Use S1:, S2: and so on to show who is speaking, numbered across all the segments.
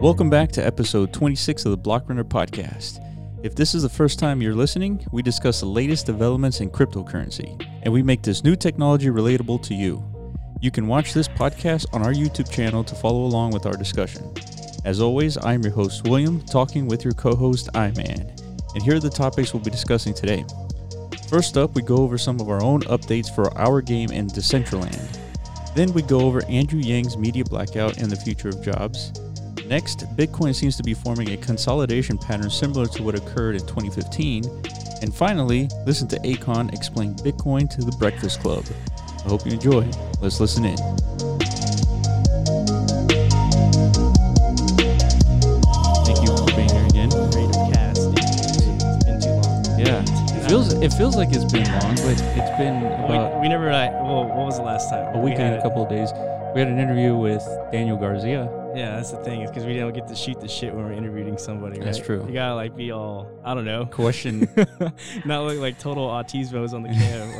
S1: Welcome back to episode 26 of the Block Runner podcast. If this is the first time you're listening, we discuss the latest developments in cryptocurrency, and we make this new technology relatable to you. You can watch this podcast on our YouTube channel to follow along with our discussion. As always, I'm your host, William, talking with your co host, iMan. And here are the topics we'll be discussing today. First up, we go over some of our own updates for our game in Decentraland. Then we go over Andrew Yang's media blackout and the future of jobs. Next, Bitcoin seems to be forming a consolidation pattern similar to what occurred in 2015. And finally, listen to Akon explain Bitcoin to the Breakfast Club. I hope you enjoy. Let's listen in. Thank you for being here again.
S2: Freedom Cast. It's been too long.
S1: Yeah, it feels it feels like it's been long, but it's been about
S2: we, we never. Like, well, what was the last time?
S1: a week
S2: We
S1: and
S2: had-
S1: a couple of days. We had an interview with Daniel Garcia.
S2: Yeah, that's the thing. Is because we don't get to shoot the shit when we're interviewing somebody.
S1: That's
S2: right?
S1: true.
S2: You gotta like be all I don't know,
S1: Question.
S2: not look like total autismos on the cam.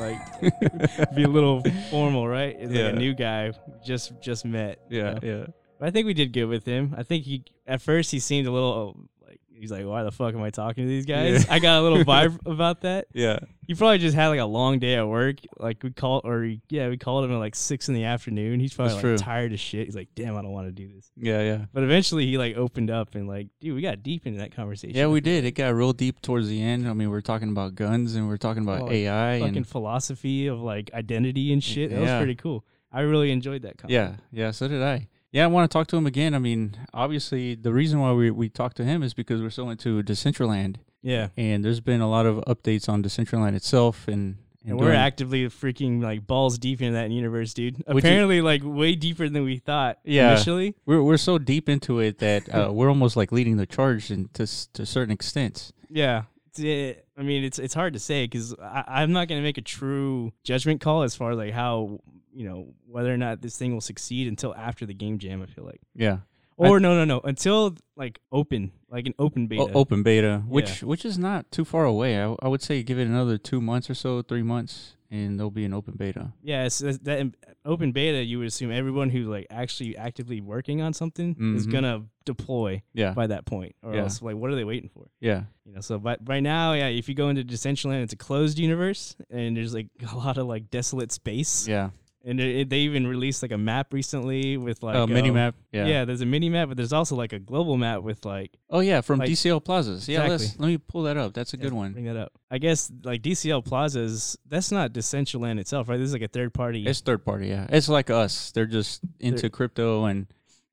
S2: like be a little formal, right? It's like
S1: Yeah.
S2: a new guy just just met. you
S1: yeah,
S2: know?
S1: yeah.
S2: But I think we did good with him. I think he at first he seemed a little oh, like he's like, why the fuck am I talking to these guys?
S1: Yeah.
S2: I got a little vibe about that.
S1: Yeah.
S2: He probably just had like a long day at work. Like we called, or he- yeah, we called him at like six in the afternoon. He's probably
S1: That's
S2: like
S1: true.
S2: tired as shit. He's like, damn, I don't want to do this.
S1: Yeah, yeah.
S2: But eventually, he like opened up and like, dude, we got deep into that conversation.
S1: Yeah, we did. It got real deep towards the end. I mean, we are talking about guns and we are talking about
S2: Oh,
S1: AI
S2: fucking
S1: and
S2: philosophy of like identity and shit. That
S1: Yeah.
S2: was pretty cool. I really enjoyed that. Conversation.
S1: yeah, yeah. So did I. Yeah, I want to talk to him again. I mean, obviously, the reason why we we talked to him is because we're so into Decentraland,
S2: yeah.
S1: and there's been a lot of updates on Decentraland itself, and and,
S2: And we're
S1: doing-
S2: actively freaking like balls deep into that universe, dude.
S1: you-
S2: Apparently, like way deeper than we thought
S1: Yeah.
S2: initially.
S1: We're we're so deep into it that uh, we're almost like leading the charge, and to s- to certain extents.
S2: Yeah. It's- it- I mean, it's it's hard to say because I'm not going to make a true judgment call as far as like how you know whether or not this thing will succeed until after the game jam. I feel like,
S1: Yeah, I-
S2: or no, no, no, until like open, like an open beta.
S1: O- open beta, which which is not too far away. I, I would say give it another two months or so, three months, and there'll be an open beta.
S2: Yeah, so that's- that open beta, you would assume everyone who like actually actively working on something is
S1: Mhm.
S2: gonna deploy
S1: Yeah,
S2: by that point, or
S1: Yeah.
S2: else like what are they waiting for?
S1: yeah.
S2: You know, so but right now, yeah, if you go into Decentraland, it's a closed universe, and there's like a lot of like desolate space.
S1: Yeah.
S2: And it, it- they even released like a map recently with like
S1: Uh, mini
S2: um,
S1: map.
S2: Yeah. there's a mini map, but there's also like a global map with like
S1: Oh yeah, from
S2: Like-
S1: DCL plazas. Yeah, let's
S2: Exactly.
S1: let me pull that up. That's a good one.
S2: Bring that up. I guess like DCL Plazas. That's not Decentraland itself, right? This is like a third party.
S1: It's third party. Yeah, it's like us. They're just into
S2: They're-
S1: crypto and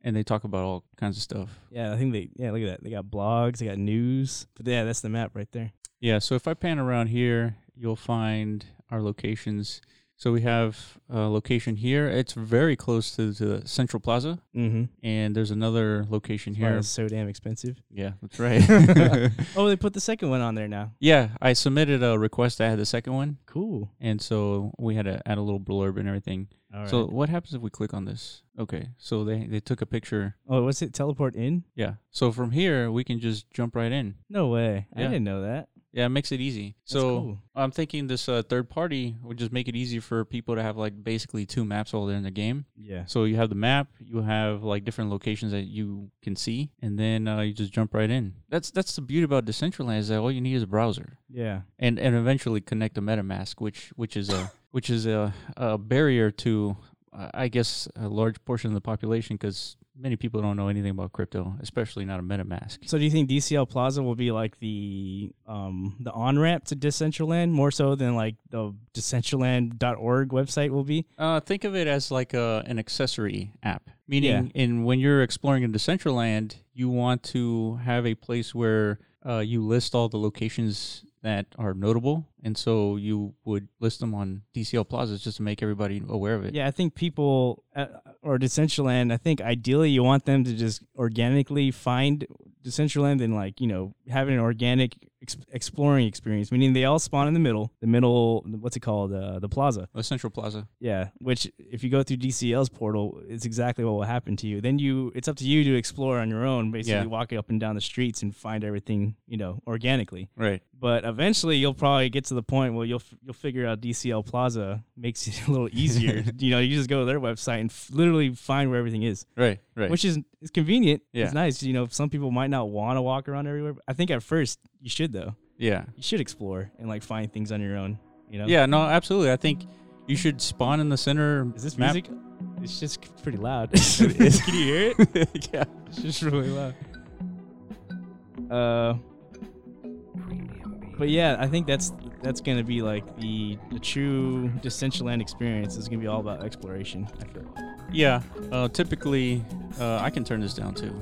S1: and they talk about all kinds of stuff.
S2: yeah, I think they. Yeah, look at that. They got blogs. They got news. But yeah, that's the map right there.
S1: Yeah. So if I pan around here, you'll find our locations. So we have a location here. It's very close to, to the Central Plaza,
S2: Mm-hmm.
S1: and there's another location
S2: Here,
S1: here.
S2: it's so damn expensive.
S1: Yeah, that's right.
S2: Oh, they put the second one on there now.
S1: yeah, I submitted a request. I had the second one,
S2: Cool.
S1: and so we had to add a little blurb and everything.
S2: All right.
S1: so what happens if we click on this? Okay, so they they took a picture.
S2: oh, what's it? Teleport in?
S1: Yeah. So from here we can just jump right in.
S2: No way. I
S1: Yeah.
S2: didn't know that.
S1: Yeah, it makes it easy.
S2: That's
S1: so
S2: cool.
S1: I'm thinking this uh, third party would just make it easy for people to have like basically two maps all there in the game.
S2: Yeah.
S1: So you have the map, you have like different locations that you can see, and then uh, you just jump right in. That's that's the beauty about Decentraland is that all you need is a browser,
S2: Yeah.
S1: and and eventually connect a MetaMask, which which is a which is a, a barrier to uh, I guess a large portion of the population because many people don't know anything about crypto, especially not a MetaMask.
S2: So do you think DCL Plaza will be like the um the on ramp to Decentraland more so than like the Decentraland.org website will be?
S1: Uh, think of it as like a, an accessory app. Meaning, in when you're exploring in Decentraland, you want to have a place where uh, you list all the locations that are notable, and so you would list them on DCL plazas just to make everybody aware of it.
S2: Yeah, I think people uh, or Decentraland. I think ideally you want them to just organically find Decentraland and like you know having an organic ex- exploring experience, meaning they all spawn in the middle, the middle, what's it called, uh, the plaza.
S1: The Central Plaza.
S2: Yeah, which if you go through DCL's portal, it's exactly what will happen to you. Then you, it's up to you to explore on your own, basically
S1: Yeah.
S2: walking up and down the streets and find everything, you know, organically.
S1: Right.
S2: But eventually, you'll probably get to the point where you'll f- you'll figure out DCL Plaza makes it a little easier. you know, you just go to their website and f- literally find where everything is,
S1: Right. Right.
S2: which is is convenient.
S1: Yeah.
S2: It's nice. You know, some people might not want to walk around everywhere. But I think at first you should though.
S1: yeah.
S2: You should explore and like find things on your own. You know.
S1: Yeah. No, absolutely. I think you should spawn in the center.
S2: Is this
S1: map.
S2: music? It's just pretty loud.
S1: is.
S2: Can you hear it?
S1: yeah.
S2: It's just really loud. Uh, but yeah, I think that's that's gonna be like the the true Decentraland experience is gonna be all about exploration. I feel.
S1: Yeah. Uh, typically, uh, I can turn this down too.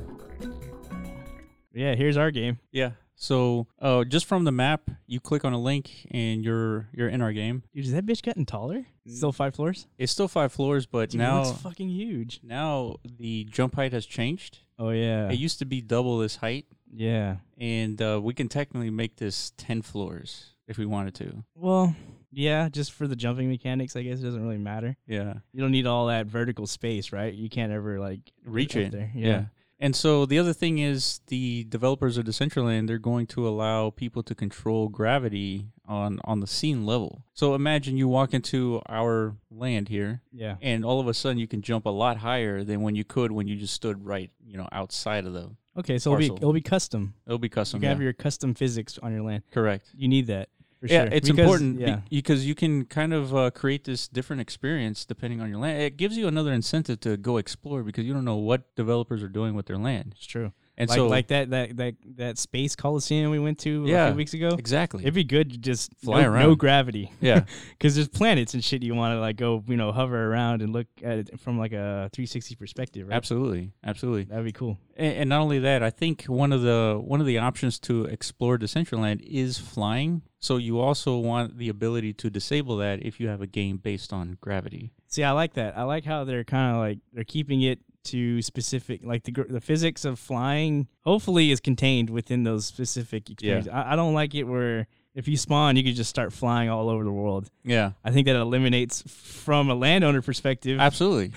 S2: Yeah, here's our game.
S1: Yeah. So uh, just from the map, you click on a link and you're you're in our game.
S2: Dude, is that bitch getting taller? Still five floors?
S1: It's still five floors, but
S2: Dude,
S1: now
S2: it looks fucking huge.
S1: now the jump height has changed.
S2: Oh yeah,
S1: It used to be double this height,
S2: yeah.
S1: and uh, we can technically make this ten floors if we wanted to.
S2: Well, yeah. Just for the jumping mechanics, I guess it doesn't really matter.
S1: Yeah.
S2: You don't need all that vertical space, right? You can't ever like
S1: Reach
S2: up
S1: it.
S2: there.
S1: Yeah. And so the other thing is the developers of Decentraland, they're going to allow people to control gravity on, on the scene level. So imagine you walk into our land here
S2: yeah.
S1: and all of a sudden you can jump a lot higher than when you could when you just stood right, you know, outside of the
S2: Okay, so it'll be
S1: Parcel.
S2: it'll be custom.
S1: it'll be
S2: You
S1: custom.
S2: can have
S1: yeah.
S2: your custom physics on your land.
S1: Correct.
S2: You need that. For
S1: yeah,
S2: sure.
S1: it's
S2: Because-
S1: important be-
S2: Yeah.
S1: because you can kind of uh, create this different experience depending on your land. It gives you another incentive to go explore because you don't know what developers are doing with their land.
S2: It's true.
S1: And
S2: like
S1: so
S2: like that that that that space coliseum we went to a
S1: Yeah,
S2: few weeks ago.
S1: exactly.
S2: It'd be good to just
S1: Fly
S2: no,
S1: around.
S2: no gravity
S1: yeah.
S2: because there's planets and shit you want to like go you know hover around and look at it from like a 360 perspective. Right?
S1: Absolutely, absolutely,
S2: That'd be cool.
S1: and, and not only that, I think one of the one of the options to explore Decentraland is flying. So you also want the ability to disable that if you have a game based on gravity.
S2: See, I like that. I like how they're kind of like they're keeping it to specific, like the gr- the physics of flying. Hopefully, is contained within those specific experiences. I, I don't like it where if you spawn, you could just start flying all over the world.
S1: Yeah,
S2: I think that eliminates from a landowner perspective. I,
S1: absolutely.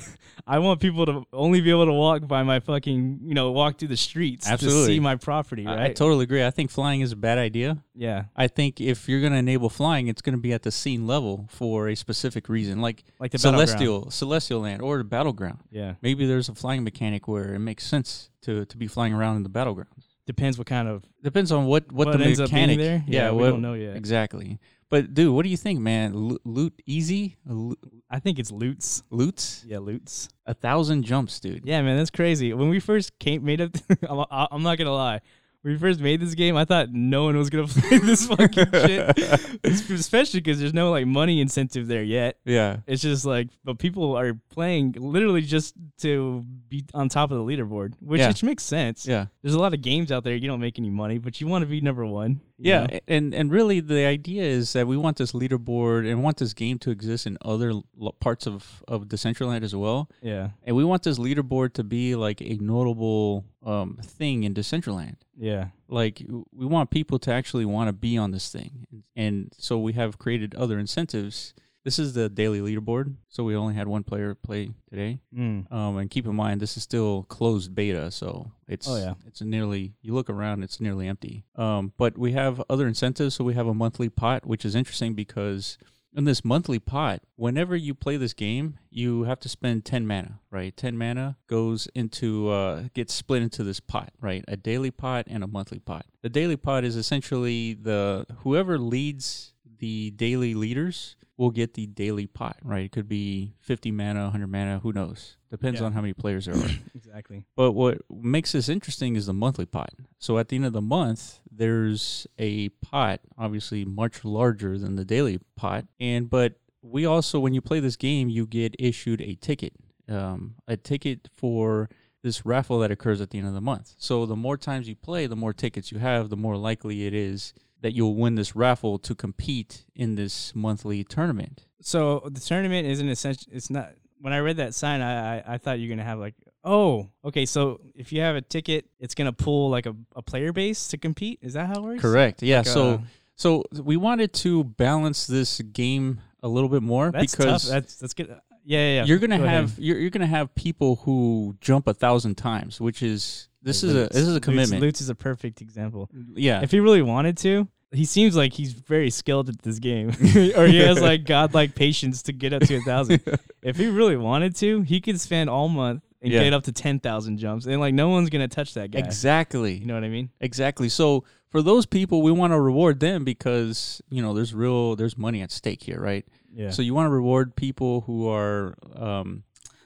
S2: want people to only be able to walk by my fucking, you know, walk through the streets to
S1: Absolutely.
S2: see my property,
S1: I-
S2: right?
S1: I, totally agree. I think flying is a bad idea.
S2: yeah,
S1: I think if you're going to enable flying, it's going to be at the scene level for a specific reason, like
S2: like the battleground.
S1: celestial, celestial land, or the battleground.
S2: Yeah,
S1: Maybe there's a flying mechanic where it makes sense to to be flying around in the battleground.
S2: depends what kind of
S1: Depends on what what,
S2: What
S1: the
S2: ends up being
S1: mechanic.
S2: there?
S1: Yeah,
S2: Yeah, we
S1: what-
S2: don't know yet.
S1: Exactly. But dude, what do you think, man? Lo- loot easy, Lo-
S2: I think it's loots.
S1: loots
S2: Yeah, loots.
S1: a thousand jumps, dude.
S2: Yeah, man, that's crazy. When we first came, made up, I'm, I'm not gonna lie. When we first made this game, I thought no one was gonna play this fucking shit, especially because there's no like money incentive there yet.
S1: Yeah,
S2: It's just like, but people are playing literally just to be on top of the leaderboard, which
S1: Yeah.
S2: which makes sense.
S1: yeah,
S2: There's a lot of games out there you don't make any money, but you want to be number one. you
S1: yeah.
S2: know?
S1: a- And and really, the idea is that we want this leaderboard and want this game to exist in other l- parts of of Decentraland as well.
S2: yeah,
S1: And we want this leaderboard to be like a notable um, thing in Decentraland.
S2: yeah.
S1: like w- we want people to actually want to be on this thing and, and so we have created other incentives this is the daily leaderboard so we only had one player play today
S2: Mm.
S1: um, and keep in mind this is still closed beta so it's
S2: Oh, yeah.
S1: it's nearly you look around it's nearly empty um, but we have other incentives so we have a monthly pot which is interesting because in this monthly pot whenever you play this game you have to spend 10 mana right 10 mana goes into uh, gets split into this pot right a daily pot and a monthly pot the daily pot is essentially the whoever leads the daily leaders will get the daily pot right it could be 50 mana 100 mana who knows depends
S2: Yeah.
S1: on how many players there are
S2: Exactly.
S1: but what makes this interesting is the monthly pot. So at the end of the month, there's a pot, obviously much larger than the daily pot. And but we also, when you play this game, you get issued a ticket, um, a ticket for this raffle that occurs at the end of the month. So the more times you play, the more tickets you have, the more likely it is that you'll win this raffle to compete in this monthly tournament.
S2: So the tournament isn't essential. It's not. When I read that sign, I I, I thought you're gonna have like Oh, okay. So if you have a ticket, it's gonna pull like a, a player base to compete. Is that how it works?
S1: Correct. Yeah.
S2: Like,
S1: so
S2: uh,
S1: so we wanted to balance this game a little bit more
S2: That's
S1: because
S2: tough. That's that's good. Yeah, yeah. yeah.
S1: you're gonna
S2: Go ahead.
S1: have you're, you're gonna have people who jump a thousand times, which is this is a
S2: Lutz.
S1: this is a
S2: Lutz-
S1: commitment.
S2: Lutz is a perfect example.
S1: Yeah.
S2: If he really wanted to, he seems like he's very skilled at this game, or he has like godlike patience to get up to a thousand. if he really wanted to, he could spend all month and
S1: Yeah.
S2: get up to ten thousand jumps, and like no one's gonna touch that guy.
S1: Exactly.
S2: You know what I mean?
S1: Exactly. So for those people, we want to reward them because you know there's real there's money at stake here, right?
S2: Yeah.
S1: So you want to reward people who are um,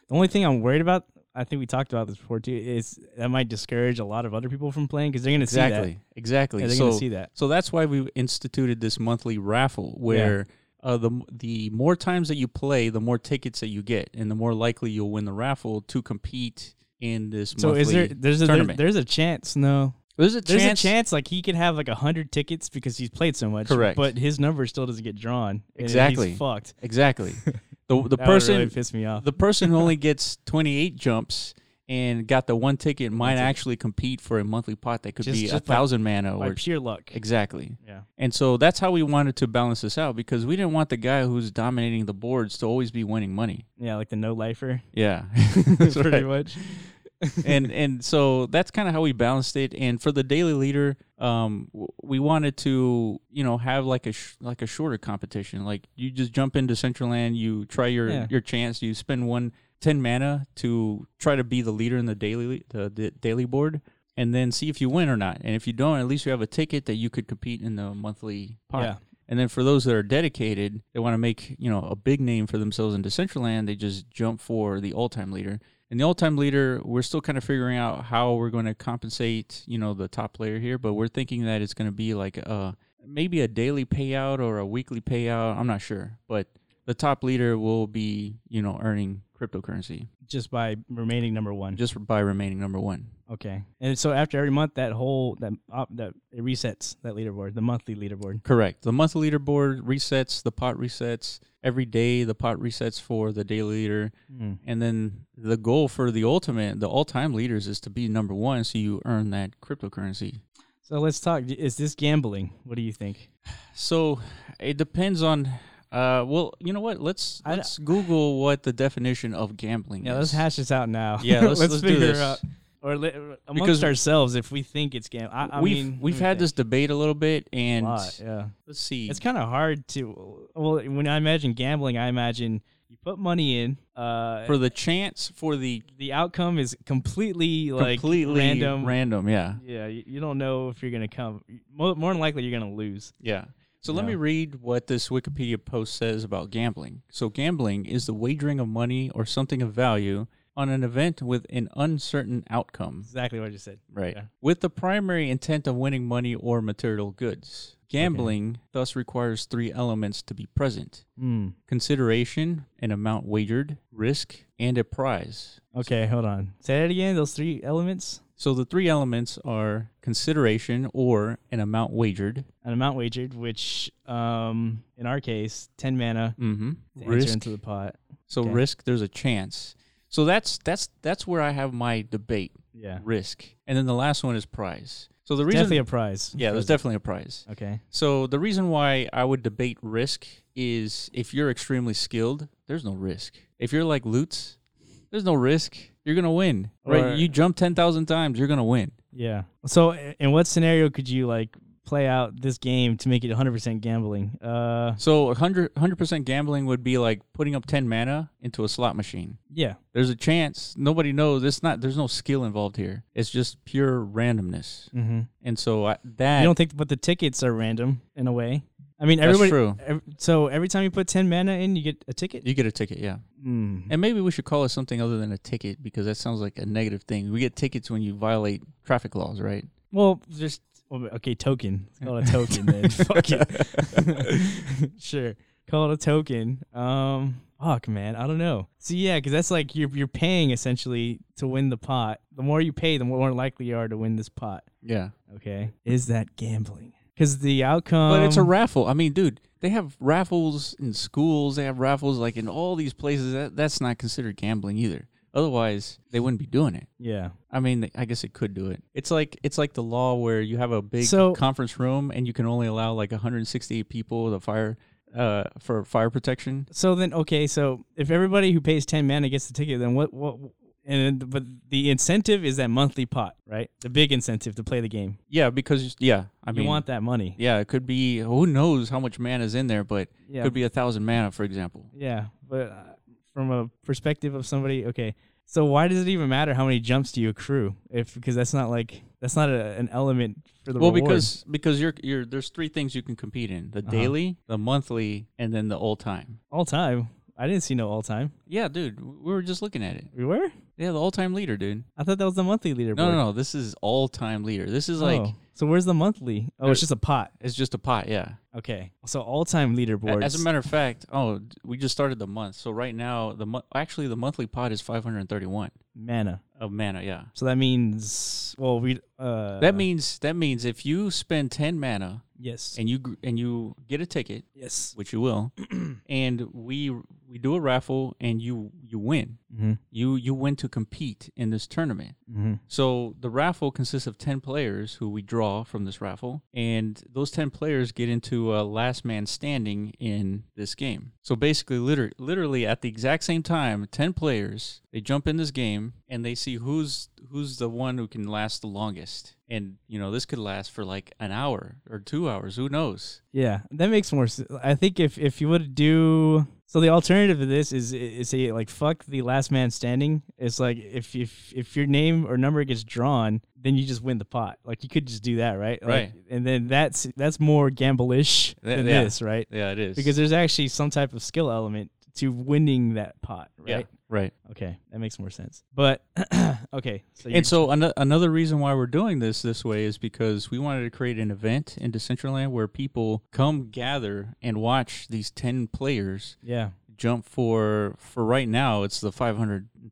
S2: The only thing I'm worried about, I think we talked about this before too, is that might discourage a lot of other people from playing because they're gonna see
S1: exactly
S2: that.
S1: exactly.
S2: Yeah, they're
S1: so
S2: gonna see that.
S1: so that's why we instituted this monthly raffle where. Uh, the the more times that you play, the more tickets that you get, and the more likely you'll win the raffle to compete in this.
S2: So is there
S1: monthly
S2: there's a there-
S1: tournament?
S2: there's a chance no
S1: there's a
S2: there's
S1: chance.
S2: a chance like he could have like a hundred tickets because he's played so much
S1: Correct.
S2: but his number still doesn't get drawn and
S1: Exactly.
S2: he's fucked
S1: Exactly. the the
S2: that person
S1: person
S2: would really piss me off
S1: the person who only gets 28 jumps and got the one ticket might actually compete for a monthly pot that could
S2: Just-
S1: be a
S2: just by-
S1: thousand mana
S2: by
S1: or
S2: pure luck
S1: exactly
S2: yeah
S1: and so that's how we wanted to balance this out because we didn't want the guy who's dominating the boards to always be winning money
S2: yeah like the no lifer
S1: yeah That's
S2: pretty
S1: right.
S2: much
S1: and and so that's kind of how we balanced it and for the daily leader um w- we wanted to you know have like a sh- like a shorter competition like you just jump into Central Land, you try your
S2: Yeah.
S1: your chance you spend one 10 mana to try to be the leader in the daily the, the daily board and then see if you win or not and if you don't at least you have a ticket that you could compete in the monthly pot
S2: Yeah.
S1: and then for those that are dedicated, they want to make, you know, a big name for themselves in Decentraland, they just jump for the all-time leader. And the all-time leader, we're still kind of figuring out how we're going to compensate, you know, the top player here, but we're thinking that it's going to be like uh maybe a daily payout or a weekly payout, I'm not sure, but the top leader will be, you know, earning cryptocurrency
S2: just by remaining number one
S1: just by remaining number 1.
S2: okay and so after every month that whole that op, that it resets that leaderboard the monthly leaderboard
S1: Correct. The monthly leaderboard resets, the pot resets. Every day the pot resets for the daily leader. And then the goal for the ultimate, the all time leaders, is to be number one so you earn that cryptocurrency.
S2: so let's talk is this gambling what do you think
S1: So it depends on. Uh, well, you know what? Let's
S2: I-
S1: let's Google what the definition of gambling
S2: yeah
S1: is.
S2: let's hash this out now
S1: Yeah, let's- let's do
S2: figure
S1: this.
S2: out or li- amongst
S1: Because-
S2: ourselves if we think it's gambling I, I
S1: we've
S2: mean,
S1: we've
S2: let me
S1: had
S2: think.
S1: this debate a little bit, and
S2: lot, yeah.
S1: let's see.
S2: It's kind of hard to. Well, when I imagine gambling, I imagine you put money in. Uh,
S1: for the chance for the
S2: the outcome is completely like
S1: completely
S2: random.
S1: random, yeah,
S2: yeah, you, you don't know if you're gonna come. More, more than likely, you're gonna lose.
S1: Yeah. So let
S2: Yeah.
S1: me read what this Wikipedia post says about gambling. So, gambling is the wagering of money or something of value on an event with an uncertain outcome.
S2: Exactly what you said.
S1: Right.
S2: Yeah.
S1: With the primary intent of winning money or material goods. Gambling thus requires three elements to be present
S2: Mm.
S1: consideration, an amount wagered, risk, and a prize.
S2: Okay, hold on. Say that again. Those three elements:
S1: So, the three elements are consideration or an amount wagered,
S2: an amount wagered, which, um, in our case, ten mana
S1: mm-hmm.
S2: to enter
S1: risk,
S2: into the pot.
S1: So
S2: Okay.
S1: risk, there's a chance. So that's that's that's where I have my debate.
S2: Yeah,
S1: Risk, and then the last one is prize. So the reason,
S2: definitely a prize.
S1: yeah, there's definitely a prize.
S2: Okay.
S1: So the reason why I would debate risk is if you're extremely skilled, there's no risk. If you're like Lutz, there's no risk. You're gonna win,
S2: Or-
S1: right? You jump ten thousand times, you're gonna win.
S2: Yeah. So, i- in what scenario could you like play out this game to make it 100% gambling? Uh,
S1: So 100 percent gambling would be like putting up ten mana into a slot machine.
S2: yeah.
S1: There's a chance. Nobody knows. It's not. There's no skill involved here. It's just pure randomness.
S2: Mm-hmm.
S1: And so I,
S2: You
S1: that
S2: don't think, but the tickets are random in a way. I mean,
S1: that's
S2: everybody.
S1: true.
S2: ev- so every time you put 10 mana in, you get a ticket.
S1: You get a ticket, yeah.
S2: Mm.
S1: And maybe we should call it something other than a ticket because that sounds like a negative thing. We get tickets when you violate traffic laws, right?
S2: Well, just well, okay. Token. Let's Call it a token then. Fuck it. sure. Call it a token. Um. Fuck, man. I don't know. So yeah, because that's like you're you're paying essentially to win the pot. The more you pay, the more likely you are to win this pot.
S1: Yeah.
S2: Okay. Is that gambling? Because the outcome.
S1: But it's a raffle. I mean, dude, they have raffles in schools. They have raffles like in all these places. That, that's not considered gambling either. Otherwise, they wouldn't be doing it.
S2: Yeah.
S1: I mean, they- I guess it could do it. It's like it's like the law where you have a big
S2: So-
S1: conference room and you can only allow like 168 people to fire uh, for fire protection.
S2: So then, okay, so if everybody who pays ten mana gets the ticket, then what? What? And then- but the incentive is that monthly pot, right? The big incentive to play the game.
S1: Yeah, because yeah, I mean,
S2: you want that money.
S1: yeah, it could be who knows how much mana is in there, but
S2: Yeah.
S1: could be a thousand mana, for example.
S2: Yeah, but uh, from a perspective of somebody, okay, so why does it even matter how many jumps do you accrue? If because that's not like that's not a, an element for the
S1: Well,
S2: reward.
S1: because because you're you're there's three things you can compete in:
S2: Uh-huh.
S1: the daily, the monthly, and then the all time.
S2: all time, I didn't see no all time.
S1: Yeah, dude, we were just looking at it.
S2: We were.
S1: Yeah, the all time leader, dude.
S2: I thought that was the monthly leaderboard.
S1: No, no, no. This is all time leader. This is like
S2: Oh, so where's the monthly? Oh, it's just a pot.
S1: it's just a pot. Yeah.
S2: Okay, so all time leaderboards.
S1: As a matter of fact, oh, d- we just started the month, so right now the mo- actually the monthly pot is 531
S2: mana.
S1: of mana. Yeah.
S2: So that means well we uh
S1: That means that means if you spend 10 mana
S2: yes
S1: and you gr- and you get a ticket,
S2: yes
S1: which you will, and we we do a raffle and you you win.
S2: mm-hmm.
S1: You you win to compete in this tournament.
S2: Mm-hmm.
S1: So the raffle consists of 10 players who we draw from this raffle, and those 10 players get into a last man standing in this game. So basically, liter- literally at the exact same time, 10 players, they jump in this game and they see who's who's the one who can last the longest. And you know, this could last for like an hour or 2 hours, who knows.
S2: yeah that makes more sense. I think if if you would do so the alternative to this is is say like fuck the last man standing. It's like if if if your name or number gets drawn, then you just win the pot. Like you could just do that, right? Like,
S1: Right.
S2: And then that's that's more gamblish
S1: Th-
S2: than
S1: yeah.
S2: this, right?
S1: Yeah, it is.
S2: Because there's actually some type of skill element to winning that pot,
S1: yeah,
S2: right?
S1: right.
S2: Okay, that makes more sense. But okay, so you
S1: And so an- another reason why we're doing this this way is because we wanted to create an event in Decentraland where people come gather and watch these 10 players
S2: yeah.
S1: jump for for right now it's the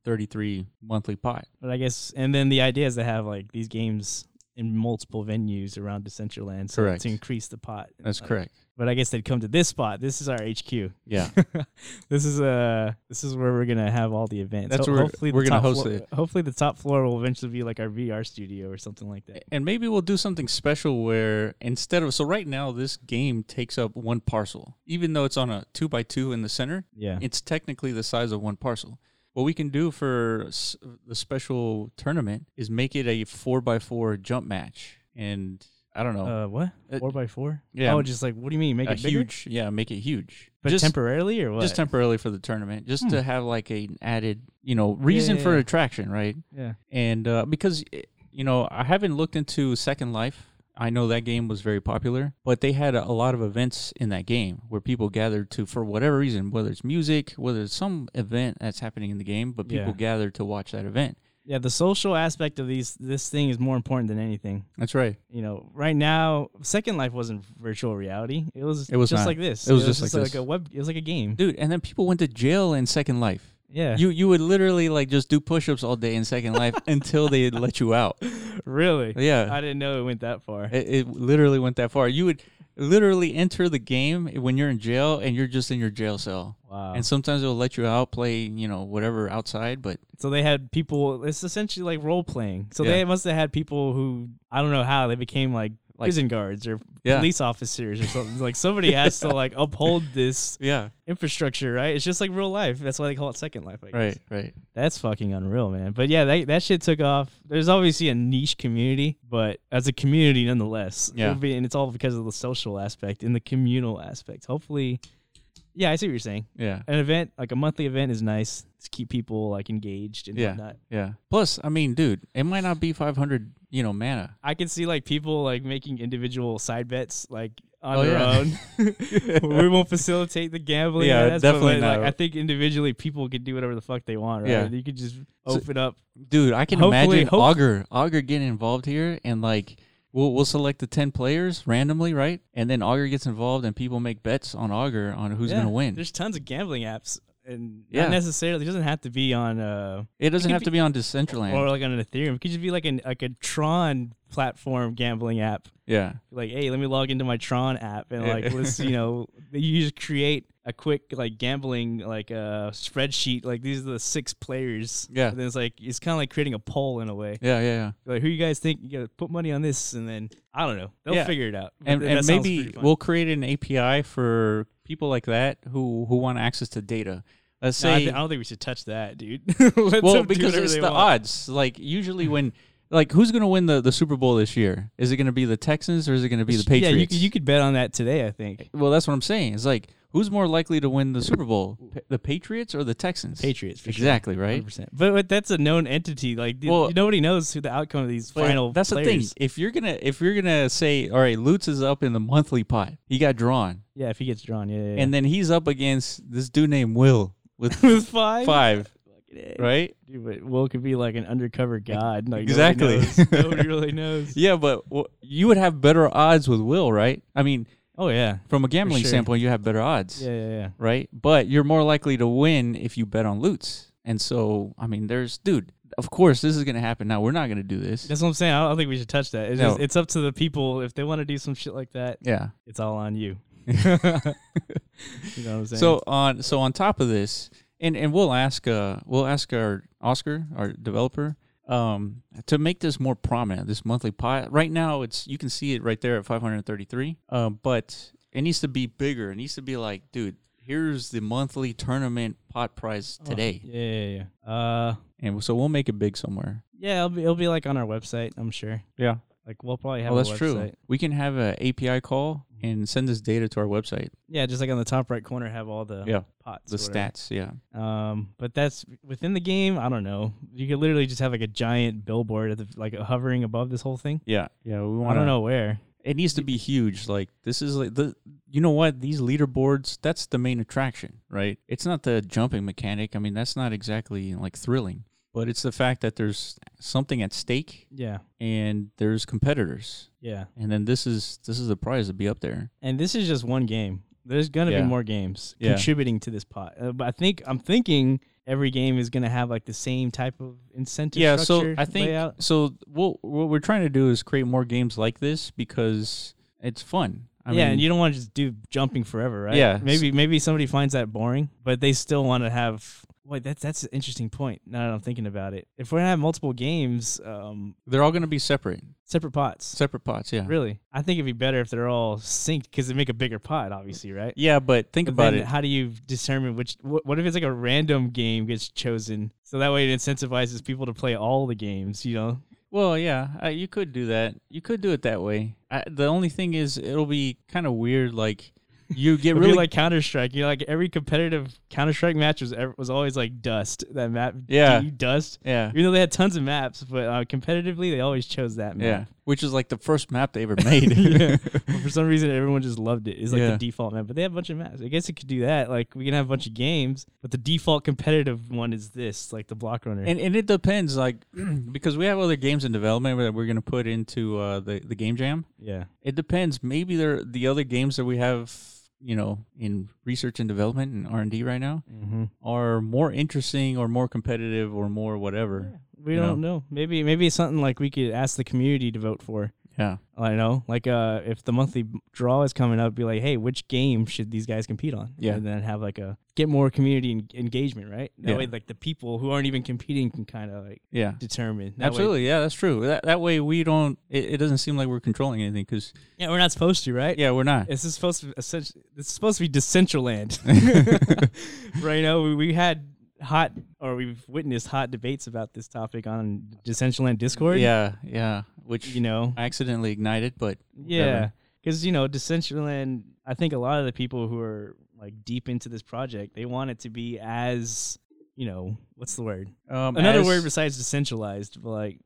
S1: 533 monthly pot.
S2: But I guess, and then the idea is to have like these games in multiple venues around Decentraland, so
S1: Correct.
S2: to increase the pot.
S1: That's
S2: Like,
S1: correct.
S2: But I guess they'd come to this spot. This is our HQ.
S1: Yeah.
S2: this is uh this is where we're gonna have all the events.
S1: That's where we're
S2: the
S1: gonna
S2: top
S1: host
S2: floor-
S1: it.
S2: Hopefully, the top floor will eventually be like our VR studio or something like that.
S1: and maybe we'll do something special where instead of so right now this game takes up one parcel even though it's on a 2 by 2 in the center
S2: Yeah.
S1: it's technically the size of one parcel. What we can do for s- the special tournament is make it a four by four jump match, and I don't know,
S2: Uh, what
S1: It-
S2: four by four?
S1: yeah.
S2: Oh, just like what do you mean? Make
S1: a
S2: it bigger?
S1: huge, yeah, make it huge,
S2: but
S1: just
S2: temporarily or what?
S1: just temporarily for the tournament, just to have like a added, you know, reason
S2: yeah,
S1: for
S2: yeah.
S1: attraction, right?
S2: yeah.
S1: And uh, because eh, you know, I haven't looked into Second Life. I know that game was very popular, but they had a, a lot of events in that game where people gathered to, for whatever reason, whether it's music, whether it's some event that's happening in the game, but people
S2: Yeah.
S1: gathered to watch that event.
S2: Yeah, the social aspect of these this thing is more important than anything.
S1: That's right.
S2: you know, right now, Second Life wasn't virtual reality. It was
S1: It was
S2: just
S1: not.
S2: like this.
S1: It was just like this.
S2: a web. It was like a game.
S1: Dude, and then people went to jail in Second Life.
S2: Yeah,
S1: You you would literally like just do push-ups all day in Second Life until they let you out.
S2: really.
S1: Yeah.
S2: I didn't know it went that far.
S1: It, it literally went that far. You would literally enter the game when you're in jail and you're just in your jail cell.
S2: Wow.
S1: And sometimes it'll let you out play, you know, whatever outside, but
S2: so they had people. It's essentially like role playing. So
S1: Yeah.
S2: they must have had people who I don't know how they became like,
S1: Like-
S2: prison guards or
S1: Yeah.
S2: police officers or something. like somebody has to like uphold this
S1: yeah,
S2: infrastructure, right? It's just like real life. That's why they call it Second Life. I guess.
S1: right, right.
S2: That's fucking unreal, man. But yeah, that, that shit took off. There's obviously a niche community, but as a community, nonetheless,
S1: Yeah.
S2: it'll be- and it's all because of the social aspect and the communal aspect. Hopefully, yeah, I see what you're saying.
S1: Yeah.
S2: An event like a monthly event is nice to keep people like engaged and
S1: Yeah.
S2: whatnot.
S1: Yeah. Plus, I mean, dude, it might not be 500, you know, mana.
S2: I can see like people like making individual side bets like on
S1: Oh,
S2: their
S1: yeah.
S2: own. we won't facilitate the gambling.
S1: Yeah,
S2: and that's- but,
S1: definitely
S2: like,
S1: not.
S2: I think individually people can do whatever the fuck they want. Right?
S1: Yeah.
S2: You could just
S1: So-
S2: open up
S1: Dude, I can
S2: Hopefully-
S1: imagine
S2: hope-
S1: Augur, Augur getting involved here and like we'll we'll select the 10 players randomly, right? And then Augur gets involved and people make bets on Augur on who's
S2: Yeah,
S1: going to win.
S2: There's tons of gambling apps, and
S1: Yeah.
S2: not necessarily it doesn't have to be on uh
S1: It doesn't
S2: could
S1: have to be on Decentraland.
S2: or like on an Ethereum. It could just be like an like a Tron platform gambling app.
S1: yeah.
S2: Like, hey, let me log into my Tron app and
S1: Yeah.
S2: like let's you know you just create a quick like gambling like uh spreadsheet like these are the six players
S1: Yeah.
S2: and then it's like it's kind of like creating a poll in a way
S1: Yeah, yeah, yeah.
S2: like who you guys think you gotta put money on this and then i don't know they'll
S1: Yeah.
S2: figure it out But
S1: and,
S2: that
S1: and
S2: sounds
S1: maybe
S2: pretty fun.
S1: we'll create an API for people like that who who want access to data. Let's
S2: No, I,
S1: say
S2: thi- I don't think we should touch that dude Let
S1: well
S2: them do
S1: because
S2: whatever
S1: it's
S2: they
S1: the
S2: want.
S1: odds. Like usually when like who's going to win the, the Super Bowl this year? Is it going to be the Texans or is it going to be the Patriots?
S2: yeah you, could- you could bet on that today i think
S1: well, that's what I'm saying. It's like who's more likely to win the Super Bowl, Pa- the Patriots or the Texans?
S2: patriots for sure.
S1: Exactly, right?
S2: 100%. But, but that's a known entity. Like dude,
S1: Well-
S2: nobody knows who the outcome of these
S1: But
S2: final.
S1: That's the
S2: players.
S1: thing. If you're gonna if you're gonna say, all right, Lutz is up in the monthly pot. He got drawn,
S2: Yeah, if he gets drawn, yeah. yeah, yeah.
S1: and then he's up against this dude named Will with
S2: with five,
S1: five,
S2: Fucking A.
S1: right?
S2: Dude, but Will could be like an undercover god. Like,
S1: Exactly.
S2: Nobody, knows. Nobody really knows.
S1: Yeah, but w you would have better odds with Will, right? I mean,
S2: Oh yeah.
S1: from a gambling
S2: sure.
S1: standpoint, you have better odds,
S2: Yeah, yeah, yeah.
S1: right? But you're more likely to win if you bet on Lutz. And so, I mean, there's, dude, of course this is going to happen. Now, we're not going to do this.
S2: That's what I'm saying. I don't think we should touch that. It's,
S1: No.
S2: just, it's up to the people if they want to do some shit like that.
S1: Yeah.
S2: It's all on you. You know what I'm saying?
S1: So on so on top of this, and and we'll ask uh we'll ask our Oscar our developer um to make this more prominent. This monthly pot right now it's you can see it right there at 533. Um, but it needs to be bigger. It needs to be like, dude, here's the monthly tournament pot prize today,
S2: yeah, yeah, yeah. Uh,
S1: and so we'll make it big somewhere.
S2: yeah. It'll be, it'll be like on our website. I'm sure.
S1: Yeah.
S2: Like we'll probably have.
S1: Oh,
S2: a
S1: that's true.
S2: website.
S1: We can have an API call and send this data to our website.
S2: Yeah, just like on the top right corner, have all the
S1: Yeah.
S2: pots.
S1: The
S2: or whatever.
S1: stats, yeah.
S2: Um, but that's within the game. I don't know. You could literally just have like a giant billboard at the, like hovering above this whole thing.
S1: Yeah. Yeah, we
S2: I
S1: want
S2: don't know where.
S1: it needs to be huge. Like this is like the you know what these leaderboards. That's the main attraction, right? It's not the jumping mechanic. I mean, that's not exactly like thrilling, but it's the fact that there's something at stake
S2: Yeah,
S1: and there's competitors,
S2: yeah.
S1: and then this is this is the prize to be up there.
S2: And this is just one game. There's gonna
S1: Yeah.
S2: be more games
S1: Yeah.
S2: contributing to this pot. Uh, but I think I'm thinking every game is gonna have like the same type of incentive.
S1: yeah. So
S2: structure,
S1: I think
S2: layout.
S1: so. What what we're trying to do is create more games like this because it's fun. I
S2: yeah,
S1: mean,
S2: and you don't want to just do jumping forever, right?
S1: Yeah.
S2: Maybe maybe somebody finds that boring, but they still want to have. Wait, that's that's an interesting point. Now that I'm thinking about it, if we're gonna have multiple games, um,
S1: they're all going to be separate,
S2: separate pots.
S1: separate pots. Yeah.
S2: Really, I think it'd be better if they're all synced because they make a bigger pot, obviously, right?
S1: Yeah, but think
S2: But
S1: about
S2: then
S1: it.
S2: How do you determine which? What, what if it's like a random game gets chosen? So that way it incentivizes people to play all the games. You know,
S1: Well, yeah, uh, you could do that. You could do it that way. I, the only thing is, it'll be kind of weird. Like you get
S2: it'd
S1: really
S2: be like Counter Strike. You know, like every competitive Counter Strike match was ever, was always like dust. That map,
S1: Yeah.
S2: DU dust.
S1: yeah,
S2: Even though they had tons of maps, but uh, competitively they always chose that
S1: yeah,
S2: map.
S1: which is like the first map they ever made.
S2: Yeah. But for some reason, everyone just loved it. It's like
S1: Yeah.
S2: the default map, but they have a bunch of maps. I guess it could do that. Like we can have a bunch of games, but the default competitive one is this, like the block runner.
S1: and and it depends, like because we have other games in development that we're gonna put into uh, the the game jam.
S2: yeah,
S1: It depends. Maybe there the other games that we have, you know, in research and development and R and D right now
S2: mm-hmm.
S1: are more interesting or more competitive or more whatever.
S2: we
S1: You
S2: don't know. Maybe maybe it's something like we could ask the community to vote for.
S1: Yeah,
S2: I don't know, like uh, if the monthly b- draw is coming up, be like, hey, which game should these guys compete on?
S1: Yeah.
S2: and then have like a get more community en- engagement, right? That
S1: Yeah.
S2: way, like the people who aren't even competing can kind of like
S1: yeah.
S2: determine. That way-
S1: Absolutely, yeah, that's true. That, that way we don't. It, it doesn't seem like we're controlling anything because
S2: yeah, we're not supposed to, right?
S1: yeah, we're not.
S2: This is supposed to essentially. It's supposed to be Decentraland. right now, we, we had hot, or we've witnessed hot debates about this topic on Decentraland Discord.
S1: Yeah, yeah. Which
S2: you know,
S1: I accidentally ignited, but
S2: yeah, because you know, Decentraland. I think a lot of the people who are like deep into this project, they want it to be as you know, what's the word?
S1: whatever. Um,
S2: Another
S1: as,
S2: word besides decentralized, but like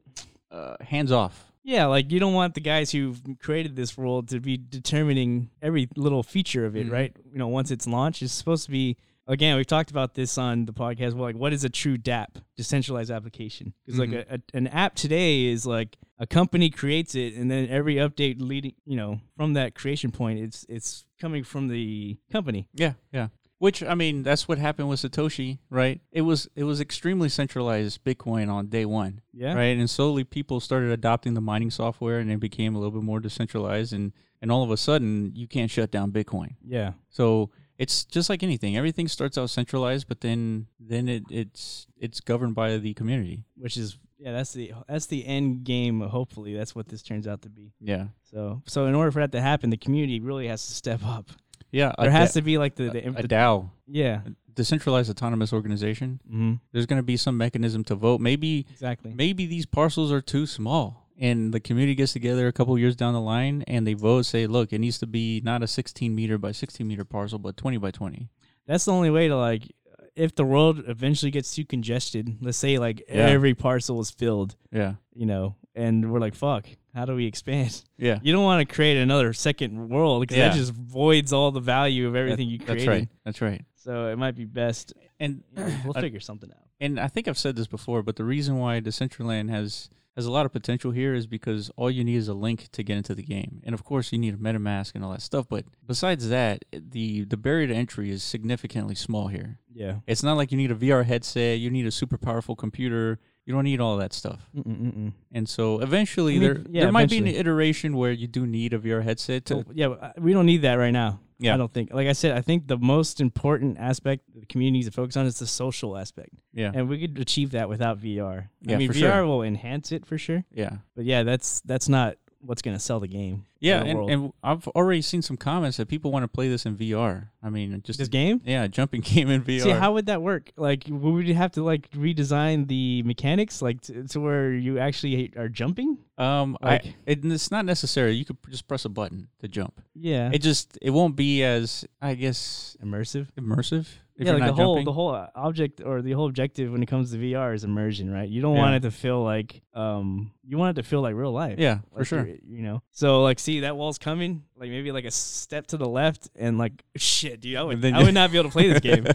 S1: Uh, hands off.
S2: Yeah, like you don't want the guys who've created this world to be determining every little feature of it,
S1: Mhm.
S2: right? You know, once it's launched, it's supposed to be. Again, we've talked about this on the podcast. Well, like, what is a true DApp, decentralized application? Because like a, a, an app today is like a company creates it, and then every update leading, you know, from that creation point, it's it's coming from the company.
S1: Yeah, yeah. Which I mean, that's what happened with Satoshi, right? It was it was extremely centralized Bitcoin on day one,
S2: Yeah,
S1: right? And slowly people started adopting the mining software, and it became a little bit more decentralized, and and all of a sudden you can't shut down Bitcoin.
S2: yeah,
S1: So it's just like anything. Everything starts out centralized, but then then it, it's it's governed by the community.
S2: which is yeah, that's the that's the end game. Hopefully, that's what this turns out to be.
S1: Yeah,
S2: So, so in order for that to happen, the community really has to step up.
S1: yeah.
S2: There has to be like the, the,
S1: a,
S2: the
S1: DAO,
S2: yeah,
S1: decentralized autonomous organization.
S2: mm-hmm.
S1: There's going to be some mechanism to vote. Maybe
S2: exactly.
S1: maybe these parcels are too small and the community gets together a couple years down the line and they vote say look it needs to be not a 16 meter by 16 meter parcel but 20 by 20
S2: That's the only way to like, if the world eventually gets too congested. Let's say like
S1: Yeah.
S2: every parcel is filled,
S1: yeah
S2: you know, and we're like, fuck, how do we expand?
S1: yeah
S2: You don't want to create another second world because
S1: Yeah.
S2: that just voids all the value of everything you created.
S1: that's right that's right
S2: So it might be best.
S1: and
S2: We'll
S1: I-
S2: figure something out.
S1: and i think i've said this before but the reason why decentraland has has a lot of potential here is because all you need is a link to get into the game and of course you need a metamask and all that stuff but besides that the the barrier to entry is significantly small here
S2: Yeah.
S1: it's not like you need a vr headset you need a super powerful computer you don't need all that stuff
S2: Mm-mm-mm.
S1: And so eventually
S2: I mean,
S1: there
S2: yeah,
S1: there might be an
S2: eventually.
S1: iteration where you do need a VR headset to
S2: yeah, but, uh, we don't need that right now.
S1: Yeah.
S2: I don't think. Like I said, I think the most important aspect that the community needs to focus on is the social aspect,
S1: yeah.
S2: and we could achieve that without VR.
S1: Yeah,
S2: I mean,
S1: for
S2: VR
S1: sure.
S2: will enhance it for sure,
S1: Yeah.
S2: but yeah, that's that's not what's going to sell the game.
S1: Yeah,
S2: the
S1: and,
S2: world.
S1: and I've already seen some comments that people want to play this in VR. I mean, just
S2: This game.
S1: yeah, jumping game in VR.
S2: See, how would that work? Like, would we have to like redesign the mechanics, like to, to where you actually are jumping?
S1: um, I,
S2: like-
S1: it, it's not necessary. You could just press a button to jump.
S2: Yeah,
S1: It just it won't be as I guess
S2: immersive.
S1: immersive if
S2: yeah,
S1: you're
S2: like
S1: not
S2: the whole
S1: jumping.
S2: the whole uh, object or the whole objective when it comes to VR is immersion, right? You don't
S1: Yeah.
S2: want it to feel like um you want it to feel like real life.
S1: yeah, for
S2: Like,
S1: sure.
S2: you're- You know. So like see that wall's coming, like maybe like a step to the left and like shit, dude, I would
S1: And then
S2: I
S1: you-
S2: would not be able to play this game.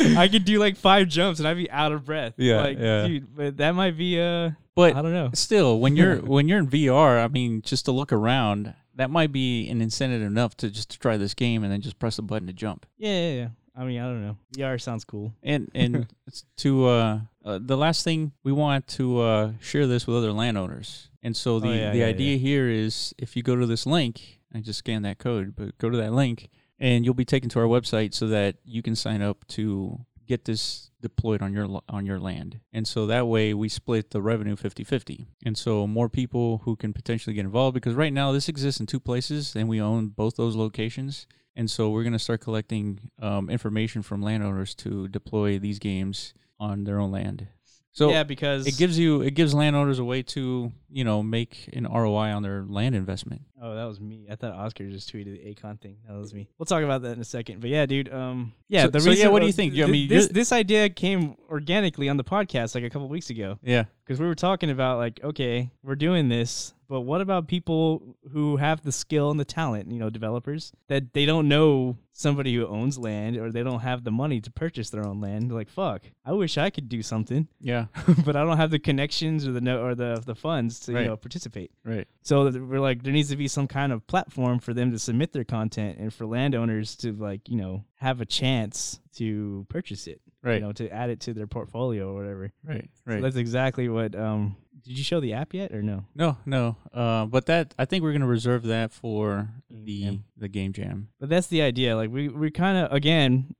S2: I could do like five jumps and I'd be out of breath.
S1: Yeah,
S2: Like
S1: yeah.
S2: dude, but that might be uh
S1: But
S2: I don't know.
S1: still when you're when you're in VR, I mean, just to look around, that might be an incentive enough to just to try this game and then just press a button to jump.
S2: Yeah, yeah, yeah. I mean, I don't know. VR sounds cool.
S1: And and it's to uh, uh, the last thing we want to uh, share this with other landowners. And so the,
S2: Oh, yeah,
S1: the
S2: yeah,
S1: idea here is if you go to this link and just scan that code, but go to that link and you'll be taken to our website so that you can sign up to get this deployed on your lo- on your land. And so that way we split the revenue 50-50. And so more people who can potentially get involved because right now this exists in two places and we own both those locations. And so we're going to start collecting um, information from landowners to deploy these games on their own land. So
S2: yeah, because
S1: it gives you it gives landowners a way to you know make an ROI on their land investment.
S2: Oh, that was me. I thought Oscar just tweeted the Akon thing. That was me. We'll talk about that in a second. But yeah, dude. Um, yeah.
S1: So-
S2: the
S1: so yeah,
S2: reason
S1: what do you
S2: uh,
S1: think? Do you- I
S2: thi-
S1: mean,
S2: this
S1: you're-
S2: this idea came organically on the podcast like a couple weeks ago
S1: Yeah,
S2: because we were talking about like, okay, we're doing this, but what about people who have the skill and the talent? You know, developers that they don't know somebody who owns land or they don't have the money to purchase their own land. Like, fuck, I wish I could do something,
S1: yeah,
S2: but I don't have the connections or the no or the the funds to
S1: Right.
S2: you know participate.
S1: right.
S2: So that we're like, there needs to be some kind of platform for them to submit their content and for landowners to like, you know, have a chance to purchase it,
S1: Right.
S2: you know, to add it to their portfolio or whatever.
S1: Right,
S2: So
S1: right.
S2: that's exactly what. Um, did you show the app yet or no?
S1: no, no. Uh, but that I think we're gonna reserve that for the
S2: jam.
S1: the game jam.
S2: But that's the idea. Like we we kind of again,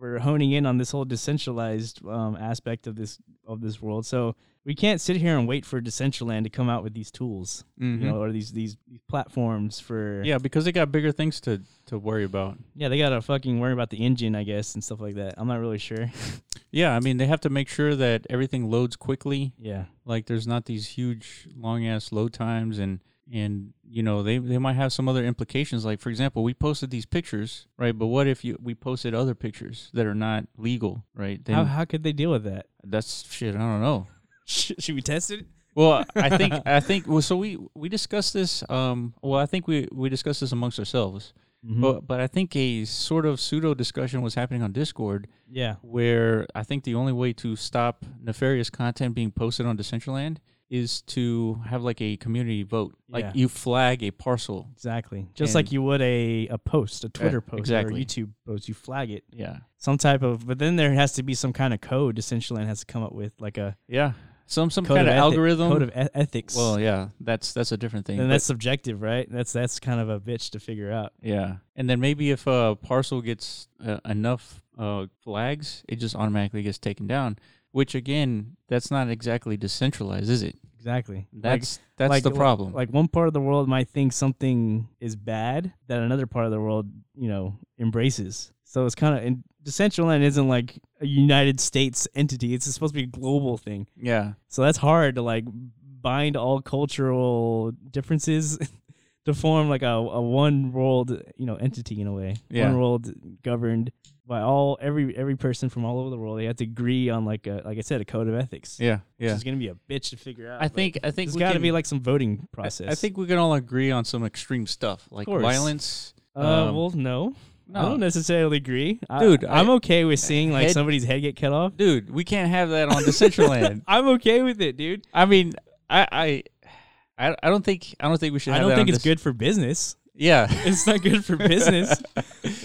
S2: we're honing in on this whole decentralized um, aspect of this of this world. So we can't sit here and wait for Decentraland to come out with these tools,
S1: Mm-hmm.
S2: you know, or these these platforms for
S1: Yeah, because they got bigger things to to worry about.
S2: Yeah, they gotta fucking worry about the engine, I guess, and stuff like that. I'm not really sure.
S1: Yeah, I mean they have to make sure that everything loads quickly.
S2: Yeah,
S1: Like there's not these huge long ass load times and and you know they they might have some other implications like for example we posted these pictures right but what if you we posted other pictures that are not legal right then
S2: how how could they deal with that?
S1: that's shit i don't know
S2: Should we test it?
S1: well i think i think well so we we discussed this um well i think we we discussed this amongst ourselves
S2: Mm-hmm.
S1: but but i think a sort of pseudo discussion was happening on discord
S2: yeah,
S1: where I think the only way to stop nefarious content being posted on Decentraland is to have like a community vote. Like
S2: Yeah.
S1: you flag a parcel.
S2: exactly. Just
S1: And-
S2: like you would a a post, a Twitter post, or
S1: exactly.
S2: a YouTube post. You flag it,
S1: Yeah.
S2: some type of. But then there has to be some kind of code. Decentraland has to come up with like a
S1: Yeah. Some some
S2: Code
S1: kind of,
S2: ethic-
S1: algorithm.
S2: code of e- ethics.
S1: well, yeah, that's that's a different thing.
S2: and
S1: but-
S2: that's subjective, right? That's that's kind of a bitch to figure out.
S1: Yeah, and then maybe if a parcel gets uh, enough uh, flags, it just automatically gets taken down. Which again, that's not exactly decentralized, is it?
S2: Exactly. Like-
S1: That's that's
S2: like-
S1: the problem.
S2: Like one part of the world might think something is bad that another part of the world, you know, embraces. So it's kind of and Decentraland isn't like a United States entity. It's supposed to be a global thing.
S1: yeah,
S2: So that's hard to like bind all cultural differences to form like a, a one world, you know, entity in a way.
S1: Yeah.
S2: One world governed by all every every person from all over the world. They have to agree on like a like I said, a code of ethics.
S1: yeah,
S2: Which
S1: yeah.
S2: is gonna be a bitch to figure out.
S1: I
S2: but
S1: think I think
S2: there's
S1: we
S2: got to
S1: can-
S2: be like some voting
S1: I-
S2: process.
S1: I think we can all agree on some extreme stuff like
S2: course.
S1: violence.
S2: Uh,
S1: um,
S2: well, no,
S1: No,
S2: I don't necessarily agree, I-
S1: Dude,
S2: I'm okay with seeing like
S1: head-
S2: somebody's head get cut off.
S1: dude, we can't have that on Decentraland.
S2: I'm okay with it, dude.
S1: I mean, I, I, I, I don't think I don't think we should.
S2: I
S1: Have
S2: don't
S1: that
S2: think
S1: on Dec-
S2: it's good for business.
S1: Yeah.
S2: It's not good for business,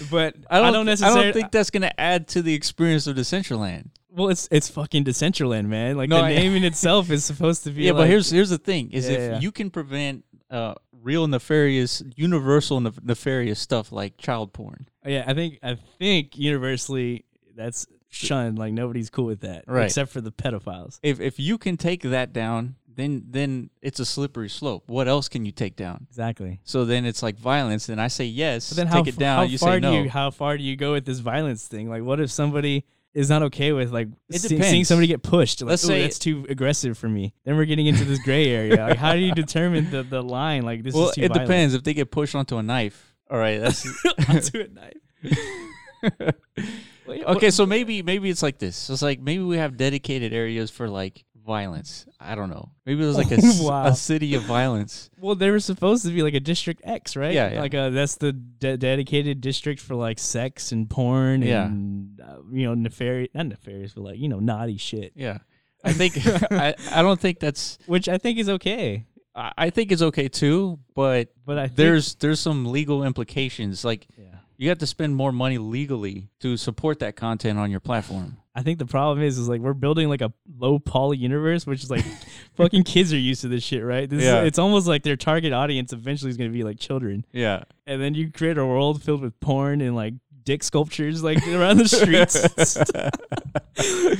S2: but
S1: I don't,
S2: necessarily. uh,
S1: I don't think that's going to add to the experience of Decentraland.
S2: well, it's it's fucking Decentraland, man. Like
S1: No,
S2: the
S1: I-
S2: name in itself is supposed to be.
S1: Yeah, but
S2: like-
S1: here's here's the thing: is
S2: Yeah,
S1: if
S2: yeah.
S1: you can prevent uh, real nefarious, universal nef- nefarious stuff like child porn,
S2: yeah. I think I think universally that's shunned. Like nobody's cool with that,
S1: Right.
S2: Except for the pedophiles.
S1: if if you can take that down, then then it's a slippery slope. What else can you take down?
S2: Exactly.
S1: So then it's like violence. Then I say yes,
S2: But then
S1: take
S2: how,
S1: it
S2: f-
S1: down.
S2: how
S1: you
S2: far
S1: say no.
S2: do you how far do you go with this violence thing? Like, what if somebody is not okay with like
S1: It
S2: see- seeing
S1: depends.
S2: somebody get pushed? Like,
S1: Let's
S2: "Ooh,
S1: say-
S2: that's too aggressive for me. Then we're getting into this gray area. like, how do you determine the, the line? Like, this
S1: well,
S2: is too
S1: it
S2: violent.
S1: depends. If they get pushed onto a knife, all right, that's
S2: Onto a knife. Wait, what-
S1: okay. So maybe maybe it's like this. So it's like maybe we have dedicated areas for like violence. I don't know. Maybe there's like a, s-
S2: Wow.
S1: a city of violence.
S2: Well, they were supposed to be like a District X, right?
S1: Yeah, yeah.
S2: Like uh that's the de- dedicated district for like sex and porn
S1: Yeah.
S2: and uh, you know nefarious, not nefarious, but like you know naughty shit,
S1: Yeah. I think I, I don't think that's
S2: which I think is okay.
S1: I I think it's okay too, but
S2: But I think,
S1: there's there's some legal implications. Like
S2: yeah.
S1: you have to spend more money legally to support that content on your platform.
S2: I think the problem is, is like we're building like a low poly universe, which is like fucking kids are used to this shit, right? This
S1: Yeah.
S2: is, it's almost like their target audience eventually is going to be like children,
S1: Yeah.
S2: and then you create a world filled with porn and like dick sculptures like around the streets.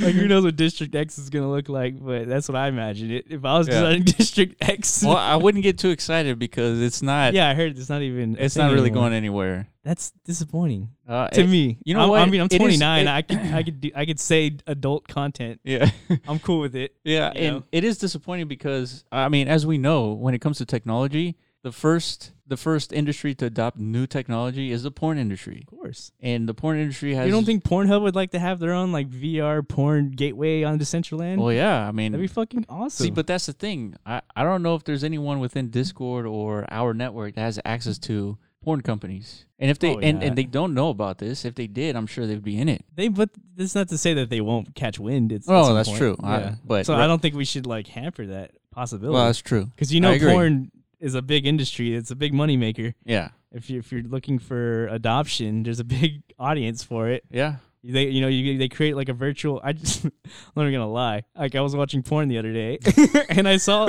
S2: like who knows what District X is going to look like? But that's what I imagine it. If I was
S1: Yeah.
S2: designing District X,
S1: Well, I wouldn't get too excited because it's not
S2: yeah, I heard it's not even. a
S1: it's
S2: thing
S1: not really
S2: anymore.
S1: going anywhere.
S2: That's disappointing
S1: Uh,
S2: to
S1: it-
S2: me.
S1: you know
S2: I'm- I
S1: what?
S2: mean, I'm
S1: It is-
S2: 29.
S1: it-
S2: I could I could do I could say adult content.
S1: Yeah.
S2: I'm cool with it.
S1: yeah,
S2: You
S1: and
S2: know?
S1: it is disappointing because I mean, as we know, when it comes to technology, the first the first industry to adopt new technology is the porn industry.
S2: Of course.
S1: And the porn industry has
S2: You don't think Pornhub would like to have their own like VR porn gateway on Decentraland?
S1: Well, yeah, I mean,
S2: That'd be fucking awesome.
S1: See, but that's the thing. I, I don't know if there's anyone within Discord or our network that has access to porn companies. And if they
S2: Oh,
S1: and,
S2: yeah.
S1: and they don't know about this, if they did, I'm sure they'd be in it.
S2: they but that's not to say that they won't catch wind. It's at
S1: Oh,
S2: some
S1: that's
S2: point.
S1: true. I- but-
S2: so I don't think we should like hamper that possibility.
S1: Well, that's true.
S2: because you
S1: I
S2: know
S1: agree.
S2: porn is a big industry. It's a big moneymaker.
S1: Yeah.
S2: If you if you're looking for adoption, there's a big audience for it.
S1: Yeah.
S2: They you know you they create like a virtual. I just I'm not even gonna lie. Like I was watching porn the other day, and I saw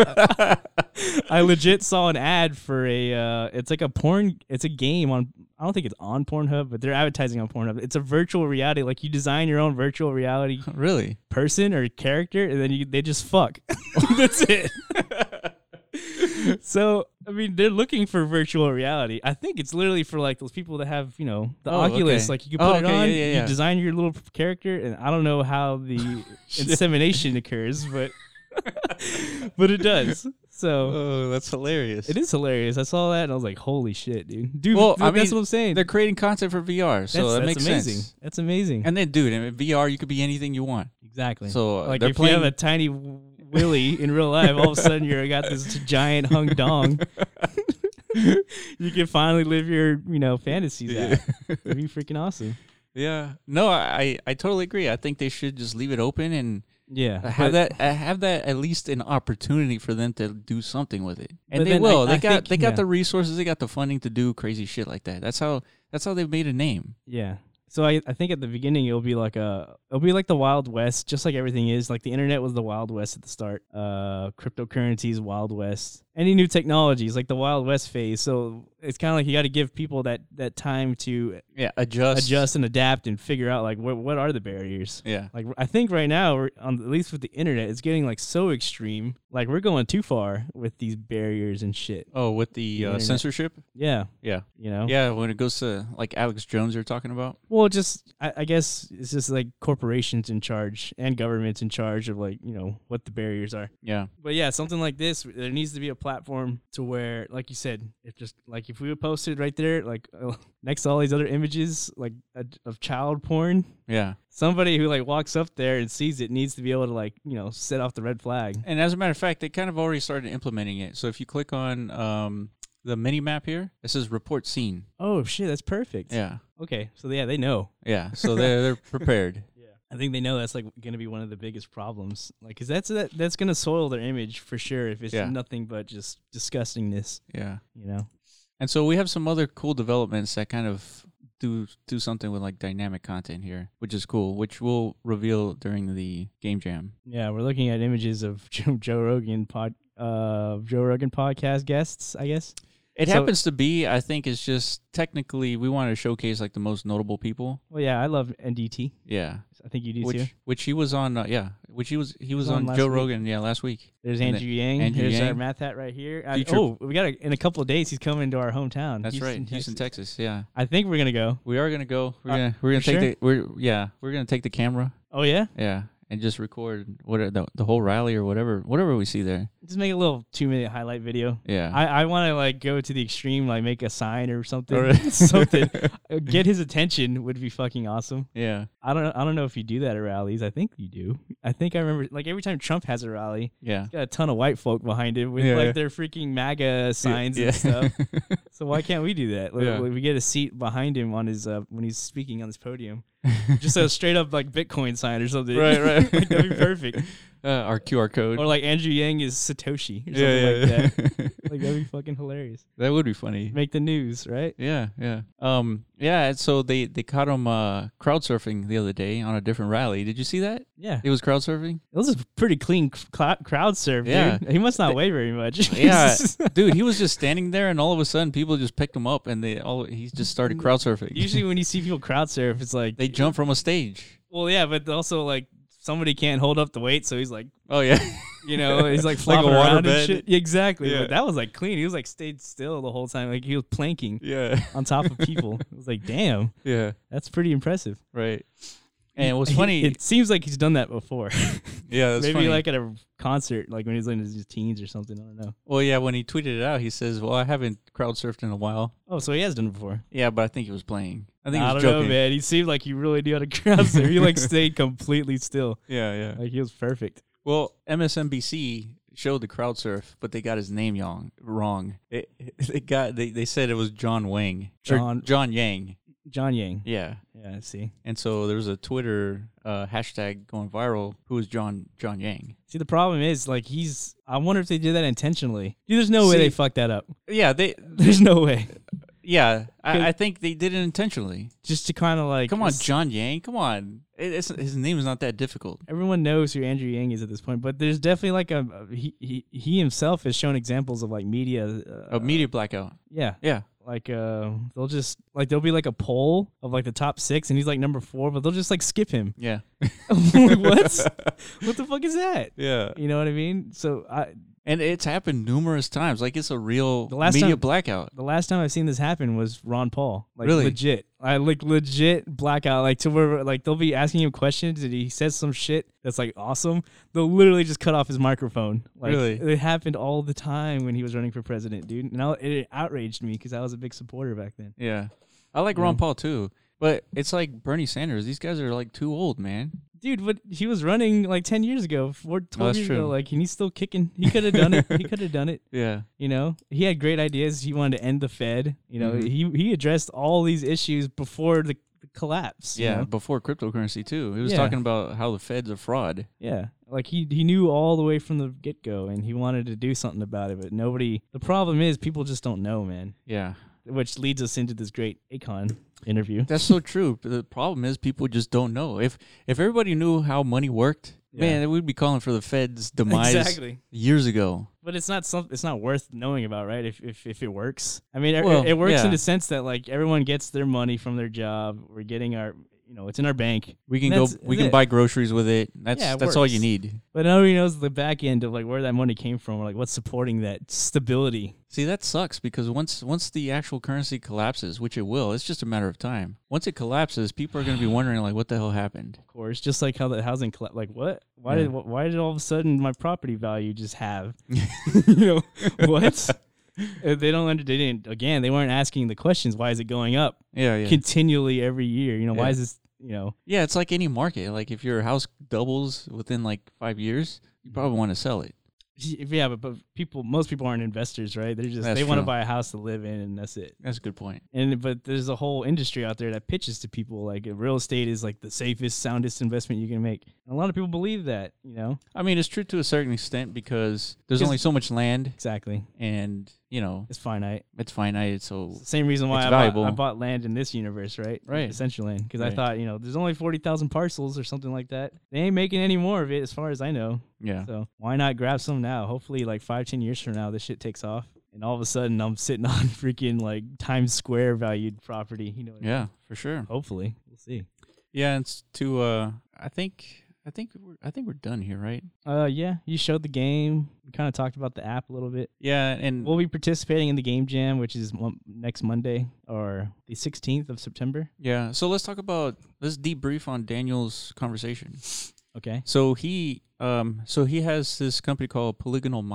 S2: I legit saw an ad for a uh, it's like a porn it's a game on I don't think it's on Pornhub, but they're advertising on Pornhub. It's a virtual reality like you design your own virtual reality
S1: Really?
S2: person or character and then you they just fuck. That's it. so, I mean, they're looking for virtual reality. I think it's literally for like those people that have, you know, the
S1: Oh,
S2: Oculus.
S1: okay.
S2: Like you can
S1: Oh,
S2: put it
S1: okay,
S2: on,
S1: yeah, yeah, yeah. Oh,
S2: you design your little character and I don't know how the insemination occurs, but but it does. So,
S1: Oh, that's hilarious.
S2: it is hilarious. I saw that and I was like, "Holy shit, dude!" Dude,
S1: Well,
S2: th-
S1: I
S2: that's
S1: mean,
S2: what I'm saying.
S1: They're creating content for VR, so
S2: that's,
S1: that
S2: that's
S1: makes
S2: amazing.
S1: sense.
S2: That's amazing.
S1: And then, dude, in VR, you could be anything you want.
S2: exactly.
S1: So uh,
S2: like
S1: they're
S2: if
S1: playing.
S2: you have a tiny w- willy in real life, all of a sudden you're got this giant hung dong. you can finally live your you know fantasies out. It'd be freaking awesome.
S1: yeah. No, I, I totally agree. I think they should just leave it open and
S2: Yeah,
S1: have
S2: but-
S1: that uh, have that at least an opportunity for them to do something with it
S2: But
S1: and they
S2: then I-
S1: will they
S2: I
S1: got
S2: think-
S1: they got
S2: yeah.
S1: the resources they got the funding to do crazy shit like that that's how that's how they've made a name
S2: Yeah. So I, I think at the beginning it'll be like a it'll be like the Wild West, just like everything is. Like the internet was the Wild West at the start. Uh, cryptocurrencies, Wild West. Any new technologies like the Wild West phase. So it's kind of like you got to give people that that time to
S1: Yeah, adjust.
S2: adjust and adapt and figure out like what what are the barriers.
S1: Yeah.
S2: Like I think right now, we're on, at least with the internet, it's getting like so extreme. Like we're going too far with these barriers and shit.
S1: Oh, with the uh,
S2: internet.
S1: censorship.
S2: Yeah,
S1: Yeah.
S2: you know.
S1: Yeah, when it goes to like Alex Jones, you're talking about.
S2: Well, just I, I guess it's just like corporations in charge and governments in charge of like you know what the barriers are.
S1: Yeah.
S2: But yeah, something like this, there needs to be a platform to where, like you said, if just like if we would post it right there, like next to all these other images like uh, of child porn,
S1: Yeah.
S2: somebody who like walks up there and sees it needs to be able to like you know set off the red flag.
S1: And as a matter of fact, they kind of already started implementing it. So if you click on um, the mini map here, it says report scene.
S2: Oh shit, that's perfect.
S1: Yeah.
S2: Okay, so yeah, they know.
S1: Yeah. So they're, they're prepared.
S2: I think they know that's like going to be one of the biggest problems. Like, cause that's that, that's going to soil their image for sure if it's
S1: Yeah.
S2: nothing but just disgustingness.
S1: Yeah.
S2: You know?
S1: And so we have some other cool developments that kind of do do something with like dynamic content here, which is cool, which we'll reveal during the game jam.
S2: Yeah, we're looking at images of Joe, Joe Rogan pod, uh, Joe Rogan podcast guests. I guess.
S1: It
S2: So-
S1: happens to be, I think, it's just technically we want to showcase like the most notable people.
S2: Well, yeah, I love NDT.
S1: Yeah,
S2: I think you do too.
S1: which which he was on. Uh, yeah, which he was he was
S2: on
S1: on,
S2: last
S1: Joe
S2: week.
S1: Rogan. Yeah, last week.
S2: There's
S1: and
S2: Andrew Yang.
S1: Andrew
S2: There's our
S1: Yang.
S2: math hat right here. I,
S1: Future-
S2: oh, we got a, in a couple of days. He's coming to our hometown.
S1: That's
S2: Houston,
S1: right, Houston,
S2: Texas.
S1: Texas. Yeah,
S2: I think we're gonna go.
S1: we are gonna go. We're
S2: Uh,
S1: gonna we're gonna
S2: you
S1: take the we're yeah we're gonna take the camera.
S2: Oh yeah,
S1: Yeah, and just record what are the the whole rally or whatever whatever we see there.
S2: just make a little two minute highlight video.
S1: Yeah.
S2: I, I want to like go to the extreme, like make a sign or something.
S1: All right.
S2: something. Uh, Get his attention would be fucking awesome.
S1: yeah.
S2: I don't I don't know if you do that at rallies. I think you do. I think I remember like every time Trump has a rally,
S1: Yeah.
S2: he's got a ton of white folk behind him with
S1: Yeah.
S2: like their freaking MAGA signs
S1: yeah.
S2: and stuff. so why can't we do that? Like,
S1: Yeah.
S2: We get a seat behind him on his uh, when he's speaking on his podium, just a straight up like Bitcoin sign or something.
S1: Right, right.
S2: like, that'd be perfect.
S1: uh, our QR code.
S2: Or like Andrew Yang is Satoshi or something like that. Like that'd be fucking hilarious.
S1: that would be funny.
S2: Make the news, right?
S1: Yeah, yeah. Um, yeah. and So they they caught him uh, crowd surfing the other day on a different rally. Did you see that?
S2: Yeah.
S1: It was crowd surfing.
S2: It was a pretty clean c- clou- crowd serve,
S1: Yeah.
S2: dude. He must not weigh very much.
S1: Yeah, dude. He was just standing there, and all of a sudden, people just picked him up, and they all he just started crowd surfing.
S2: Usually, when you see people crowd surf, it's like,
S1: they jump from a stage.
S2: well, yeah, but also like somebody can't hold up the weight, so he's like,
S1: Oh yeah,
S2: you know, he's like
S1: Like a
S2: flopping around
S1: waterbed.
S2: and shit. Exactly.
S1: Yeah.
S2: But that was like clean. He was like stayed still the whole time. Like he was planking
S1: yeah,
S2: on top of people. it was like, damn,
S1: yeah.
S2: that's pretty impressive.
S1: Right. And what's funny?
S2: It seems like he's done that before.
S1: yeah, it's
S2: Maybe
S1: funny.
S2: like at a concert, like when he's in his teens or something. I don't know.
S1: Well, yeah. When he tweeted it out, he says, "Well, I haven't crowd surfed in a while."
S2: Oh, so he has done it before.
S1: Yeah, but I think he was playing. I think he
S2: I
S1: was
S2: don't
S1: joking.
S2: know, man. He seemed like he really knew how to crowd surf. He like stayed completely still.
S1: Yeah, yeah.
S2: Like he was perfect.
S1: Well, MSNBC showed the crowd surf, but they got his name wrong. Wrong. It, they got they, they said it was John Wang. or
S2: John-
S1: John Yang.
S2: John Yang.
S1: Yeah.
S2: Yeah, I see.
S1: And so there was a Twitter uh, hashtag going viral. Who is John John Yang?
S2: See, the problem is like he's. I wonder if they did that intentionally. Dude, there's no way they
S1: See-
S2: fucked that up.
S1: Yeah, they.
S2: There's no way.
S1: Yeah,
S2: Okay.
S1: I, I think they did it intentionally.
S2: Just to kind of like.
S1: Come on,
S2: s-
S1: John Yang. Come on. It, it's, his name is not that difficult.
S2: Everyone knows who Andrew Yang is at this point, but there's definitely like a, a- he, he he himself has shown examples of like media. Uh,
S1: A media blackout.
S2: Yeah,
S1: Yeah.
S2: like uh, they'll just like there'll be like a poll of like the top six, and he's like number four, but they'll just like skip him.
S1: Yeah.
S2: like, what? what the fuck is that?
S1: Yeah.
S2: You know what I mean? So I,
S1: And it's happened numerous times. Like it's a real
S2: The last
S1: media
S2: time-
S1: blackout.
S2: the last time I've seen this happen was Ron Paul. Like
S1: Really?
S2: legit. I like legit blackout. Like to where like they'll be asking him questions and he says some shit that's like awesome. They'll literally just cut off his microphone. Like
S1: Really?
S2: it happened all the time when he was running for president, dude. And I, it outraged me because I was a big supporter back then.
S1: Yeah. I like Ron Paul too. But it's like Bernie Sanders. These guys are like too old, man.
S2: Dude, but he was running like ten years ago, four, 12
S1: that's
S2: years
S1: true.
S2: ago, like and he's still kicking. He could have done it. He could have done it.
S1: Yeah.
S2: You know, he had great ideas. He wanted to end the Fed. You know,
S1: Mm-hmm.
S2: he he addressed all these issues before the collapse. you
S1: Yeah.
S2: know?
S1: Before cryptocurrency too. He was
S2: Yeah.
S1: talking about how the Fed's a fraud.
S2: yeah. Like he he knew all the way from the get go, and he wanted to do something about it. But nobody. The problem is people just don't know, man.
S1: Yeah.
S2: Which leads us into this great econ. interview.
S1: That's so true. But The problem is people just don't know. If if everybody knew how money worked,
S2: Yeah.
S1: man, we'd be calling for the Fed's demise
S2: Exactly.
S1: years ago.
S2: But it's not something. It's not worth knowing about, right? If if, if it works, I mean, it-
S1: Well,
S2: it, works
S1: yeah.
S2: in the sense that like everyone gets their money from their job. We're getting our, you know, it's in our bank.
S1: We can go.
S2: That's-
S1: We can
S2: it.
S1: buy groceries with it. That's
S2: Yeah, it
S1: that's all you
S2: works.
S1: need.
S2: But nobody knows the back end of like where that money came from, or like what's supporting that stability.
S1: See, that sucks because once once the actual currency collapses, which it will, it's just a matter of time. Once it collapses, people are going to be wondering like, what the hell happened?
S2: Of course, just like how the housing collapse. Like what? Why
S1: Yeah.
S2: did wh- why did all of a sudden my property value just have? you know what? Uh, they don't under. They didn't. Again, they weren't asking the questions. Why is it going up
S1: Yeah, yeah,
S2: continually every year? You know
S1: Yeah.
S2: why is this? You know.
S1: yeah. It's like any market. Like if your house doubles within like five years, you probably want to sell it.
S2: Yeah, but, but people, most people aren't investors, right? They're just
S1: That's
S2: they want to
S1: true.
S2: buy a house to live in, and that's it.
S1: That's a good point.
S2: And but there's a whole industry out there that pitches to people like uh, real estate is like the safest, soundest investment you can make. And a lot of people believe that, you know.
S1: I mean, it's true to a certain extent because there's
S2: Because-
S1: only so much land,
S2: Exactly,
S1: and you know
S2: it's finite.
S1: it's finite. So
S2: It's the same reason why
S1: It's
S2: I bought,
S1: valuable.
S2: I bought land in this universe, right?
S1: Right.
S2: Essential land, because
S1: Right.
S2: I thought you know there's only forty thousand parcels or something like that. They ain't making any more of it, as far as I know.
S1: yeah,
S2: So why not grab some now? Hopefully, like five, ten years from now, this shit takes off, and all of a sudden, I'm sitting on freaking like Times Square valued property. You know. what I mean?
S1: yeah, for sure.
S2: Hopefully, we'll see.
S1: Yeah, it's to. Uh, I think. I think. We're, I think we're done here, right?
S2: Uh, yeah, you showed the game. We kind of talked about the app a little bit.
S1: Yeah, and
S2: We'll be participating in the game jam, which is mon- next Monday or the 16th of September.
S1: Yeah. So let's talk about let's debrief on Daniel's conversation.
S2: Okay.
S1: So he um so he has this company called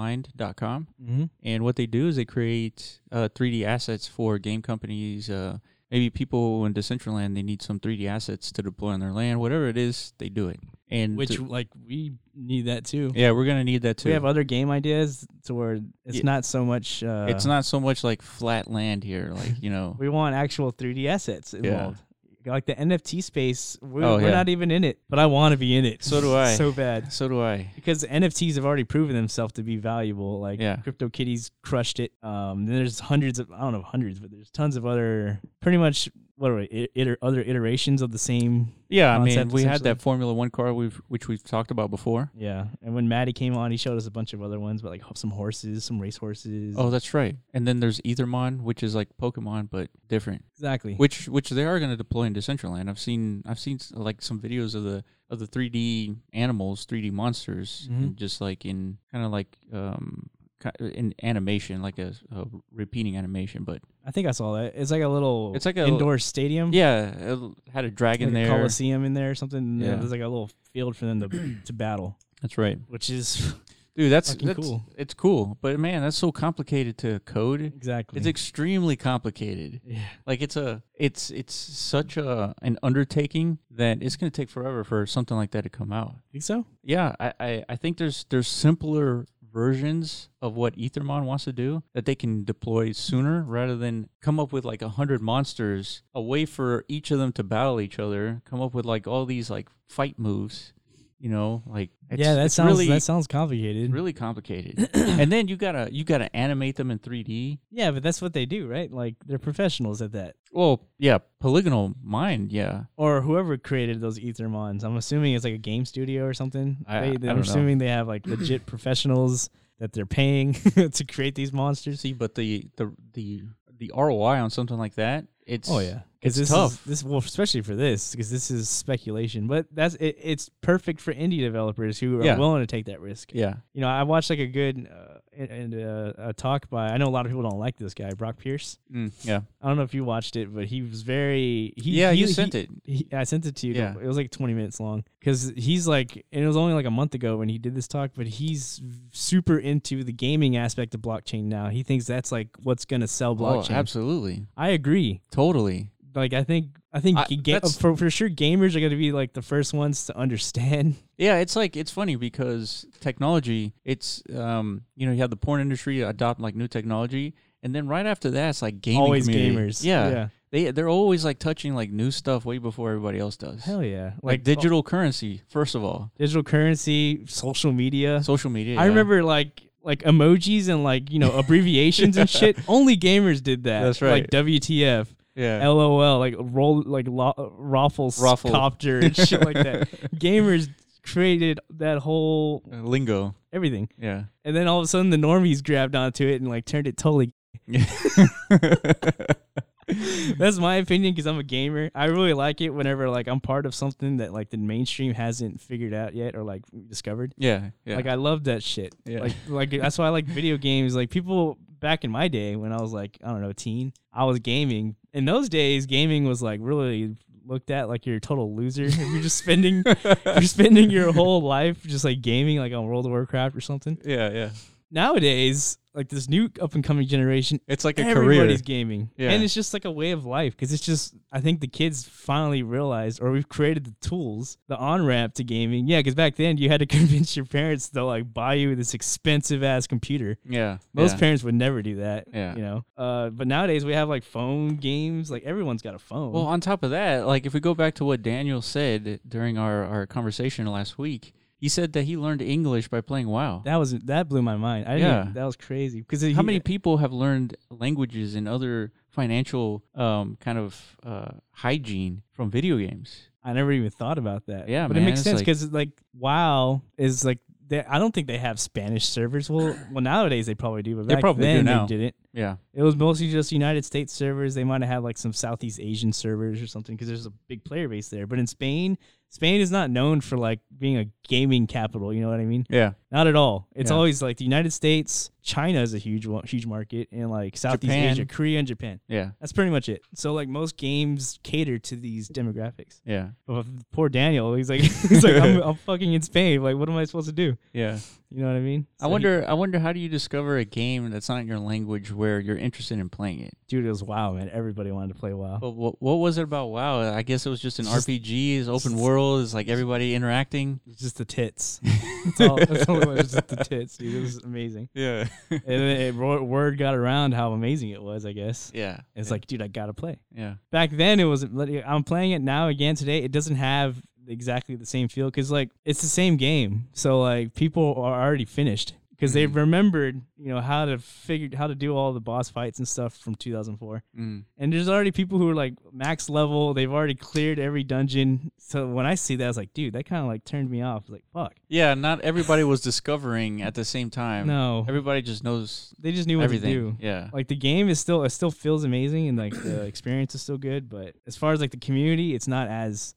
S1: polygonalmind.com
S2: Mm-hmm.
S1: and what they do is they create uh 3D assets for game companies uh maybe people in Decentraland they need some 3D assets to deploy on their land whatever it is they do it. And
S2: Which
S1: to-
S2: like we need that too.
S1: yeah, we're going to need that too.
S2: We have other game ideas to where it's
S1: Yeah.
S2: not so much. Uh,
S1: it's not so much like flat land here like, you know.
S2: We want actual 3D assets involved. Like the NFT space, we're,
S1: Oh,
S2: we're
S1: yeah.
S2: not even in it, but I want to be in it.
S1: So do I.
S2: so bad.
S1: so do I.
S2: Because NFTs have already proven themselves to be valuable. Like
S1: Yeah.
S2: CryptoKitties crushed it. Um, then there's hundreds of, I don't know, if hundreds, but there's tons of other, pretty much, what are we, iter- other iterations of the same.
S1: Yeah, I mean,
S2: concept,
S1: we had
S2: essentially.
S1: that Formula 1 car we've which we've talked about before.
S2: Yeah. And when Maddie came on, he showed us a bunch of other ones, but like some horses, some race horses.
S1: Oh, that's right. And then there's Ethermon, which is like Pokemon but different.
S2: exactly.
S1: Which which they are going to deploy into Decentraland. I've seen I've seen s- like some videos of the of the 3D animals, 3D monsters,
S2: Mhm.
S1: and just like in kind of like um ki- in animation, like a, a repeating animation. But
S2: I think I saw that. It's like a little
S1: It's like a-
S2: indoor stadium.
S1: yeah, it had a dragon
S2: Mm-hmm. like a
S1: there.
S2: Coliseum in there or something.
S1: Yeah.
S2: Yeah. There's like a little field for them to to battle,
S1: That's right,
S2: which is
S1: dude. That's,
S2: Fucking
S1: that's
S2: cool.
S1: It's cool, but man, that's so complicated to code.
S2: exactly.
S1: It's extremely complicated.
S2: yeah.
S1: Like it's a it's it's such a an undertaking that it's going to take forever for something like that to come out.
S2: Think so?
S1: Yeah, I, I, I think there's there's simpler versions of what Ethermon wants to do that they can deploy sooner rather than come up with like a hundred monsters, a way for each of them to battle each other, come up with like all these like fight moves, you know, like it's,
S2: yeah, that
S1: it's
S2: sounds
S1: really
S2: that sounds complicated.
S1: really complicated. and then you gotta you gotta animate them in 3D.
S2: Yeah, but that's what they do, right? Like they're professionals at that,
S1: Well, yeah, polygonal mind, yeah.
S2: or whoever created those Ethermons. I'm assuming it's like a game studio or something.
S1: I- I
S2: they,
S1: don't
S2: I'm
S1: know.
S2: assuming they have like legit professionals that they're paying to create these monsters.
S1: See, but the the the the ROI on something like that, it's
S2: Oh yeah,
S1: it's
S2: this
S1: tough.
S2: Is, this well, especially for this, because this is speculation. But that's it, it's perfect for indie developers who are
S1: Yeah.
S2: willing to take that risk.
S1: yeah,
S2: You know, I watched like a good uh, and uh, a talk by. I know a lot of people don't like this guy, Brock Pierce.
S1: Mm, yeah,
S2: I don't know if you watched it, but he was very. He,
S1: yeah.
S2: he,
S1: You sent it.
S2: He, I sent it to you.
S1: Yeah.
S2: It was like 20 minutes long because he's like, and it was only like a month ago when he did this talk, but he's super into the gaming aspect of blockchain now. He thinks that's like what's gonna sell blockchain.
S1: Oh, absolutely,
S2: I agree.
S1: totally.
S2: Like I think I think
S1: I-
S2: ga-
S1: that's-
S2: for for sure gamers are gonna be like the first ones to understand.
S1: Yeah, it's like it's funny because technology. It's um, you know, you have the porn industry adopt like new technology, and then right after that, it's like gaming.
S2: Always
S1: community.
S2: gamers.
S1: Yeah,
S2: Yeah.
S1: they they're always like touching like new stuff way before everybody else does.
S2: Hell yeah.
S1: like digital currency, first of all,
S2: digital currency, social media.
S1: social media.
S2: I
S1: yeah.
S2: remember like like emojis and like you know abbreviations and shit. Only gamers did that.
S1: That's right.
S2: Like WTF.
S1: Yeah.
S2: LOL, like roll, like lo- Raffles
S1: Raffle.
S2: copter and shit like that. Gamers created that whole
S1: Uh, lingo.
S2: everything,
S1: Yeah.
S2: and then all of a sudden the normies grabbed onto it and like turned it totally. That's my opinion because I'm a gamer. I really like it whenever like I'm part of something that like the mainstream hasn't figured out yet or like discovered.
S1: yeah. Yeah.
S2: Like I love that shit.
S1: Yeah.
S2: Like like that's why I like video games. Like people back in my day when I was like I don't know teen, I was gaming. In those days, gaming was like really looked at like you're a total loser. if you're just spending you're spending your whole life just like gaming like on World of Warcraft or something.
S1: yeah. Yeah.
S2: Nowadays, like this new up and coming generation,
S1: It's like a career.
S2: everybody's gaming,
S1: Yeah.
S2: and it's just like a way of life because it's just I think the kids finally realized, or we've created the tools, the on ramp to gaming. Yeah, because back then you had to convince your parents to like buy you this expensive ass computer.
S1: Yeah.
S2: Most
S1: yeah.
S2: parents would never do that.
S1: Yeah.
S2: you know. Uh, but nowadays we have like phone games. Like everyone's got a phone.
S1: Well, on top of that, like if we go back to what Daniel said during our, our conversation last week, he said that he learned English by playing WoW.
S2: that was that blew my mind. I didn't
S1: Yeah.
S2: even- that was crazy. Because
S1: How many people have learned languages and other financial um, kind of uh, hygiene from video games?
S2: I never even thought about that.
S1: Yeah,
S2: but
S1: man,
S2: it makes
S1: it's
S2: sense
S1: like-
S2: because like, WoW is like they, I don't think they have Spanish servers. Well, well nowadays they probably do, but
S1: They
S2: back
S1: probably do
S2: then
S1: now.
S2: they didn't.
S1: Yeah,
S2: It was mostly just United States servers. They might have had like some Southeast Asian servers or something because there's a big player base there. But in Spain, Spain is not known for like being a gaming capital. You know what I mean?
S1: yeah,
S2: Not at all. It's
S1: Yeah.
S2: always like the United States, China is a huge one- huge market, and like Southeast
S1: Japan.
S2: Asia, Korea, and Japan.
S1: yeah,
S2: That's pretty much it. So like most games cater to these demographics.
S1: yeah,
S2: Well, poor Daniel. He's like, he's like, I'm, I'm fucking in Spain. Like, what am I supposed to do?
S1: yeah.
S2: You know what I mean?
S1: I wonder. I wonder how do you discover a game that's not in your language where you're interested in playing it?
S2: dude, it was wow, man. Everybody wanted to play WoW.
S1: But what, what was it about WoW? I guess it was just an
S2: It's just-
S1: RPG. It's open world. It's like everybody interacting.
S2: It's just the tits. That's all. That's all it was. Just the tits, dude. It was amazing.
S1: Yeah,
S2: And then it, ro- word got around how amazing it was. I guess
S1: yeah.
S2: it's like, dude, I gotta play.
S1: yeah,
S2: Back then, it was. I'm playing it now again today. It doesn't have exactly the same feel because like it's the same game. So like people are already finished because they've remembered you know how to figure how to do all the boss fights and stuff from 2004.
S1: mm.
S2: And there's already people who are like max level. They've already cleared every dungeon. So when I see that, I was like, dude, that kind of like turned me off. Like, fuck.
S1: yeah. Not everybody was discovering at the same time.
S2: No,
S1: everybody just knows
S2: they just knew what
S1: everything.
S2: to do.
S1: Yeah,
S2: Like the game is still, it still feels amazing, and like the experience is still good. But as far as like the community, it's not as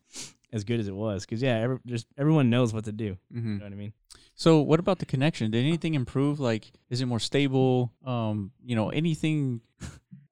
S2: as good as it was. Cause yeah, every, just everyone knows what to do.
S1: mm-hmm.
S2: You know what I mean?
S1: So what about the connection? Did anything improve? Like, is it more stable? Um, you know, anything?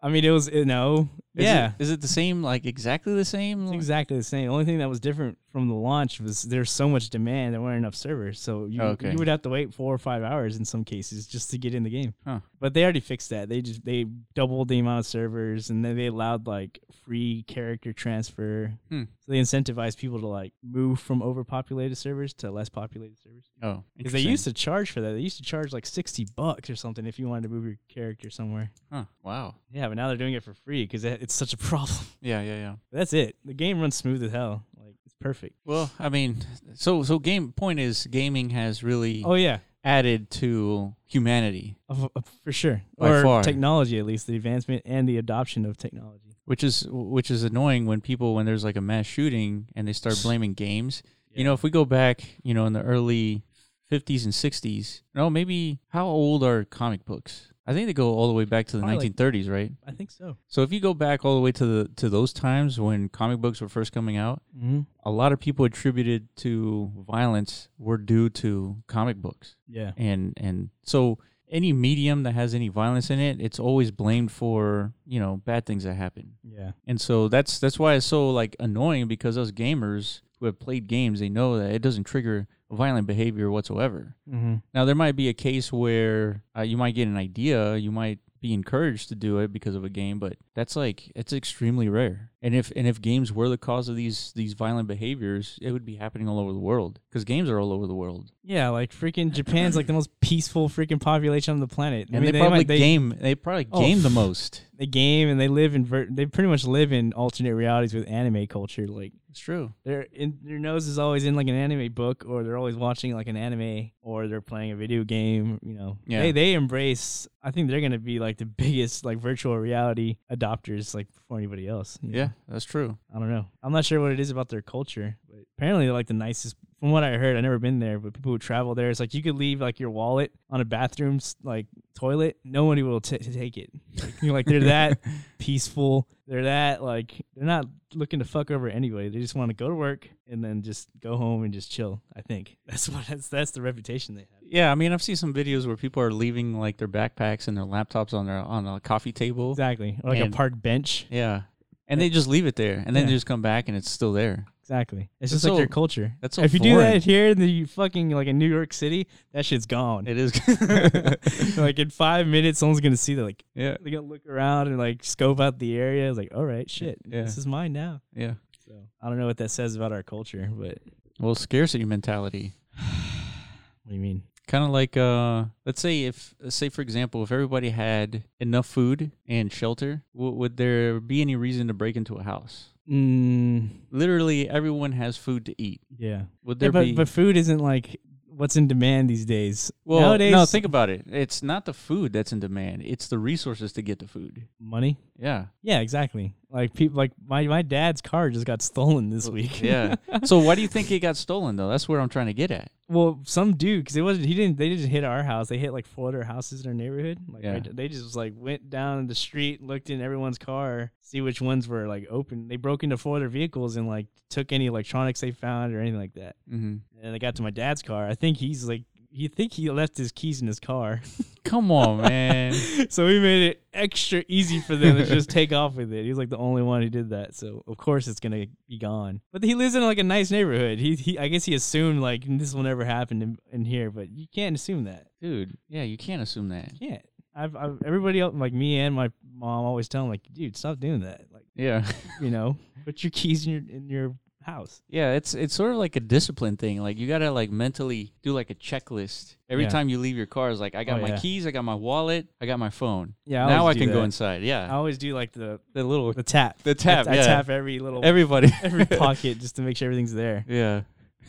S2: I mean, it was you know,
S1: Is
S2: yeah,
S1: It, is it the same? Like exactly the same?
S2: it's exactly the same. The only thing that was different from the launch was there's so much demand, there weren't enough servers, so you,
S1: Okay.
S2: you would have to wait four or five hours in some cases just to get in the game.
S1: Huh.
S2: But they already fixed that. They just they doubled the amount of servers, and then they allowed like free character transfer.
S1: Hmm.
S2: So they incentivized people to like move from overpopulated servers to less populated servers.
S1: oh,
S2: Because they used to charge for that. They used to charge like sixty bucks or something if you wanted to move your character somewhere.
S1: Huh. Wow.
S2: Yeah, but now they're doing it for free because it's such a problem.
S1: Yeah, yeah, yeah.
S2: That's it. The game runs smooth as hell. Like it's perfect.
S1: Well, I mean, so so game point is gaming has really
S2: Oh yeah,
S1: added to humanity,
S2: Of- of- for sure.
S1: By
S2: or
S1: far.
S2: technology, at least the advancement and the adoption of technology.
S1: which is which is annoying when people when there's like a mass shooting and they start blaming games. You
S2: Yeah.
S1: know, if we go back, you know, in the early 50s and 60s. No, maybe how old are comic books? I think they go all the way back to the
S2: Probably like-
S1: 1930s, right?
S2: I think so.
S1: So if you go back all the way to the to those times when comic books were first coming out,
S2: Mm-hmm.
S1: a lot of people attributed to violence were due to comic books.
S2: Yeah.
S1: And and so any medium that has any violence in it, it's always blamed for, you know, bad things that happen.
S2: Yeah.
S1: And so that's that's why it's so like annoying because us gamers who have played games, they know that it doesn't trigger violent behavior whatsoever.
S2: Mm-hmm.
S1: Now there might be a case where uh, you might get an idea, you might be encouraged to do it because of a game, but that's like it's extremely rare. And if and if games were the cause of these these violent behaviors, it would be happening all over the world because games are all over the world,
S2: Yeah, like freaking Japan's like the most peaceful freaking population on the planet.
S1: and
S2: I mean,
S1: they, probably
S2: might-
S1: game they probably
S2: Oh,
S1: game the most.
S2: the game and they live in ver- they pretty much live in alternate realities with anime culture. Like
S1: It's true.
S2: their in, their nose is always in like an anime book, or they're always watching like an anime, or they're playing a video game. You know,
S1: Yeah.
S2: they they embrace. I think they're gonna be like the biggest like virtual reality adopters, like before anybody else. you know?
S1: Yeah, that's true.
S2: I don't know. I'm not sure what it is about their culture, but apparently they're like the nicest. From what I heard, I've never been there, but people who travel there, it's like you could leave like your wallet on a bathroom's like toilet. Nobody will t- take it. Like, you're like they're that peaceful. They're that like they're not looking to fuck over anybody. They just want to go to work and then just go home and just chill. I think that's what that's that's the reputation they have.
S1: Yeah, I mean, I've seen some videos where people are leaving like their backpacks and their laptops on their on a coffee table.
S2: Exactly, or like
S1: And-
S2: a park bench.
S1: Yeah, and they just leave it there, and then they
S2: Yeah.
S1: just come back and it's still there.
S2: Exactly,
S1: That's
S2: it's just like their
S1: so-
S2: culture.
S1: that's so
S2: if you do
S1: foreign.
S2: that here in the fucking like in New York City, that shit's gone.
S1: It is.
S2: like in five minutes, someone's gonna see that. Like
S1: yeah,
S2: they're gonna look around and like scope out the area. It's like, all right, shit,
S1: Yeah.
S2: this is mine now.
S1: yeah.
S2: So I don't know what that says about our culture, but
S1: Well, scarcity mentality.
S2: what do you mean?
S1: Kind of like, uh, let's say if, let's say for example, if everybody had enough food and shelter, w- would there be any reason to break into a house?
S2: Mm,
S1: Literally, everyone has food to eat.
S2: yeah,
S1: Would
S2: yeah
S1: there
S2: but
S1: be?
S2: but food isn't like what's in demand these days.
S1: well,
S2: Nowadays,
S1: no. Think about it. It's not the food that's in demand; it's the resources to get the food.
S2: money.
S1: Yeah,
S2: Yeah, exactly. Like people, like my my dad's car just got stolen this week.
S1: yeah. so why do you think it got stolen though? That's where I'm trying to get at.
S2: Well, some do because it wasn't. He didn't. They didn't hit our house. They hit like four other houses in our neighborhood. Like
S1: Yeah.
S2: right- they just like went down the street, looked in everyone's car, see which ones were like open. They broke into four other vehicles and like took any electronics they found or anything like that.
S1: Mm-hmm.
S2: And they got to my dad's car. I think he's like. You think he left his keys in his car?
S1: Come on, man.
S2: so we made it extra easy for them to just take off with it. He was like the only one who did that, so of course it's gonna be gone. But he lives in like a nice neighborhood. He, he I guess he assumed like this will never happen in, in here, but you can't assume that.
S1: Dude, yeah, you can't assume that.
S2: You can't. I've, I've everybody else like me and my mom always tell him like, dude, stop doing that. Like
S1: Yeah.
S2: you know, put your keys in your in your house.
S1: Yeah, it's it's sort of like a discipline thing. Like you gotta like mentally do like a checklist every
S2: Yeah.
S1: time you leave your car. Is like I got
S2: Oh,
S1: my
S2: yeah.
S1: keys, I got my wallet, I got my phone.
S2: Yeah, I
S1: now I
S2: always do
S1: can go
S2: that.
S1: inside.
S2: I
S1: Yeah,
S2: always do like the
S1: the little
S2: the tap.
S1: The tap,
S2: I, I
S1: yeah.
S2: tap every little every,
S1: everybody.
S2: every pocket just to make sure everything's there.
S1: yeah,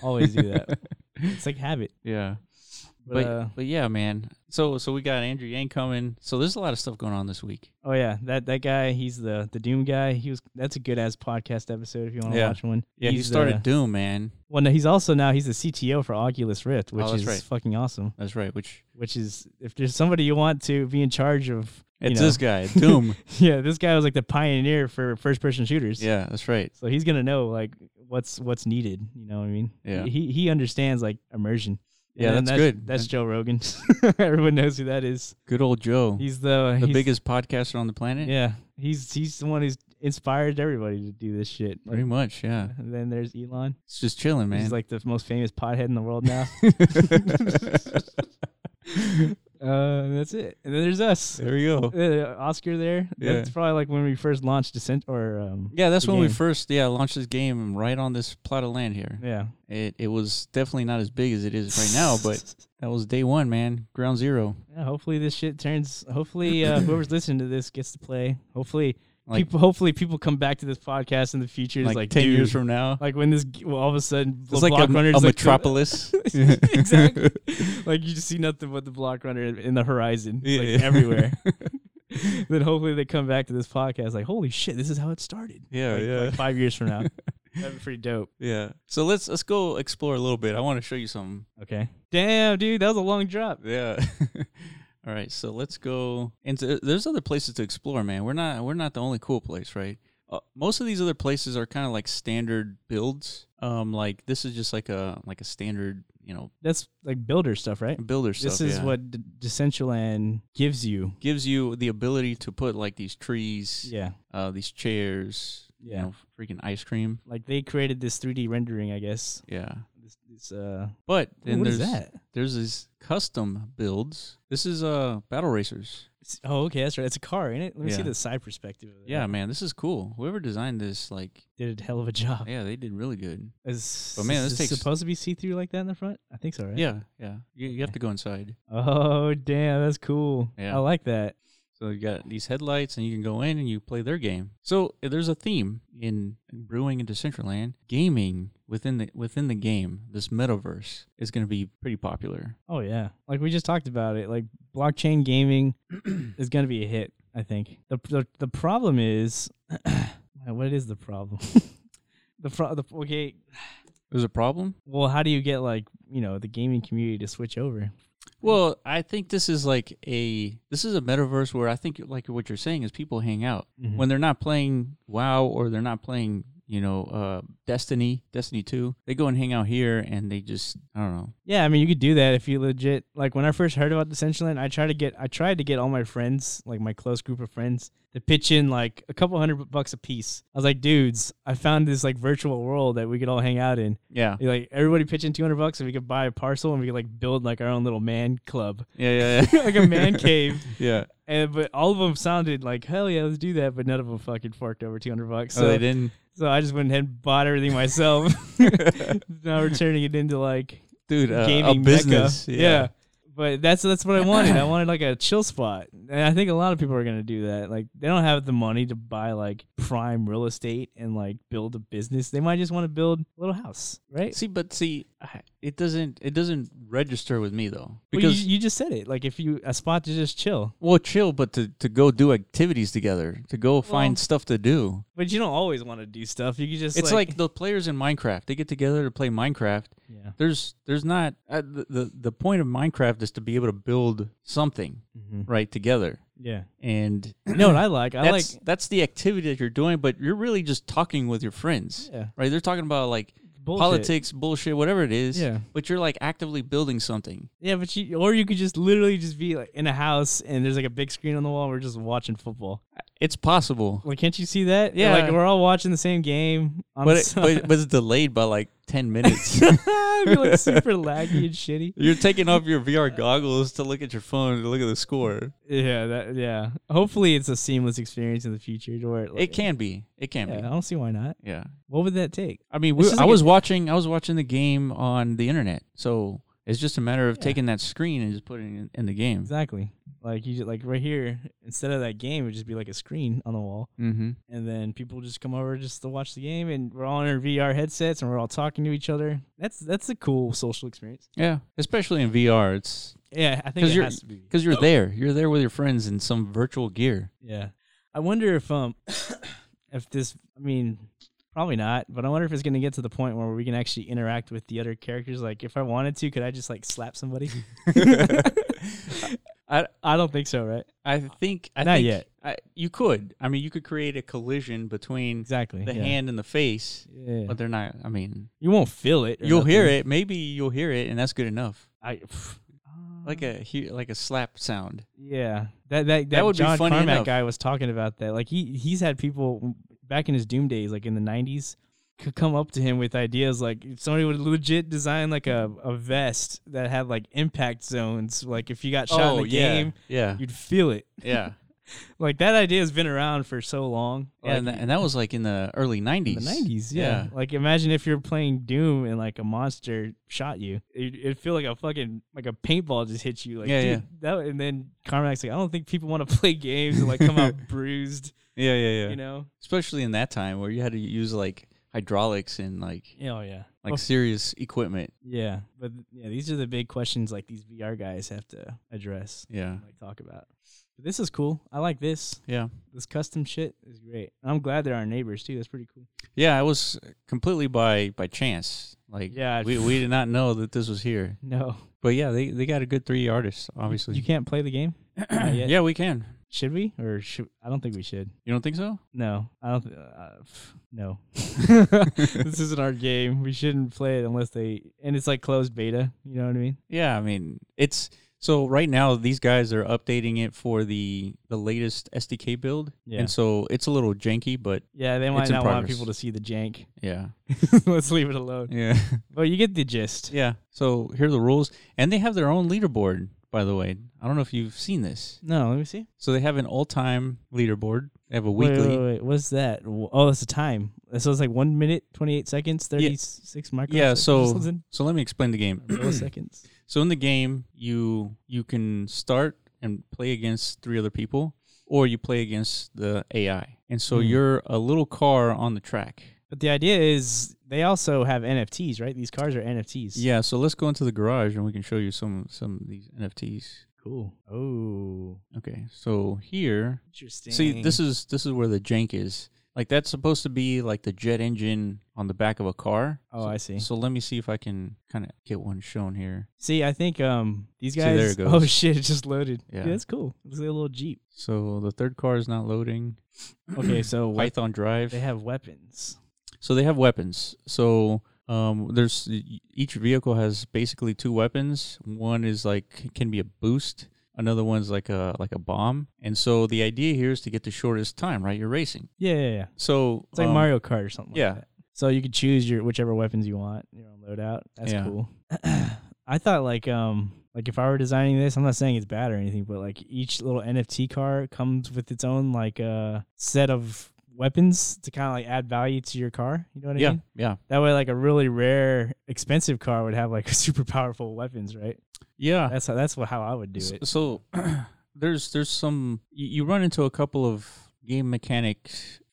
S2: Always do that. it's like habit.
S1: yeah.
S2: But,
S1: But
S2: uh,
S1: but yeah, man. So so we got Andrew Yang coming. So there's a lot of stuff going on this week.
S2: Oh yeah, that that guy, he's the the Doom guy. He was that's a good ass podcast episode if you want to
S1: Yeah.
S2: watch one.
S1: Yeah, he
S2: He's,
S1: started
S2: uh,
S1: Doom, man.
S2: well, no, he's also now he's the CTO for Oculus Rift, which
S1: Oh, that's
S2: is
S1: right.
S2: fucking awesome.
S1: That's right. Which
S2: Which is if there's somebody you want to be in charge of, you
S1: it's
S2: know-
S1: this guy, Doom.
S2: yeah, this guy was like the pioneer for first person shooters.
S1: yeah, that's right.
S2: So he's gonna know like what's what's needed. You know what I mean?
S1: Yeah.
S2: He he understands like immersion.
S1: Yeah,
S2: And
S1: that's good.
S2: That's Joe Rogan. Everyone knows who that is.
S1: Good old Joe,
S2: He's the
S1: the
S2: he's-
S1: biggest podcaster on the planet.
S2: Yeah, he's he's the one who's inspired everybody to do this shit. Like,
S1: pretty much. Yeah,
S2: And then there's Elon.
S1: it's just chilling, man.
S2: He's like the most famous pothead in the world now. uh, and that's it. And then there's us.
S1: there you go.
S2: Uh, Oscar there.
S1: Yeah.
S2: That's probably like when we first launched Descent or um,
S1: Yeah, that's
S2: the
S1: when we
S2: game.
S1: first yeah launched this game right on this plot of land here.
S2: yeah.
S1: It it was definitely not as big as it is right now, but that was day one, man. Ground zero.
S2: Yeah, hopefully this shit turns. Hopefully uh, whoever's listening to this gets to play. Hopefully
S1: Like-
S2: people. Hopefully people come back to this podcast in the future. It's
S1: Like,
S2: Like,
S1: ten
S2: dude,
S1: years from now,
S2: Like when this g- well, all of a sudden
S1: it's like a,
S2: Runner's
S1: a
S2: like, the-
S1: metropolis.
S2: exactly. like you just see nothing but the block runner in the horizon,
S1: Yeah,
S2: like
S1: yeah.
S2: everywhere. then hopefully they come back to this podcast like, holy shit, this is how it started.
S1: Yeah,
S2: Like-
S1: yeah.
S2: like five years from now, that'd be pretty dope.
S1: yeah. So let's let's go explore a little bit. I want to show you something.
S2: Okay. Damn, dude, that was a long drop.
S1: Yeah. All right, so let's go. And th- there's other places to explore, man. We're not we're not the only cool place, right? Uh, most of these other places are kind of like standard builds. Um, like this is just like a like a standard, you know,
S2: That's like builder stuff, right?
S1: builder stuff.
S2: This is
S1: yeah.
S2: what D- Decentraland gives you.
S1: gives you the ability to put like these trees,
S2: Yeah.
S1: uh, these chairs,
S2: Yeah.
S1: you know, freaking ice cream.
S2: Like they created this 3D rendering, I guess.
S1: Yeah,
S2: This, this uh,
S1: but then
S2: what is
S1: there's
S2: that?
S1: there's these custom builds. This is uh battle racers.
S2: It's- Oh, okay, that's right. It's a car, ain't it? Let me see
S1: Yeah.
S2: the side perspective. Of that.
S1: Yeah, man, this is cool. Whoever designed this, like,
S2: did a hell of a job.
S1: yeah, they did really good.
S2: Is,
S1: But man,
S2: is
S1: this
S2: it
S1: takes-
S2: supposed to be see through like that in the front? I think so, right?
S1: Yeah, yeah. You, you have to go inside.
S2: Oh damn, that's cool.
S1: Yeah.
S2: I like that.
S1: So you got these headlights, and you can go in and you play their game. So eh, there's a theme in brewing into Decentraland. Gaming within the within the game, this metaverse is going to be pretty popular.
S2: Oh yeah, like we just talked about it. Like blockchain gaming is going to be a hit. I think the the, the problem is what is the problem? the, pro- the okay.
S1: There's a problem.
S2: Well, how do you get like you know the gaming community to switch over?
S1: Well, I think this is like a this is a metaverse where I think like what you're saying is people hang out
S2: Mhm.
S1: when they're not playing WoW or they're not playing you know uh, Destiny, Destiny Two. They go and hang out here and they just I don't know.
S2: Yeah, I mean, you could do that if you legit like. When I first heard about Decentraland, I tried to get I tried to get all my friends, like my close group of friends, to pitch in like a couple hundred bucks a piece. I was like, dudes, I found this like virtual world that we could all hang out in.
S1: Yeah,
S2: Like everybody pitch in two hundred bucks, and we could buy a parcel, and we could like build like our own little man club,
S1: yeah, yeah,
S2: like a man cave.
S1: yeah.
S2: And but all of them sounded like hell yeah, let's do that. But none of them fucking forked over two hundred bucks.
S1: So Oh, they didn't,
S2: So I just went ahead and bought everything myself. now we're turning it into like
S1: dude. Uh, a
S2: gaming
S1: business,
S2: mecca. But that's that's what I wanted. I wanted like a chill spot, and I think a lot of people are gonna do that. Like they don't have the money to buy like prime real estate and like build a business. They might just want to build a little house, right?
S1: See, but see, I- it doesn't it doesn't register with me though
S2: Because
S1: because
S2: you, you just said it. Like if you a spot to just chill,
S1: well, chill, but to to go do activities together, to go find stuff to do.
S2: but you don't always want to do stuff. You can just
S1: It's like, the players in Minecraft. They get together to play Minecraft.
S2: yeah.
S1: There's there's not uh, the, the the point of Minecraft is to be able to build something
S2: Mhm.
S1: right together.
S2: Yeah.
S1: And
S2: You know what I like? I like
S1: that's that's the activity that you're doing, but you're really just talking with your friends.
S2: Yeah.
S1: Right? They're talking about like
S2: bullshit.
S1: politics, bullshit, whatever it is.
S2: Yeah.
S1: But you're like actively building something.
S2: Yeah, but you or you could just literally just be like in a house and there's like a big screen on the wall. and We're just watching football.
S1: It's possible.
S2: Like, can't you see that?
S1: Yeah.
S2: like we're all watching the same game. On
S1: But it,
S2: s-
S1: but, but it's delayed by like ten minutes.
S2: it'd be like super laggy and shitty.
S1: You're taking off your VR goggles to look at your phone to look at the score.
S2: Yeah, that yeah. Hopefully, it's a seamless experience in the future. To where it,
S1: It can be. It can
S2: Yeah, I don't see why not.
S1: be. Yeah.
S2: What would that take?
S1: I mean,
S2: This
S1: we,
S2: is
S1: I
S2: like
S1: was watching. I was watching the game on the internet, so it's just a matter of taking that screen and just putting it in, in the game.
S2: Exactly. Like you just, like right here instead of that game, it would just be like a screen on the wall,
S1: Mm-hmm.
S2: and then people just come over just to watch the game, and we're all in our VR headsets and we're all talking to each other. That's that's a cool social experience.
S1: Yeah, especially in VR, it's
S2: Yeah, I think
S1: 'Cause
S2: it
S1: you're-
S2: has to be.
S1: because you're there. You're there with your friends in some virtual gear.
S2: Yeah, I wonder if um, if this, I mean, probably not, but I wonder if it's gonna get to the point where we can actually interact with the other characters. Like, if I wanted to, could I just like slap somebody?
S1: I
S2: I don't think so, right?
S1: I think I
S2: Not
S1: think
S2: yet.
S1: I, you could. I mean, you could create a collision between
S2: Exactly.
S1: the
S2: yeah.
S1: hand and the face,
S2: Yeah.
S1: but they're not. I mean,
S2: You won't feel it. or
S1: you'll hear
S2: nothing.
S1: it. Maybe you'll hear it, and that's good enough.
S2: I. pff,
S1: Like a hu- like a slap sound.
S2: Yeah, that that that,
S1: would be
S2: John
S1: funny
S2: Carmack
S1: enough.
S2: guy was talking about that. Like he he's had people back in his Doom days, like in the '90s, could come up to him with ideas. Like somebody would legit design like a, a vest that had like impact zones. Like if you got shot in the game,
S1: Oh, yeah,
S2: you'd feel it.
S1: yeah.
S2: Like that idea has been around for so long.
S1: Yeah, and,
S2: Like,
S1: that, and that was like in the early '90s.
S2: in the 90s, yeah. Like imagine if you're playing Doom and like a monster shot you. It, it'd feel like a fucking like a paintball just hit you. Like
S1: Yeah,
S2: dude, that and then Carmack's like, I don't think people want to play games and like come out bruised,
S1: yeah, yeah, yeah.
S2: you know?
S1: Especially in that time where you had to use like hydraulics and like
S2: Yeah, Oh yeah.
S1: like serious equipment.
S2: yeah. But yeah, these are the big questions like these VR guys have to address
S1: Yeah,
S2: and, like talk about. But this is cool. I like this.
S1: yeah,
S2: This custom shit is great. I'm glad they're our neighbors too. That's pretty cool.
S1: yeah. It was completely by by chance. Like,
S2: Yeah.
S1: we we did not know that this was here.
S2: No.
S1: But yeah, they they got a good three artists, obviously.
S2: You can't play the game? Not yet.
S1: yeah, we can.
S2: Should we? Or should I don't think we should.
S1: You don't think so?
S2: No, I don't. Th- uh, pff, no, this isn't our game. We shouldn't play it unless they. And it's like closed beta. You know what I mean?
S1: Yeah, I mean it's so right now these guys are updating it for the the latest SDK build,
S2: Yeah.
S1: and so it's a little janky, but
S2: Yeah, they might
S1: It's in
S2: not want
S1: progress.
S2: people to see the jank.
S1: yeah,
S2: Let's leave it alone.
S1: yeah.
S2: But you get the gist.
S1: Yeah. So here are the rules, and they have their own leaderboard. By the way, I don't know if you've seen this.
S2: No, let me see.
S1: So they have an all-time leaderboard. They have a
S2: Wait,
S1: weekly.
S2: Wait, wait, wait, what's that? W- Oh, that's the time. So it's like one minute, twenty-eight seconds, thirty-six microseconds.
S1: Yeah.
S2: or
S1: So
S2: something?
S1: so let me explain the game.
S2: milliseconds.
S1: So in the game, you you can start and play against three other people, or you play against the AI. And
S2: Hmm.
S1: so you're a little car on the track.
S2: But the idea is they also have NFTs, right? These cars are NFTs.
S1: Yeah, so let's go into the garage and we can show you some some of these NFTs.
S2: Cool. Oh,
S1: Okay. So here,
S2: interesting.
S1: see this is this is where the jank is. Like that's supposed to be like the jet engine on the back of a car.
S2: Oh, I see.
S1: So let me see if I can kind of get one shown here.
S2: See, I think um these
S1: See, there
S2: guys.
S1: it goes.
S2: Oh shit! It just loaded. Yeah,
S1: Yeah.
S2: that's cool. It's like a little jeep.
S1: So the third car is not loading.
S2: Okay, so what,
S1: Python Drive.
S2: they have weapons.
S1: So they have weapons. So um, there's each vehicle has basically two weapons. One is like can be a boost. Another one's like a like a bomb. And so the idea here is to get the shortest time, right? You're racing.
S2: Yeah, yeah, yeah.
S1: So
S2: It's like
S1: um,
S2: Mario Kart or something.
S1: yeah.
S2: Like that. So you could choose your whichever weapons you want. Your own loadout. That's
S1: Yeah.
S2: cool. I thought like um like if I were designing this, I'm not saying it's bad or anything, but like each little NFT car comes with its own like uh set of weapons to kind of like add value to your car. You know what I
S1: Yeah,
S2: mean?
S1: yeah,
S2: That way, like a really rare, expensive car would have like super powerful weapons, right?
S1: yeah.
S2: That's how that's what, how I would do
S1: Ah. S-
S2: it.
S1: So there's there's some you, you run into a couple of game mechanic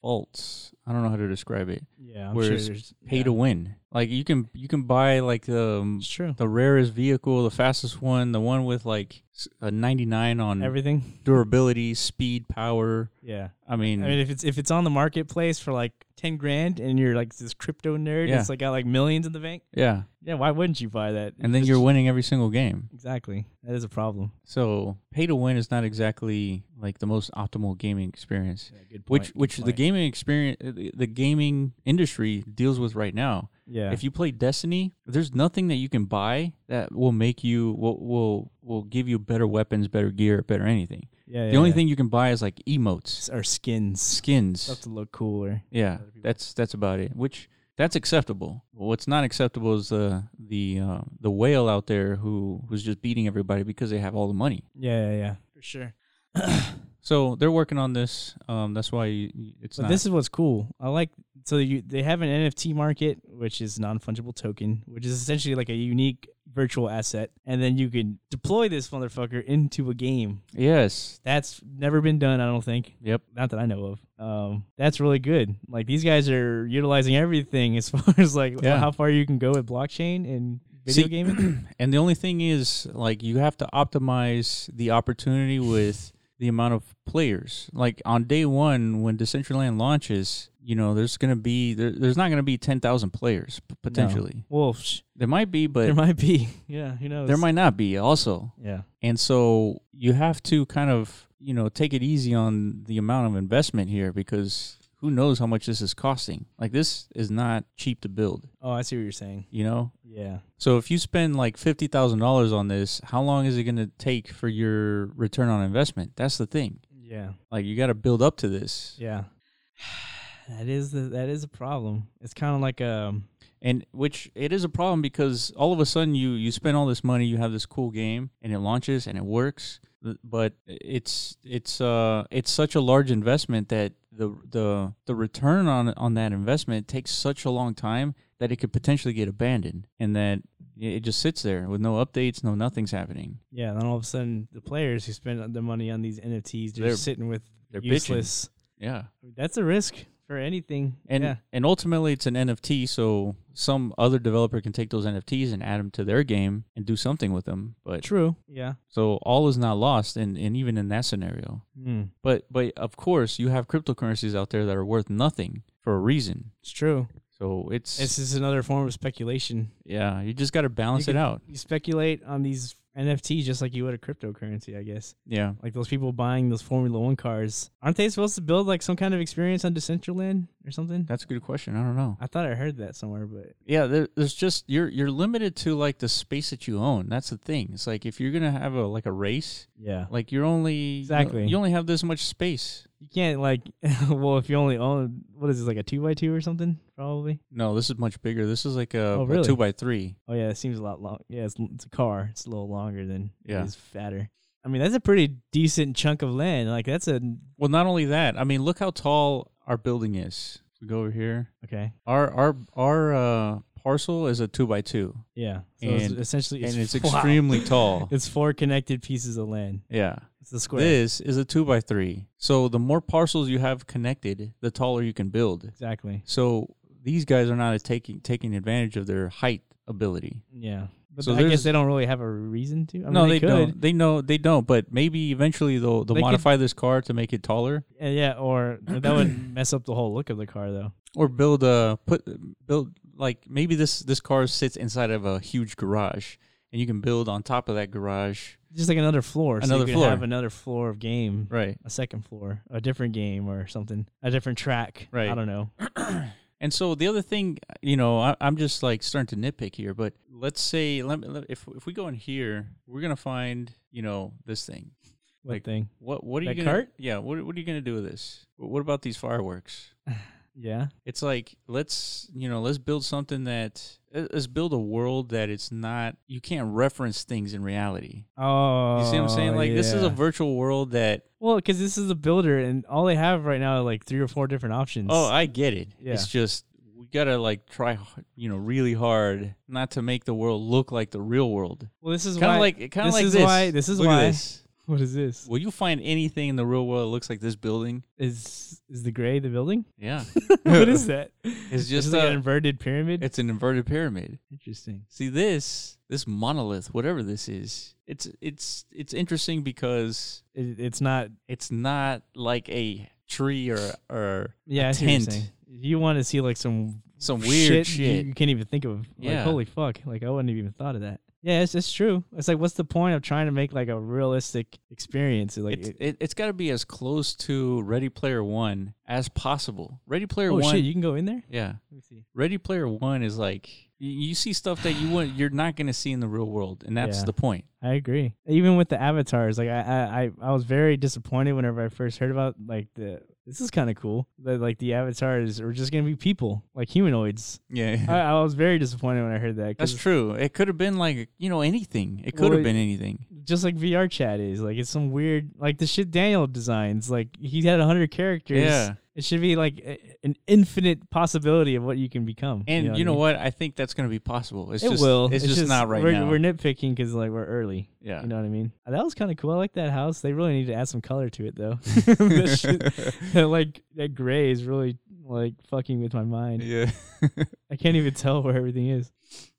S1: faults. I don't know how to describe it.
S2: Yeah, I'm
S1: where
S2: sure
S1: it's
S2: there's
S1: Pay
S2: yeah.
S1: to win. Like you can you can buy like the um,
S2: It's true.
S1: the rarest vehicle, the fastest one, the one with like s- a 99 on
S2: Everything.
S1: durability, speed, power.
S2: Yeah.
S1: I mean,
S2: I mean, if it's if it's on the marketplace for like ten grand, and you're like this crypto nerd,
S1: Yeah.
S2: it's like got like millions in the bank.
S1: yeah.
S2: Yeah, why wouldn't you buy that?
S1: And then
S2: It's-
S1: you're winning every single game.
S2: exactly that is a problem.
S1: So pay to win is not exactly like the most optimal gaming experience,
S2: Yeah, good
S1: which which the gaming experience, uh, the the gaming industry deals with right now.
S2: Yeah.
S1: If you play Destiny, there's nothing that you can buy that will make you will will will give you better weapons, better gear, better anything.
S2: yeah.
S1: the only thing you can buy is like emotes,
S2: are skins.
S1: skins.
S2: Stuff to look cooler.
S1: Yeah,
S2: other people.
S1: that's that's about it. Which that's acceptable. What's not acceptable is the the uh, the whale out there who who's just beating everybody because they have all the money.
S2: Yeah, yeah, yeah. For sure.
S1: So they're working on this. Um, that's why you, you- it's
S2: But
S1: not.
S2: this is what's cool. I like so you they have an NFT market, which is non fungible token, which is essentially like a unique virtual asset, and then you can deploy this motherfucker into a game.
S1: yes.
S2: That's never been done, I don't think.
S1: Yep.
S2: Not that I know of. Um, that's really good. Like these guys are utilizing everything as far as like
S1: Yeah.
S2: how far you can go with blockchain and video
S1: See,
S2: gaming.
S1: And the only thing is, like, you have to optimize the opportunity with the amount of players. Like on day one, when Decentraland launches, you know, there's gonna be there, there's not gonna be ten thousand players p- potentially.
S2: Well, sh-
S1: There might be, but
S2: there might be. Yeah, who knows?
S1: there might not be. Also,
S2: Yeah.
S1: And so you have to kind of, you know, take it easy on the amount of investment here because who knows how much this is costing. Like this is not cheap to build,
S2: Oh, I see what you're saying.
S1: you know?
S2: Yeah.
S1: So if you spend like $50,000 on this, how long is it going to take for your return on investment? That's the thing.
S2: Yeah.
S1: Like you got to build up to this.
S2: Yeah. That is the that is a problem. It's kind of like um
S1: And which it is a problem because all of a sudden you you spend all this money, you have this cool game and it launches and it works, th- but it's it's uh it's such a large investment that the the the return on on that investment takes such a long time that it could potentially get abandoned and that it it just sits there with no updates, no nothing's happening.
S2: yeah, then all of a sudden the players who spend their money on these NFTs they're,
S1: They're-
S2: sitting with
S1: They're bitching.
S2: useless.
S1: Yeah.
S2: That's a risk for anything.
S1: And
S2: yeah.
S1: and ultimately it's an NFT, so some other developer can take those NFTs and add them to their game and do something with them. But
S2: True. Yeah.
S1: so all is not lost and, and even in that scenario.
S2: Mm,
S1: But but of course, you have cryptocurrencies out there that are worth nothing for a reason.
S2: it's true.
S1: So it's,
S2: It's just another form of speculation.
S1: yeah, you just got to balance
S2: can-
S1: it out.
S2: You speculate on these NFTs just like you would a cryptocurrency, I guess.
S1: Yeah,
S2: Like those people buying those Formula One cars. Aren't they supposed to build like some kind of experience on Decentraland or something?
S1: that's a good question. I don't know.
S2: I thought I heard that somewhere, but
S1: Yeah, there, there's just you're you're limited to like the space that you own. That's the thing. It's like if you're gonna have a like a race,
S2: yeah.
S1: like you're only
S2: Exactly.
S1: you, only have this much space.
S2: You can't like well if you only own what is this like a two by two or something probably.
S1: No, this is much bigger. This is like a,
S2: Oh,
S1: a
S2: really?
S1: two by three.
S2: Oh yeah, it seems a lot long. Yeah, it's, it's a car. It's a little longer than
S1: Yeah.
S2: It's fatter. I mean that's a pretty decent chunk of land. Like that's a
S1: Well, not only that, I mean, look how tall our building is. We go over here.
S2: okay.
S1: Our our our uh, parcel is a two by two.
S2: Yeah. So it's
S1: And-
S2: essentially it's,
S1: and it's
S2: wow.
S1: extremely tall.
S2: It's four connected pieces of land.
S1: Yeah.
S2: It's the square.
S1: This is a two by three. So the more parcels you have connected, the taller you can build.
S2: Exactly.
S1: So these guys are not taking taking advantage of their height ability.
S2: Yeah. But
S1: So
S2: I guess
S1: there's-
S2: they don't really have a reason to. I mean,
S1: no,
S2: they,
S1: they,
S2: could.
S1: don't. They know they don't. But maybe eventually they'll they'll
S2: They could-
S1: modify this car to make it taller,
S2: Uh, yeah, or but that would mess up the whole look of the car, though.
S1: or build a put build like maybe this this car sits inside of a huge garage, and you can build on top of that garage.
S2: Just like another floor. So
S1: Another
S2: you could
S1: floor.
S2: have another floor of game,
S1: Right.
S2: a second floor, a different game or something, a different track.
S1: Right.
S2: I don't know.
S1: And so the other thing, you know, I, I'm just like starting to nitpick here, but let's say let me, let- if if we go in here, we're gonna find you know this thing.
S2: What
S1: Like-
S2: thing?
S1: What what are you
S2: That
S1: gonna?
S2: cart?
S1: Yeah. What what are you gonna do with this? What about these fireworks?
S2: Yeah.
S1: it's like let's you know let's build something that let- let's build a world that it's not you can't reference things in reality
S2: Oh.
S1: you see what i'm saying like this is a
S2: yeah.
S1: virtual world that
S2: Well, because this is a builder, and all they have right now are like three or four different options.
S1: oh i get it
S2: Yeah.
S1: it's just we gotta like try h- you know really hard not to make the world look like the real world
S2: well, this is
S1: kind
S2: why.
S1: of like kind of
S2: this
S1: like
S2: is
S1: this
S2: why- this is
S1: Look at
S2: why-
S1: this.
S2: what is this?
S1: will you find anything in the real world that looks like this building
S2: Is is the gray the building?
S1: yeah
S2: what is that?
S1: it's
S2: Just
S1: just
S2: like an
S1: a,
S2: inverted pyramid.
S1: it's an inverted pyramid
S2: Interesting.
S1: See this this monolith, whatever this is, it's it's it's interesting because
S2: It, it's not.
S1: it's not like a tree or or
S2: Yeah, I see what you're
S1: tent.
S2: saying. You want to see like some
S1: some weird shit.
S2: You, you can't even think of. Like,
S1: Yeah.
S2: Holy fuck! Like I wouldn't have even thought of that. Yeah, it's it's true. It's like, what's the point of trying to make like a realistic experience? Like,
S1: It's
S2: it-
S1: it, it's got to be as close to Ready Player One as possible. Ready Player
S2: oh
S1: One,
S2: shit, you can go in there.
S1: yeah.
S2: Let me see.
S1: Ready Player One is like y- you see stuff that you want you're not gonna see in the real world, and that's
S2: Yeah.
S1: the point.
S2: I agree. Even with the avatars, like I, I, I- I was very disappointed whenever I first heard about like the. This is kind of cool. That like the avatars are just gonna be people, like humanoids. I,
S1: Yeah,
S2: I was very disappointed when I heard that. 'cause
S1: that's true. It could have been like you know anything. It could
S2: Well,
S1: have been anything.
S2: Just like VR chat is like it's some weird like the shit Daniel designs. Like he had hundred characters.
S1: Yeah.
S2: It should be like a, an infinite possibility of what you can become.
S1: And you know,
S2: what?
S1: what? I think that's going to be possible. It's
S2: I mean?
S1: just
S2: it will.
S1: It's, just, not right
S2: we're,
S1: now.
S2: We're nitpicking because like we're early.
S1: yeah.
S2: You know what I mean? That was kind of cool. I like that house. They really need to add some color to it though. that shit, that, like that gray is really like fucking with my mind.
S1: yeah.
S2: I can't even tell where everything is.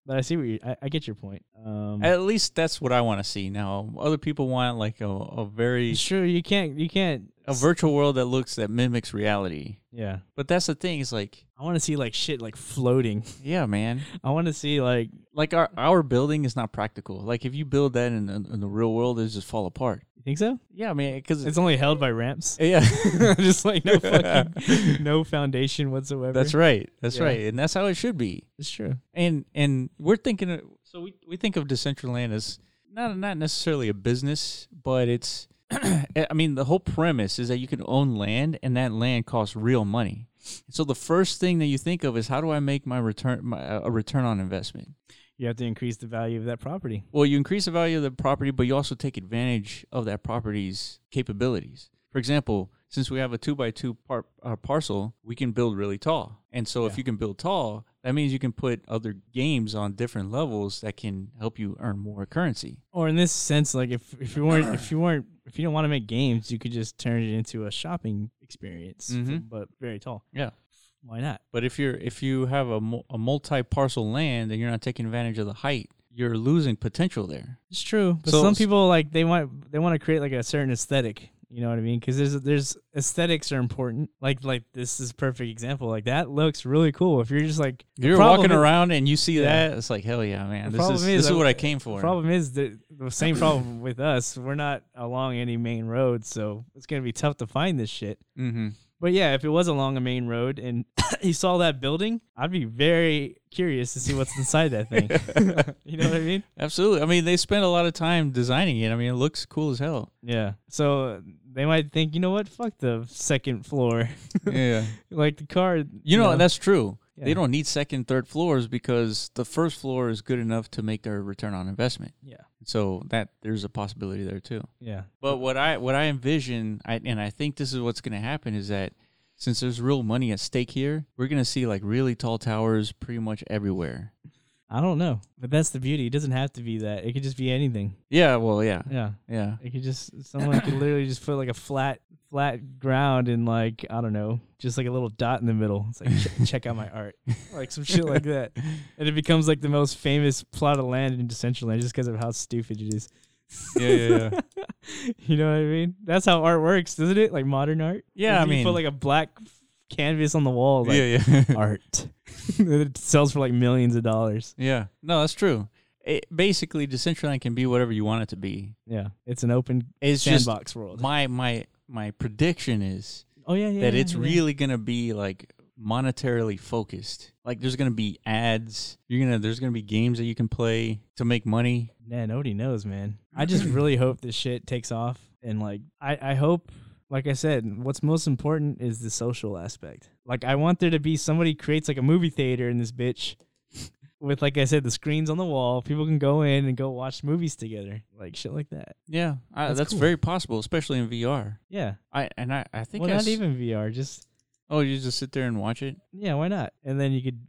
S2: But I see what you. I, I get your point. Um,
S1: At least that's what I want to see. Now, other people want like a, a very
S2: sure, you can't. You can't.
S1: a virtual world that looks that mimics reality.
S2: yeah.
S1: But that's the thing. Is like,
S2: I want to see like shit like floating.
S1: yeah, man.
S2: I want to see like
S1: Like our our building is not practical. Like if you build that in, in, in the real world, it just fall apart.
S2: you think so?
S1: Yeah, man. Because
S2: It's only held by ramps.
S1: yeah,
S2: Just like no fucking no foundation whatsoever.
S1: that's right. That's
S2: Yeah.
S1: right. And that's how it should be.
S2: It's true.
S1: and and we're thinking of, so we, we think of Decentraland as not not necessarily a business, but it's I mean the whole premise is that you can own land and that land costs real money. So the first thing that you think of is how do I make my return my, a return on investment?
S2: You have to increase the value of that property.
S1: Well, you increase the value of the property, but you also take advantage of that property's capabilities. For example, since we have a two by two par- uh, parcel, we can build really tall. And so, if you can build tall, that means you can put other games on different levels that can help you earn more currency.
S2: Or in this sense, like if, if you weren't if you weren't if you don't want to make games, you could just turn it into a shopping experience,
S1: Mhm.
S2: but very tall.
S1: Yeah.
S2: Why not?
S1: But if you're if you have a, mu- a multi parcel land and you're not taking advantage of the height, you're losing potential there.
S2: It's true, but
S1: So-
S2: some people like they want they want to create like a certain aesthetic. You know what I mean? Because there's there's aesthetics are important. Like like this is a perfect example. Like that looks really cool. If you're just like the
S1: You're
S2: problem
S1: walking
S2: is-
S1: around and you see
S2: Yeah.
S1: that, it's like hell yeah, man!
S2: The
S1: This
S2: problem
S1: is,
S2: is
S1: this is
S2: I-
S1: what I came for.
S2: The problem is that the same problem with us. We're not along any main road, so it's gonna be tough to find this shit.
S1: Mm-hmm.
S2: But yeah, if it was along a main road and you saw that building, I'd be very curious to see what's inside that thing. you know what I mean?
S1: Absolutely. I mean, they spent a lot of time designing it. I mean, it looks cool as hell.
S2: Yeah. So they might think, you know what? Fuck the second floor.
S1: Yeah.
S2: like the car.
S1: You know, that's true.
S2: Yeah.
S1: They don't need second, third floors because the first floor is good enough to make their return on investment.
S2: Yeah.
S1: So that there's a possibility there too.
S2: Yeah.
S1: But what I what I envision, I, and I think this is what's going to happen, is that since there's real money at stake here, we're going to see like really tall towers pretty much everywhere.
S2: I don't know, but that's the beauty. It doesn't have to be that. It could just be anything.
S1: Yeah, well, yeah.
S2: Yeah.
S1: Yeah.
S2: It could just someone could literally just put like a flat flat ground and like I don't know, just like a little dot in the middle. It's like "Check- check out my art, like some shit like that, and it becomes like the most famous plot of land in Decentraland just because of how stupid it is.
S1: Yeah, yeah,
S2: you know what I mean? That's how art works, doesn't it? Like modern art.
S1: Yeah, I
S2: If you
S1: mean-
S2: put like a black canvas on the wall. Like,
S1: yeah, yeah.
S2: Art. it sells for like millions of dollars.
S1: Yeah. No, that's true. It, basically, Decentraland can be whatever you want it to be.
S2: Yeah, it's an open
S1: It's just
S2: sandbox world.
S1: my my my prediction is
S2: oh yeah, yeah.
S1: that it's
S2: yeah.
S1: really gonna be like monetarily focused. Like there's gonna be ads. You're gonna there's gonna be games that you can play to make money.
S2: Man, nobody knows, man. I just really hope this shit takes off, and like, I I hope, like I said, what's most important is the social aspect. Like, I want there to be somebody creates like a movie theater in this bitch. With like I said, the screens on the wall, people can go in and go watch movies together, like shit like that.
S1: Yeah, I, that's,
S2: That's cool.
S1: very possible, especially in VR.
S2: Yeah,
S1: I and I I think
S2: well,
S1: I
S2: not
S1: s-
S2: even VR, just
S1: oh you just sit there and watch it.
S2: Yeah, why not? And then you could.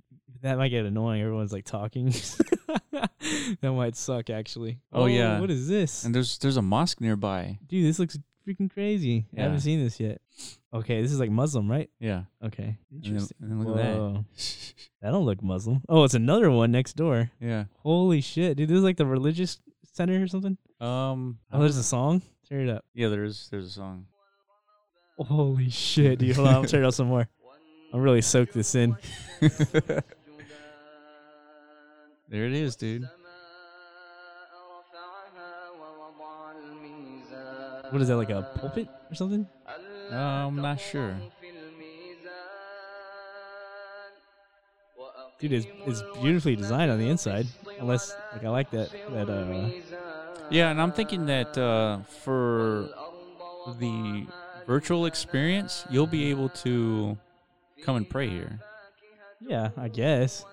S2: That might get annoying. Everyone's like talking. that might suck, actually.
S1: Oh, yeah.
S2: What is this?
S1: And there's there's a mosque nearby.
S2: Dude, this looks freaking crazy. I
S1: Yeah.
S2: haven't seen this yet. Okay, this is like Muslim, right?
S1: Yeah.
S2: Okay.
S1: And then-
S2: Interesting.
S1: And then look at
S2: Whoa.
S1: that.
S2: That don't look Muslim. Oh, it's another one next door.
S1: yeah.
S2: Holy shit, dude! This is like the religious center or something.
S1: Um.
S2: Oh, there's a song. Turn it up.
S1: yeah. There is there's a song.
S2: Holy shit, dude! Hold on, I'll turn it up some more. I'm really soaked this in.
S1: There it is, dude.
S2: What is that? Like a pulpit or something?
S1: Uh, I'm not sure.
S2: Dude, it's, it's beautifully designed on the inside. Unless, like, I like that that uh,
S1: Yeah, and I'm thinking that uh, for the virtual experience, you'll be able to come and pray here.
S2: yeah, I guess.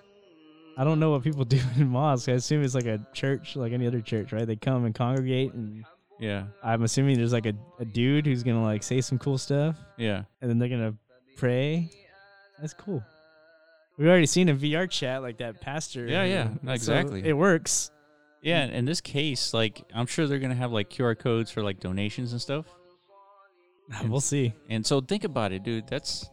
S2: I don't know what people do in mosques. I assume it's like a church, like any other church, right? They come and congregate, and
S1: Yeah,
S2: I'm assuming there's like a, a dude who's gonna like say some cool stuff,
S1: yeah,
S2: and then they're gonna pray. That's cool. We've already seen a VR chat like that pastor.
S1: Yeah, yeah,
S2: who-
S1: no,
S2: so
S1: exactly.
S2: it works.
S1: yeah. and In this case, like I'm sure they're gonna have like QR codes for like donations and stuff.
S2: We'll see.
S1: And so think about it, dude. That's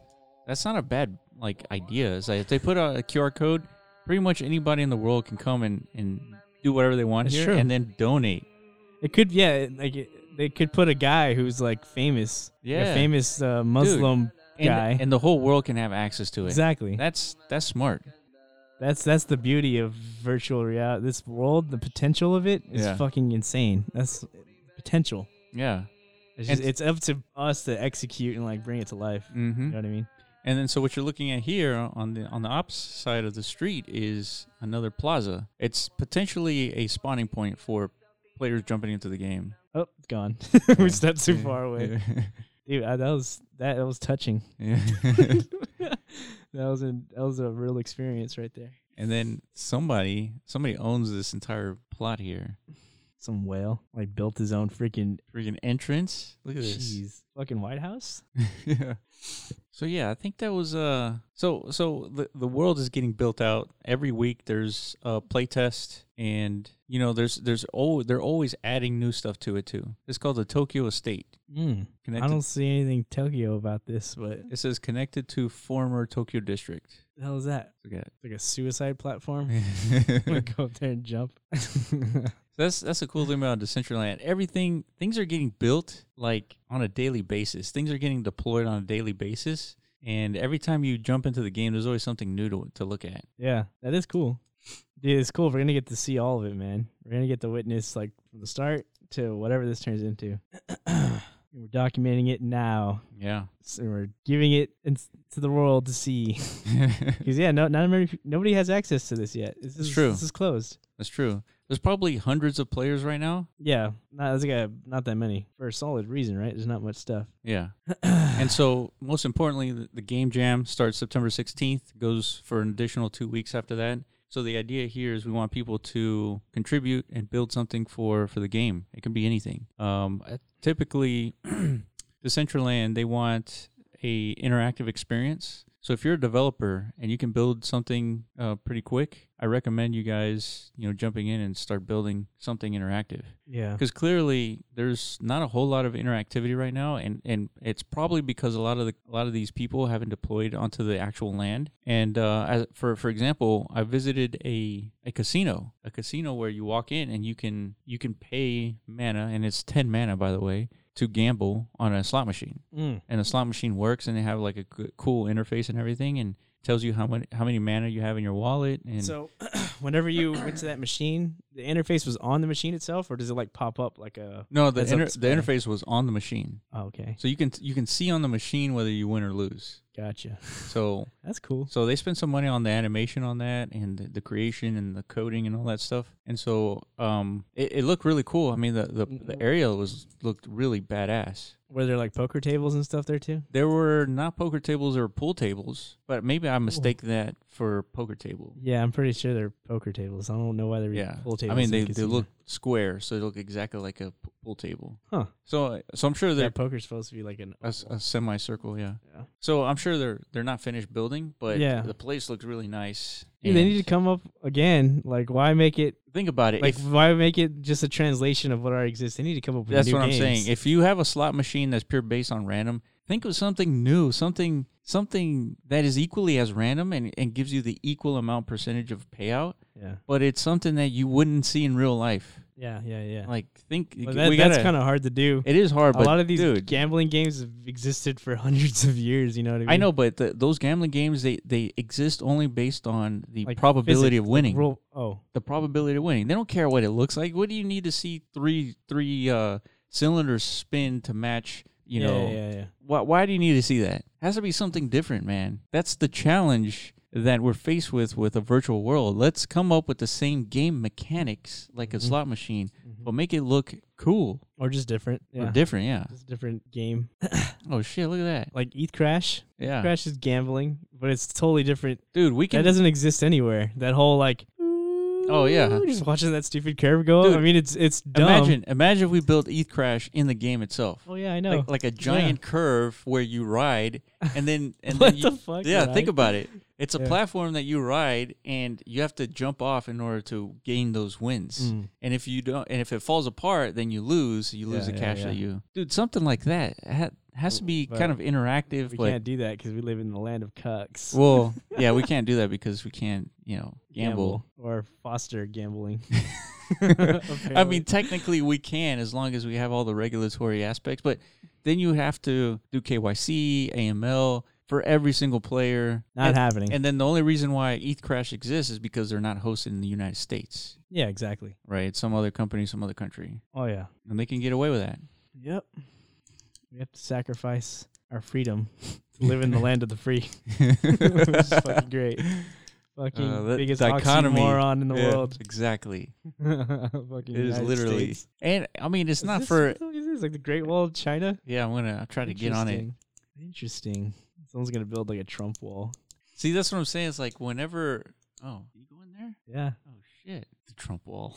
S1: that's not a bad like idea. It's like if they put out a QR code, pretty much anybody in the world can come and and do whatever they want
S2: That's
S1: here,
S2: true.
S1: and then donate.
S2: It could, yeah, it- like it, they could put a guy who's like famous, like,
S1: Yeah.
S2: a famous uh, Muslim
S1: And,
S2: guy.
S1: and the whole world can have access to it.
S2: exactly.
S1: That's that's smart.
S2: that's that's the beauty of virtual reality. This world, the potential of it is
S1: Yeah.
S2: fucking insane. That's potential.
S1: Yeah.
S2: It's, just,
S1: And-
S2: it's up to us to execute and like bring it to life.
S1: Mm-hmm.
S2: You know what I mean?
S1: And then so what you're looking at here on the on the opposite side of the street is another plaza. It's potentially a spawning point for players jumping into the game.
S2: Oh, it's gone. we stepped too far away, dude. I, that was that, that was touching.
S1: Yeah.
S2: that was a that was a real experience right there.
S1: and then somebody somebody owns this entire plot here.
S2: Some whale like built his own freaking
S1: Freaking entrance. Look at this.
S2: jeez fucking White House.
S1: yeah. So yeah, I think that was uh so so the the world is getting built out every week there's a playtest and you know there's there's oh they're always adding new stuff to it too. It's called the Tokyo Estate.
S2: Mm. I
S1: Connected
S2: don't see anything Tokyo about this, but
S1: It says connected to former Tokyo district.
S2: the hell is that?
S1: Forget.
S2: Like a suicide platform? I'm
S1: it.
S2: gonna go up there and jump.
S1: that's that's the cool thing about Decentraland. Everything things are getting built like on a daily basis. Things are getting deployed on a daily basis, and every time you jump into the game, there's always something new to to look at.
S2: yeah, that is cool. Dude, it's cool. We're gonna get to see all of it, man. We're gonna get to witness like from the start to whatever this turns into. we're documenting it now.
S1: Yeah.
S2: So we're giving it in- to the world to see. Because yeah, no, not many, nobody has access to this yet. This is
S1: true.
S2: This is closed.
S1: that's true. There's probably hundreds of players right now.
S2: Yeah, not, it's like a, not that many for a solid reason, right? There's not much stuff.
S1: Yeah. and so, most importantly, the, the game jam starts September 16th, goes for an additional two weeks after that. So the idea here is we want people to contribute and build something for for the game. It can be anything. Um, uh, typically, Decentraland they want a interactive experience. So if you're a developer and you can build something uh, pretty quick, I recommend you guys, you know, jumping in and start building something interactive.
S2: Yeah.
S1: Because clearly there's not a whole lot of interactivity right now, and, and it's probably because a lot of the a lot of these people haven't deployed onto the actual land. And uh, as, for for example, I visited a, a casino, a casino where you walk in and you can you can pay mana, and it's ten mana by the way, to gamble on a slot machine
S2: Mm.
S1: and the slot machine works and they have like a g- cool interface and everything and tells you how many how many mana you have in your wallet and
S2: So, whenever you went to that machine, the interface was on the machine itself, or does it like pop up like a?
S1: no the
S2: That's up
S1: inter-
S2: to
S1: the
S2: play.
S1: interface was on the machine
S2: Oh, okay,
S1: so you can you can see on the machine whether you win or lose
S2: gotcha.
S1: so
S2: That's cool.
S1: so they spent some money on the animation on that and the, the creation and the coding and all that stuff and so um it, it looked really cool i mean the, the the
S2: Mm-hmm.
S1: area was looked really badass
S2: Were there like poker tables and stuff there too?
S1: there were not poker tables or pool tables but maybe i mistake that for poker table
S2: Yeah, I'm pretty sure they're poker tables. I don't know why they're
S1: yeah.
S2: pool tables.
S1: I mean,
S2: in
S1: they,
S2: a
S1: they
S2: casino.
S1: look square, so they look exactly like a p- pool table.
S2: Huh.
S1: So so I'm sure
S2: That
S1: they're
S2: poker's supposed to be like an.
S1: a, s- a semicircle. Yeah.
S2: Yeah.
S1: So I'm sure they're they're not finished building, but
S2: Yeah.
S1: the place looks really nice.
S2: Dude, they
S1: and
S2: need to come up again. Like, why make it?
S1: think about it.
S2: Like,
S1: if-
S2: why make it just a translation of what already exists? They need to come up with.
S1: that's
S2: new
S1: what I'm
S2: games.
S1: saying. If you have a slot machine that's pure based on random, think of something new, something something that is equally as random and, and gives you the equal amount percentage of payout,
S2: yeah,
S1: but it's something that you wouldn't see in real life.
S2: yeah, yeah, yeah.
S1: Like think
S2: Well, that-
S1: we
S2: that's
S1: gotta-
S2: kind of hard to do.
S1: it is hard,
S2: A
S1: but
S2: lot of these
S1: dude,
S2: gambling games have existed for hundreds of years. You know what I mean?
S1: I know, but the, those gambling games they, they exist only based on the
S2: Like
S1: probability of winning.
S2: Roll, oh,
S1: the probability of winning. They don't care what it looks like. What do you need to see three three uh, cylinders spin to match? You
S2: yeah,
S1: know,
S2: yeah, yeah.
S1: why why do you need to see that? Has to be something different, man. That's the challenge that we're faced with with a virtual world. Let's come up with the same game mechanics like
S2: Mm-hmm.
S1: a slot machine, but make it look cool
S2: or just different. Yeah,
S1: or different. Yeah.
S2: just different game.
S1: Oh shit, look at that.
S2: Like ETH Crash.
S1: Yeah,
S2: Crash is gambling, but it's totally different.
S1: dude, we
S2: That
S1: can.
S2: doesn't exist anywhere. That whole like.
S1: Oh yeah.
S2: Just watching that stupid curve go up.
S1: Dude,
S2: I mean, it's it's dumb.
S1: Imagine, imagine if we built ETH Crash in the game itself,
S2: Oh yeah, I know.
S1: like like a giant curve where you ride, and then and
S2: What
S1: then you,
S2: the fuck,
S1: yeah,
S2: right?
S1: think about it. It's a
S2: Yeah.
S1: platform that you ride, and you have to jump off in order to gain those wins.
S2: Mm.
S1: And if you don't, and if it falls apart, then you lose. You lose
S2: Yeah,
S1: the
S2: yeah,
S1: cash
S2: yeah.
S1: that you, dude. Something like that ha- has to be
S2: But
S1: kind of interactive,
S2: we
S1: but.
S2: can't do that because we live in the land of cucks.
S1: well, yeah, we can't do that because we can't, you know, gamble.
S2: or foster gambling.
S1: I mean, technically we can as long as we have all the regulatory aspects, but then you have to do KYC, AML for every single player.
S2: not
S1: and,
S2: happening.
S1: and then the only reason why ETH Crash exists is because they're not hosted in the United States,
S2: yeah, exactly.
S1: right? It's Some other company, some other country,
S2: Oh yeah.
S1: and they can get away with that.
S2: Yep. We have to sacrifice our freedom to live in the land of the free, which is fucking great. Fucking
S1: Uh, that
S2: biggest
S1: dichotomy.
S2: oxymoron in the
S1: Yeah,
S2: world.
S1: Exactly.
S2: fucking
S1: It is
S2: United
S1: literally,
S2: States.
S1: and I mean, it's
S2: Is
S1: not
S2: this-
S1: for.
S2: what Is this like the Great Wall of China?
S1: Yeah, I'm gonna try to get on it.
S2: Interesting. Interesting. Someone's gonna build like a Trump wall.
S1: See, that's what I'm saying. It's like whenever. Oh, you go in there.
S2: Yeah.
S1: Oh shit. The Trump wall.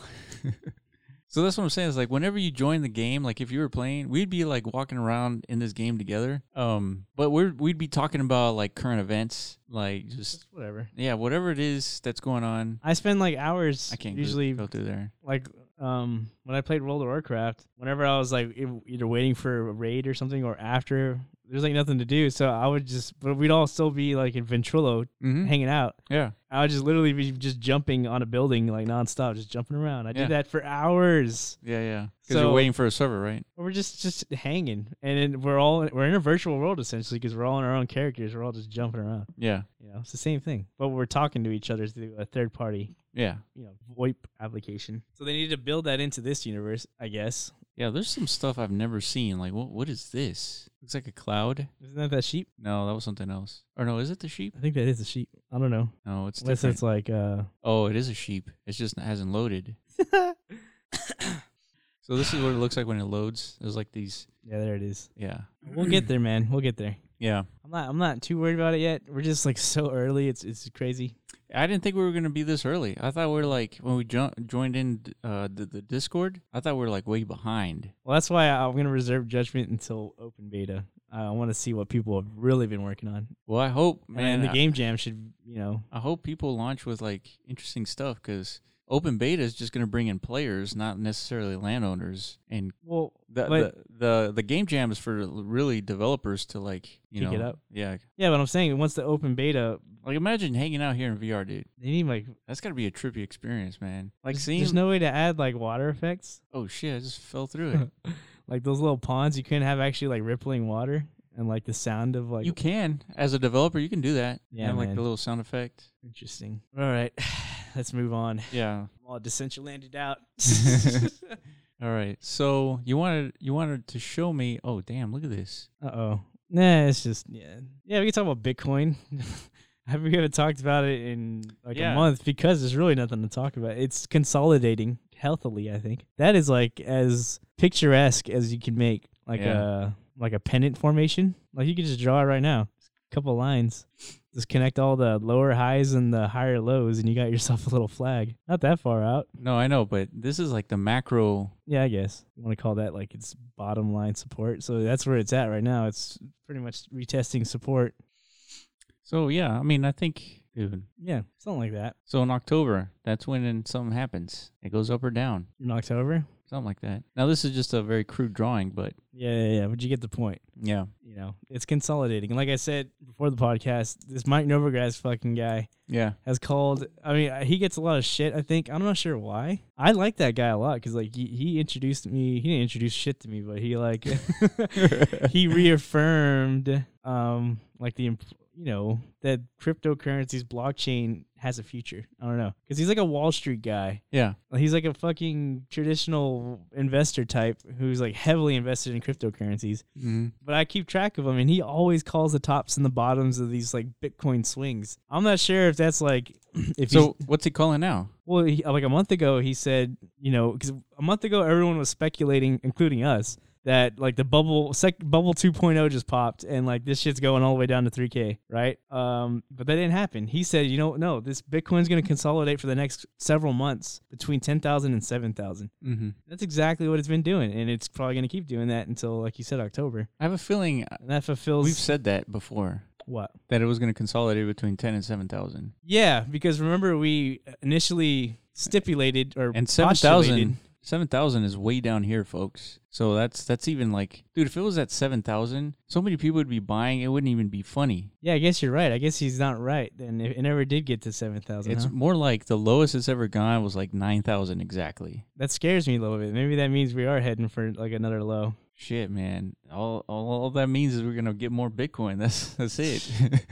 S1: so that's what I'm saying. Is like whenever you join the game, like if you were playing, we'd be like walking around in this game together. Um, but we're we'd be talking about like current events, like just
S2: Just whatever.
S1: yeah, whatever it is that's going on.
S2: I spend like hours
S1: I can't
S2: usually
S1: go, go through there.
S2: like um when I played World of Warcraft, whenever I was like e- either waiting for a raid or something or after, there's like nothing to do, so I would just but we'd all still be like in Ventrilo
S1: Mm-hmm.
S2: hanging out.
S1: Yeah,
S2: I would just literally be just jumping on a building like nonstop, just jumping around. I
S1: Yeah.
S2: did that for hours.
S1: yeah, yeah. Because you're
S2: So-
S1: waiting for a server, right?
S2: We're just just hanging, and then we're all we're in a virtual world essentially because we're all in our own characters. We're all just jumping around.
S1: Yeah,
S2: You know, it's the same thing, but we're talking to each other through a third party
S1: yeah,
S2: you know VoIP application. So they need to build that into this universe, I guess.
S1: yeah. There's some stuff I've never seen. Like what? What is this? Looks like a cloud.
S2: Isn't that that sheep?
S1: No, that was something else. Or no, is it the sheep?
S2: I think that is a sheep. I don't know.
S1: No, it's
S2: Unless
S1: different.
S2: it's like uh
S1: Oh, it is a sheep. It just hasn't loaded. so this is what it looks like when it loads. There's like these.
S2: yeah, there it is.
S1: Yeah.
S2: We'll get there, man. We'll get there.
S1: Yeah.
S2: I'm not I'm not too worried about it yet. We're just like so early. It's it's crazy.
S1: I didn't think we were gonna be this early. I thought we were like when we jo- joined in uh, the, the Discord. I thought we were like way behind.
S2: Well, that's why I, I'm going to reserve judgment until open beta. I want to see what people have really been working on.
S1: Well, I hope,
S2: Man,
S1: man.
S2: and the
S1: I-
S2: game jam should, you know,
S1: I hope people launch with like interesting stuff because open beta is just going to bring in players, not necessarily landowners. And
S2: well,
S1: the,
S2: But-
S1: the the the game jam is for really developers to like you
S2: Kick
S1: know
S2: it up.
S1: Yeah,
S2: yeah, but I'm saying once the open beta,
S1: like imagine hanging out here in VR, dude.
S2: they need like
S1: That's got to be a trippy experience, man. Like
S2: there's,
S1: seeing
S2: there's no way to add like water effects,
S1: oh shit, I just fell through it.
S2: like those little ponds. You couldn't have actually like rippling water and like the sound of like
S1: you can as a developer, you can do that.
S2: Yeah,
S1: Yeah, like
S2: man.
S1: the little sound effect.
S2: interesting. All right, let's move on.
S1: Yeah.
S2: I'm all landed out.
S1: All right. So you wanted you wanted to show me. Oh damn! Look at this.
S2: Uh oh. Nah, it's just yeah. Yeah, we can talk about Bitcoin. Have we ever talked about it in like
S1: Yeah.
S2: a month? Because there's really nothing to talk about. It's consolidating healthily, I think. That is like as picturesque as you can make like
S1: Yeah.
S2: a like a pennant formation. Like you could just draw it right now. A couple lines. Just connect all the lower highs and the higher lows and you got yourself a little flag. Not that far out.
S1: No, I know, but this is like the macro
S2: Yeah, I guess. You want to call that like its bottom line support. So that's where it's at right now. It's pretty much retesting support.
S1: So yeah, I mean, I think, dude.
S2: Yeah, something like that.
S1: So in October, that's when then something happens. It goes up or down,
S2: In October.
S1: something like that. Now this is just a very crude drawing, but
S2: Yeah, yeah, yeah. But you get the point.
S1: yeah,
S2: You know, it's consolidating. And like I said before the podcast, this Mike Novogratz fucking guy
S1: yeah,
S2: has called. I mean, uh, he gets a lot of shit. I think I'm not sure why. I like that guy a lot because like he, he introduced me. He didn't introduce shit to me, but he like he reaffirmed um like the imp- you know that cryptocurrencies blockchain has a future. I don't know because he's like a Wall Street guy.
S1: yeah,
S2: He's like a fucking traditional investor type who's like heavily invested in cryptocurrencies.
S1: mm-hmm.
S2: But I keep track of him, and he always calls the tops and the bottoms of these like Bitcoin swings. I'm not sure if that's like if he's-
S1: So what's he calling now?
S2: well, he, like a month ago, he said, you know, because a month ago everyone was speculating, including us, that like the bubble sec, bubble 2.0 just popped, and like this shit's going all the way down to 3k, right? Um, but that didn't happen. He said, you know, no, this Bitcoin's going to consolidate for the next several months between 10,000 and 7,000.
S1: Mm-hmm.
S2: That's exactly what it's been doing, and it's probably going to keep doing that until, like you said, October,
S1: I have a feeling
S2: and that fulfills
S1: we've said that before
S2: what
S1: that it was going to consolidate between ten and seven thousand,
S2: Yeah, because remember we initially stipulated or
S1: and seven thousand.
S2: postulated-
S1: 7,000 is way down here, folks. So that's that's even like, dude, if it was at 7,000, so many people would be buying, it wouldn't even be funny.
S2: Yeah, I guess you're right. I guess he's not right. Then it, it never did get to seven thousand.
S1: It's more like the lowest it's ever gone was like 9,000 exactly.
S2: That scares me a little bit. Maybe that means we are heading for like another low.
S1: Shit, man. All, all all that means is we're gonna get more Bitcoin. That's that's it.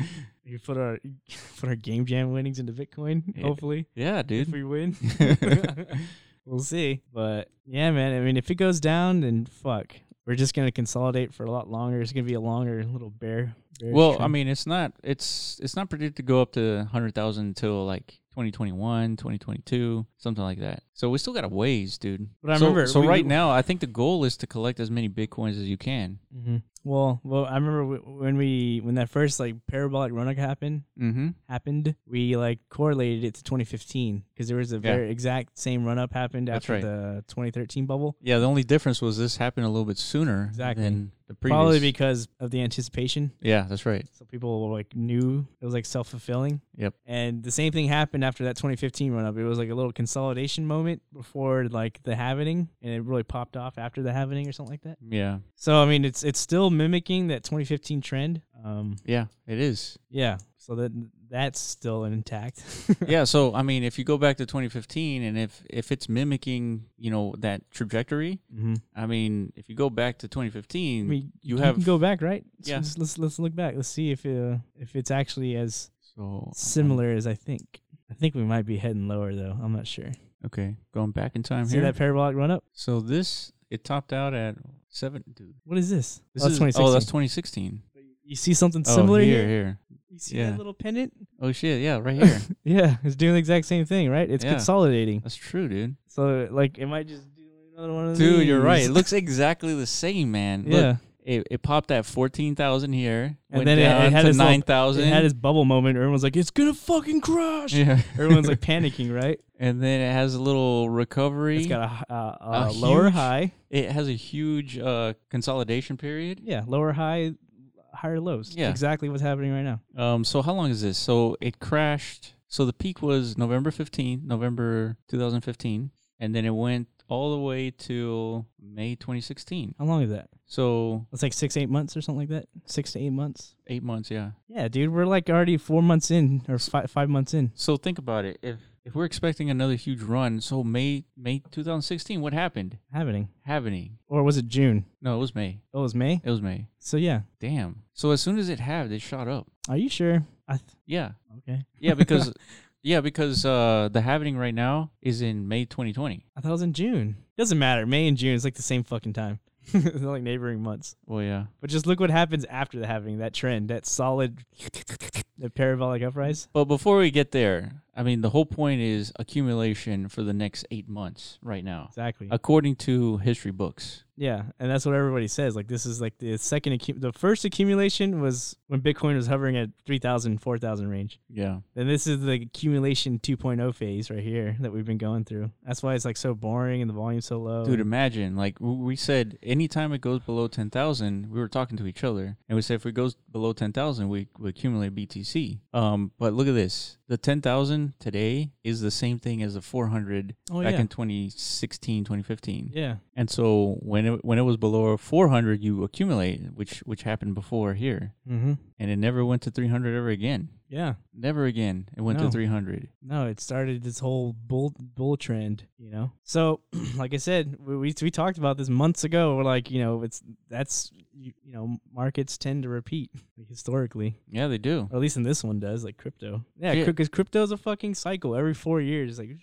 S2: We put our put our game jam winnings into Bitcoin.
S1: Yeah.
S2: Hopefully,
S1: yeah,
S2: if
S1: dude.
S2: we win, we'll see. But yeah, man. I mean, if it goes down, then fuck. We're just gonna consolidate for a lot longer. It's gonna be a longer little bear. bearish
S1: well, I
S2: trend.
S1: mean, it's not it's it's not predicted to go up to hundred thousand until like 2021, 2022, something like that. So we still got a ways, dude.
S2: But I
S1: so,
S2: remember
S1: So
S2: we-
S1: right now, I think the goal is to collect as many Bitcoins as you can.
S2: Mhm. well, well, I remember wh- when we when that first like parabolic run happened.
S1: Mm-hmm.
S2: happened, we like correlated it to 2015 because there was a
S1: Yeah.
S2: very exact same run up happened
S1: That's
S2: after
S1: right.
S2: the 2013 bubble.
S1: Yeah. The only difference was this happened a little bit sooner
S2: Exactly.
S1: than the previous.
S2: Probably because of the anticipation.
S1: yeah, that's right.
S2: So people like knew it was like self fulfilling.
S1: Yep.
S2: And the same thing happened after that 2015 run up. It was like a little consolidation moment before like the halvening, and it really popped off after the halvening or something like that.
S1: Yeah.
S2: So I mean, it's it's still mimicking that 2015 trend. Um,
S1: Yeah. It is.
S2: yeah. So that that's still intact.
S1: yeah so i mean if you go back to 2015 and if if it's mimicking you know that trajectory
S2: hmm
S1: i mean if you go back to 2015
S2: I mean,
S1: you
S2: you
S1: have
S2: can go back, right? Let's-
S1: Yeah.
S2: Let's, let's let's look back. Let's see if uh, if it's actually as
S1: so
S2: similar as I think. I think we might be heading lower though. I'm not sure.
S1: okay going back in time
S2: see
S1: here
S2: that parabolic run up?
S1: so this it topped out at 7 dude
S2: What is this?
S1: this
S2: oh,
S1: is
S2: that's 2016.
S1: oh that's 2016
S2: you see something
S1: Oh,
S2: similar
S1: here,
S2: here?
S1: here
S2: You see
S1: Yeah.
S2: that little pennant?
S1: oh shit yeah right here
S2: Yeah, it's doing the exact same thing, right? It's
S1: Yeah.
S2: consolidating.
S1: that's true dude
S2: So like, it might just do another one of these.
S1: dude you're right it looks exactly the same man Look,
S2: yeah,
S1: it, it popped at 14000 here
S2: And
S1: went
S2: then it- it
S1: down
S2: had
S1: to
S2: this little-
S1: 9000
S2: it had its bubble moment. Everyone's like, "It's gonna fucking crash."
S1: yeah
S2: Everyone's like panicking, right?
S1: and then it has a little recovery
S2: It's got a, h- uh,
S1: A
S2: uh, lower
S1: huge-
S2: high.
S1: It has a huge uh, consolidation period.
S2: Yeah, lower high, higher lows.
S1: Yeah.
S2: exactly what's happening right now.
S1: Um, so how long is this? So it crashed. So the peak was November 15, November 2015, and then it went all the way till May 2016.
S2: How long is that?
S1: So
S2: It's like six, eight months or something like that. Six to eight months.
S1: eight months, yeah.
S2: Yeah, dude, we're like already four months in or five five months in.
S1: So think about it. If if we're expecting another huge run, so May May 2016, what happened?
S2: Happening.
S1: Happening.
S2: Or was it June?
S1: No, it was May.
S2: Oh, it was May.
S1: It was May.
S2: So yeah.
S1: Damn. So as soon as it halved, it shot up.
S2: Are you sure? I th-
S1: Yeah.
S2: okay.
S1: Yeah, because yeah, because uh the halving right now is in May 2020.
S2: I thought it was in June. Doesn't matter. May and June is like the same fucking time. They're like neighboring months.
S1: Well, yeah.
S2: But just look what happens after the having that trend, that solid, that parabolic uprise.
S1: But before we get there, I mean, the whole point is accumulation for the next 8 months right now.
S2: Exactly.
S1: According to history books.
S2: Yeah, and that's what everybody says. Like this is like the second, accu- the first accumulation was when Bitcoin was hovering at 3,000, 4,000 range.
S1: Yeah.
S2: Then this is the accumulation 2.0 phase right here that we've been going through. That's why it's like so boring and the volume's so low.
S1: Dude, imagine like w- we said, anytime it goes below ten thousand, we were talking to each other, and we said if it goes below ten thousand, we we accumulate BTC. Um, but look at this: the ten thousand today is the same thing as the four hundred
S2: Oh,
S1: back
S2: yeah.
S1: in 2016, 2015.
S2: yeah,
S1: And so when it when it was below four hundred, you accumulate, which which happened before here,
S2: mm-hmm.
S1: and it never went to three hundred ever again.
S2: yeah.
S1: Never again. It went
S2: No.
S1: to three hundred.
S2: No, it started this whole bull bull trend, you know. So, like I said, we, we we talked about this months ago. We're like, you know, it's that's you, you know, markets tend to repeat like, historically,
S1: Yeah, they do.
S2: or at least in this one does, like crypto. Yeah,
S1: Yeah.
S2: because crypto's a fucking cycle. Every four years, it's like,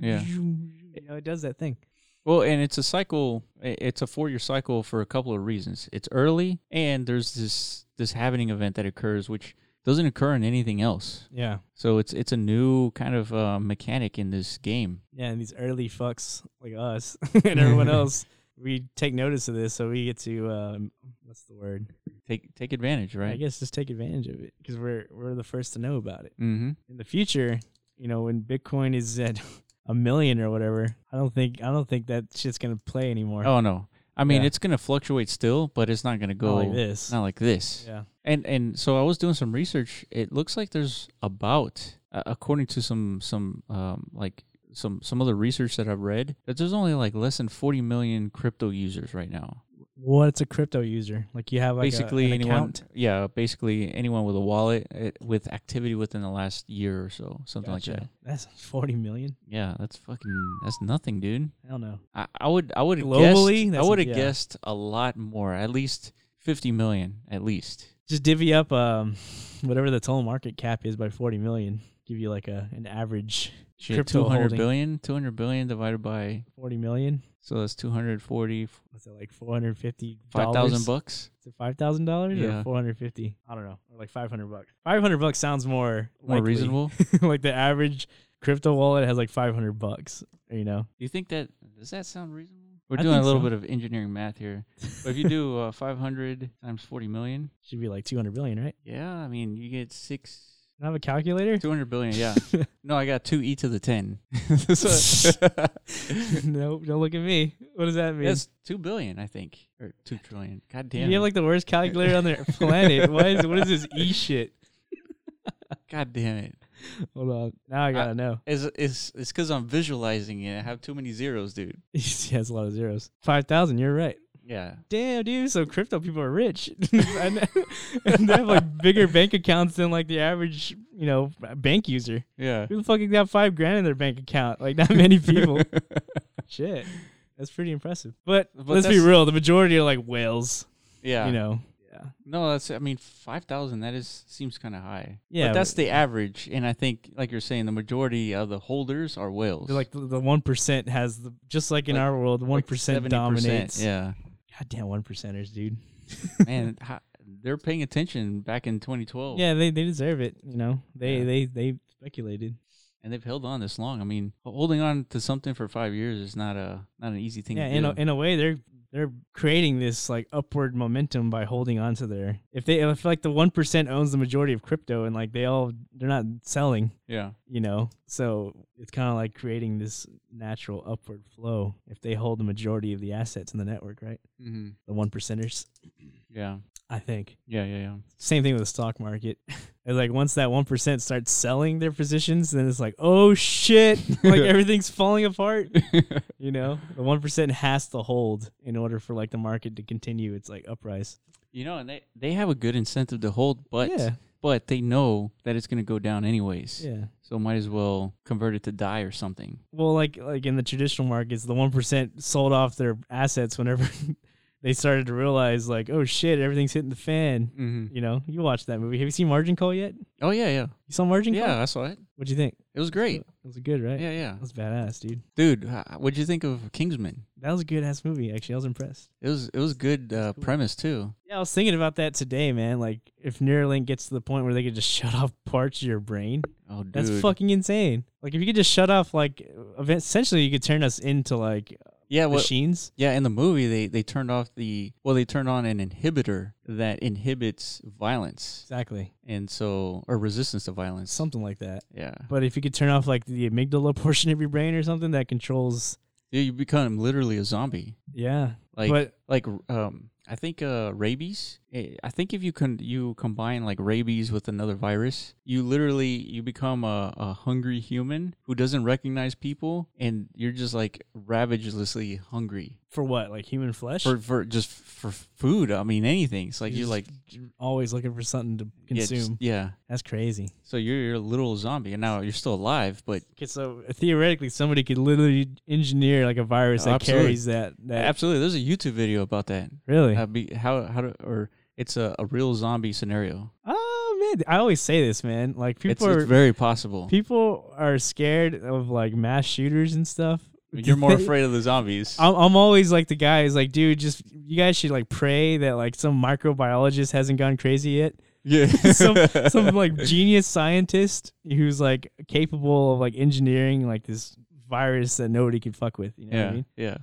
S1: Yeah.
S2: you know, it does that thing.
S1: Well, and it's a cycle. i- It's a four-year cycle for a couple of reasons. It's early, and there's this this happening event that occurs, which doesn't occur in anything else.
S2: Yeah,
S1: So it's it's a new kind of uh, mechanic in this game.
S2: yeah. And these early fucks like us and everyone else, we take notice of this, so we get to um, what's the word?
S1: Take take advantage,
S2: I
S1: right?
S2: guess just take advantage of it because we're we're the first to know about it.
S1: Mm-hmm.
S2: in the future, you know, when Bitcoin is at a million or whatever, I don't think I don't think that shit's gonna play anymore.
S1: Oh no, I mean
S2: Yeah.
S1: it's gonna fluctuate still, but it's not gonna
S2: Not
S1: go
S2: like this.
S1: Not like this.
S2: Yeah.
S1: And and so I was doing some research. It looks like there's about, uh, according to some some um, like some some other research that I've read, that there's only like less than 40 million crypto users right now.
S2: What's a crypto user? Like you have like a-
S1: basically
S2: an
S1: anyone,
S2: account?
S1: yeah, basically anyone with a wallet uh, with activity within the last year or so, something like that.
S2: Gotcha. That's forty million.
S1: Yeah, that's fucking that's nothing, dude.
S2: I don't know.
S1: I, I would I would have
S2: Globally,
S1: guessed, I
S2: that's-
S1: would have
S2: yeah.
S1: guessed a lot more, at least 50 million, at least.
S2: Just divvy up um whatever the total market cap is by forty million. Give you like a an average
S1: Shit,
S2: crypto
S1: 200
S2: holding.
S1: billion, 200 billion divided by
S2: forty million.
S1: So that's 240,
S2: What's that like four hundred fifty
S1: 5,000 bucks.
S2: Is it five thousand dollars
S1: Yeah.
S2: or four hundred fifty? I don't know. Or like five hundred bucks. Five hundred bucks sounds more
S1: More
S2: likely.
S1: reasonable. Do
S2: like the average crypto wallet has like 500 bucks you know
S1: you think that does that sound reasonable? We're
S2: I
S1: doing a
S2: think
S1: little
S2: so.
S1: bit of engineering math here. But if you do uh, 500 times 40 million,
S2: should be like 200 billion right
S1: yeah, I mean, you get six.
S2: Do I have a calculator
S1: 200 billion, yeah. No, I got 2e to the 10. So-
S2: no don't look at me what does that mean
S1: that's 2 billion, I think. Or 2 trillion. God damn. it.
S2: you have like the worst calculator on the planet what is what is this e shit
S1: God damn it.
S2: hold on now i gotta know
S1: It's it's it's cuz I'm visualizing it. I have too many zeros, dude.
S2: he has a lot of zeros 5000 you're right
S1: Yeah.
S2: damn dude so crypto people are rich and and they have like bigger bank accounts than like the average you know bank user
S1: Yeah.
S2: who the fuck has got five grand in their bank account like not many people Shit. That's pretty impressive. But,
S1: But
S2: let's be
S1: that's-
S2: real, the majority are like whales,
S1: yeah.
S2: you know. Yeah.
S1: No, that's. I mean, five thousand. That is seems kind of high.
S2: Yeah,
S1: but that's the average, and I think, like you're saying, the majority of the holders are whales.
S2: Like the, the 1% has the just like in
S1: Like-
S2: our world, the 1%
S1: Like 70%,
S2: dominates.
S1: Yeah,
S2: Goddamn 1%ers, dude.
S1: man, how, they're paying attention back in 2012.
S2: Yeah, they, they deserve it, you know. They
S1: Oh. Yeah.
S2: they they speculated.
S1: and they've held on this long. I mean, h- holding on to something for five years is not a not an easy thing.
S2: Yeah,
S1: to
S2: in
S1: do.
S2: a, in a way they're they're creating this like upward momentum by holding on to their if they if like the 1% owns the majority of crypto and like they all they're not selling
S1: yeah,
S2: you know so it's kind of like creating this natural upward flow if they hold the majority of the assets in the network right
S1: hmm
S2: the one percenters
S1: yeah.
S2: I think.
S1: Yeah, yeah, yeah.
S2: Same thing with the stock market. It's like once that one percent starts selling their positions, then it's like, oh shit, like everything's falling apart. You know, the one percent has to hold in order for like the market to continue its like uprise.
S1: you know, and they they have a good incentive to hold, but
S2: Yeah.
S1: but they know that it's going to go down anyways.
S2: Yeah.
S1: So might as well convert it to die or something.
S2: Well, like like in the traditional markets, the one percent sold off their assets whenever they started to realize like, oh shit, everything's hitting the fan.
S1: Mm-hmm.
S2: You know, you watched that movie. Have you seen Margin Call yet?
S1: Oh yeah, yeah,
S2: You saw Margin Call?
S1: yeah. I saw it.
S2: What'd you think?
S1: It was great.
S2: It was good, right?
S1: Yeah, yeah.
S2: That was badass, dude.
S1: Dude, h- what'd you think of Kingsman?
S2: That was a good ass movie. Actually, I was impressed.
S1: It was it was good uh,
S2: cool.
S1: premise too.
S2: Yeah, I was thinking about that today, man. Like, if Neuralink gets to the point where they could just shut off parts of your brain,
S1: Oh, dude.
S2: that's fucking insane. Like, if you could just shut off, like, ev- essentially, you could turn us into like
S1: Yeah, what,
S2: machines.
S1: Yeah, in the movie they they turned off the well they turned on an inhibitor that inhibits violence
S2: Exactly,
S1: and so or resistance to violence.
S2: something like that.
S1: yeah.
S2: But if you could turn off like the amygdala portion of your brain or something that controls,
S1: You- you become literally a zombie.
S2: yeah,
S1: Like
S2: But-
S1: like um I think uh rabies eh, I think if you can you combine like rabies with another virus, you literally you become a, a hungry human who doesn't recognize people and you're just like ravagelessly hungry.
S2: for what, like human flesh?
S1: For for just for food, I mean anything. It's like
S2: You're
S1: you're
S2: just
S1: like
S2: always looking for something to
S1: yeah, just-
S2: consume.
S1: yeah.
S2: that's crazy.
S1: So you're, you're a little zombie, and now you're still alive, but
S2: Okay, so theoretically, somebody could literally engineer like a virus that
S1: Absolutely.
S2: carries that. That
S1: absolutely, there's a YouTube video about that.
S2: really?
S1: How be how how to, or it's a, a real zombie scenario.
S2: Oh man, I always say this, man. Like
S1: It's,
S2: people
S1: it's
S2: are
S1: very possible.
S2: people are scared of like mass shooters and stuff.
S1: You're more afraid of the zombies.
S2: I'm, I'm always like the guy who's like, dude, just you guys should like pray that like some microbiologist hasn't gone crazy yet.
S1: yeah,
S2: some some like genius scientist who's like capable of like engineering like this virus that nobody can fuck with. You know what I
S1: yeah,
S2: mean?
S1: yeah.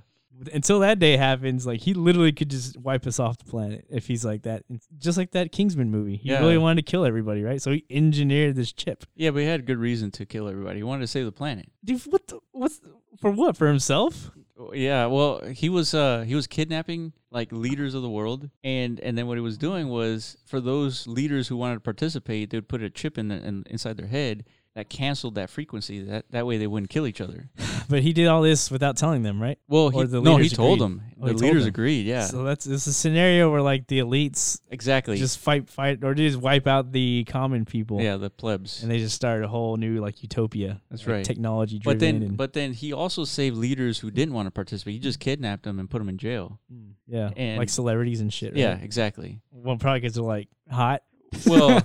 S2: Until that day happens, like he literally could just wipe us off the planet if he's like that. Just like that Kingsman movie, he
S1: Yeah.
S2: really wanted to kill everybody, right? So he engineered this chip.
S1: Yeah, but he had good reason to kill everybody. He wanted to save the planet.
S2: Dude, what the, what's for what for himself?
S1: Oh, Yeah, well, he was uh he was kidnapping like leaders of the world, and and then what he was doing was for those leaders who wanted to participate, they would put a chip in, the, in inside their head that canceled that frequency. That that way they wouldn't kill each other.
S2: But he did all this without telling them, right?
S1: Well,
S2: Or
S1: he,
S2: the
S1: no, he
S2: leaders
S1: told
S2: agreed.
S1: them. the
S2: Oh, he told
S1: leaders
S2: them.
S1: agreed. Yeah,
S2: So that's it's a scenario where like the elites
S1: exactly.
S2: just fight fight or just wipe out the common people.
S1: yeah, the plebs.
S2: And they just start a whole new like utopia.
S1: That's
S2: like,
S1: right.
S2: Technology driven.
S1: But then,
S2: and,
S1: but then he also saved leaders who didn't want to participate. He just kidnapped them and put them in jail.
S2: mm, yeah,
S1: and-
S2: like celebrities and shit. Right?
S1: Yeah, exactly.
S2: Well, probably because they're like hot.
S1: Well,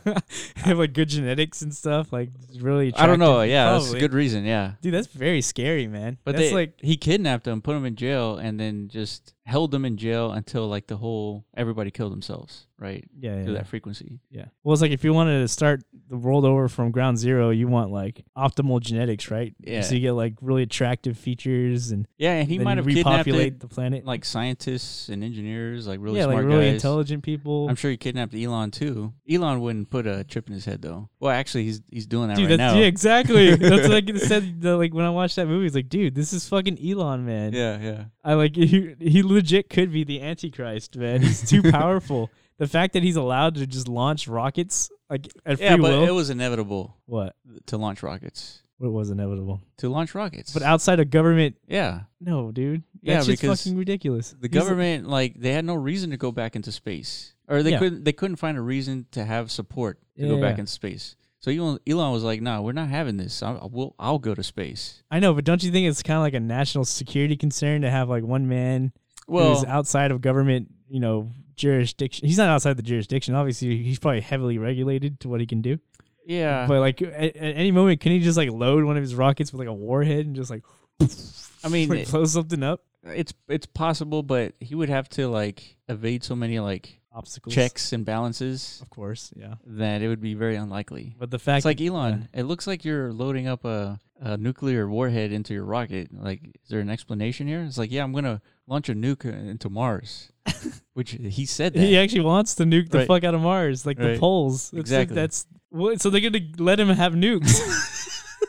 S2: have like good genetics and stuff. Like really.
S1: I don't know.
S2: attractive.
S1: Yeah, that's a
S2: Probably.
S1: good reason. Yeah,
S2: Dude, that's very scary, man.
S1: but
S2: that's
S1: they,
S2: like
S1: he kidnapped them, put them in jail, and then just held them in jail until like the whole everybody killed themselves. Right.
S2: yeah,
S1: Through
S2: yeah.
S1: that frequency.
S2: Yeah. Well, it's like if you wanted to start the world over from ground zero, you want like optimal genetics, right?
S1: Yeah.
S2: So you get like really attractive features and
S1: Yeah, and he
S2: then
S1: might
S2: you
S1: have
S2: repopulate
S1: kidnapped
S2: the planet.
S1: like scientists and engineers, like really
S2: yeah, like
S1: smart
S2: really
S1: guys.
S2: intelligent people.
S1: I'm sure he kidnapped Elon too. Elon wouldn't put a chip in his head though. Well, actually, he's he's doing that
S2: Dude,
S1: right
S2: that's
S1: now.
S2: yeah, exactly. that's like it said. The, like when I watched that movie, it's like, dude, this is fucking Elon, man.
S1: yeah, yeah.
S2: I like he, he legit could be the Antichrist, man. He's too powerful. The fact that he's allowed to just launch rockets like at
S1: Yeah,
S2: free
S1: but
S2: will.
S1: it was inevitable
S2: what?
S1: to launch rockets.
S2: What was inevitable?
S1: To launch rockets.
S2: But outside of government,
S1: yeah,
S2: no, dude. That
S1: Yeah,
S2: shit's
S1: because
S2: fucking ridiculous.
S1: the
S2: He's-
S1: government like they had no reason to go back into space, or they
S2: Yeah.
S1: couldn't they couldn't find a reason to have support to
S2: Yeah,
S1: go back
S2: yeah.
S1: into space. So Elon, Elon was like, "No, nah, we're not having this. I will I'll go to space."
S2: I know, but don't you think it's kind of like a national security concern to have like one man who's
S1: Well,
S2: outside of government, you know, jurisdiction? He's not outside the jurisdiction. Obviously, he's probably heavily regulated to what he can do.
S1: yeah.
S2: But like at, at any moment, can he just like load one of his rockets with like a warhead and just like,
S1: I mean,
S2: like,
S1: it-
S2: blow something up?
S1: it's it's possible, but he would have to like evade so many like
S2: Obstacles.
S1: checks and balances
S2: Of course, yeah.
S1: that it would be very unlikely.
S2: But the fact
S1: It's like Elon. It looks like you're loading up a, a nuclear warhead into your rocket. Like, is there an explanation here? It's like, yeah, I'm gonna launch a nuke uh, into Mars, which he said that.
S2: he actually wants to nuke the
S1: Right.
S2: fuck out of Mars, like the
S1: Right.
S2: poles. It's like
S1: Exactly.
S2: that's what, so they're gonna let him have nukes.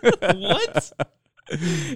S2: what?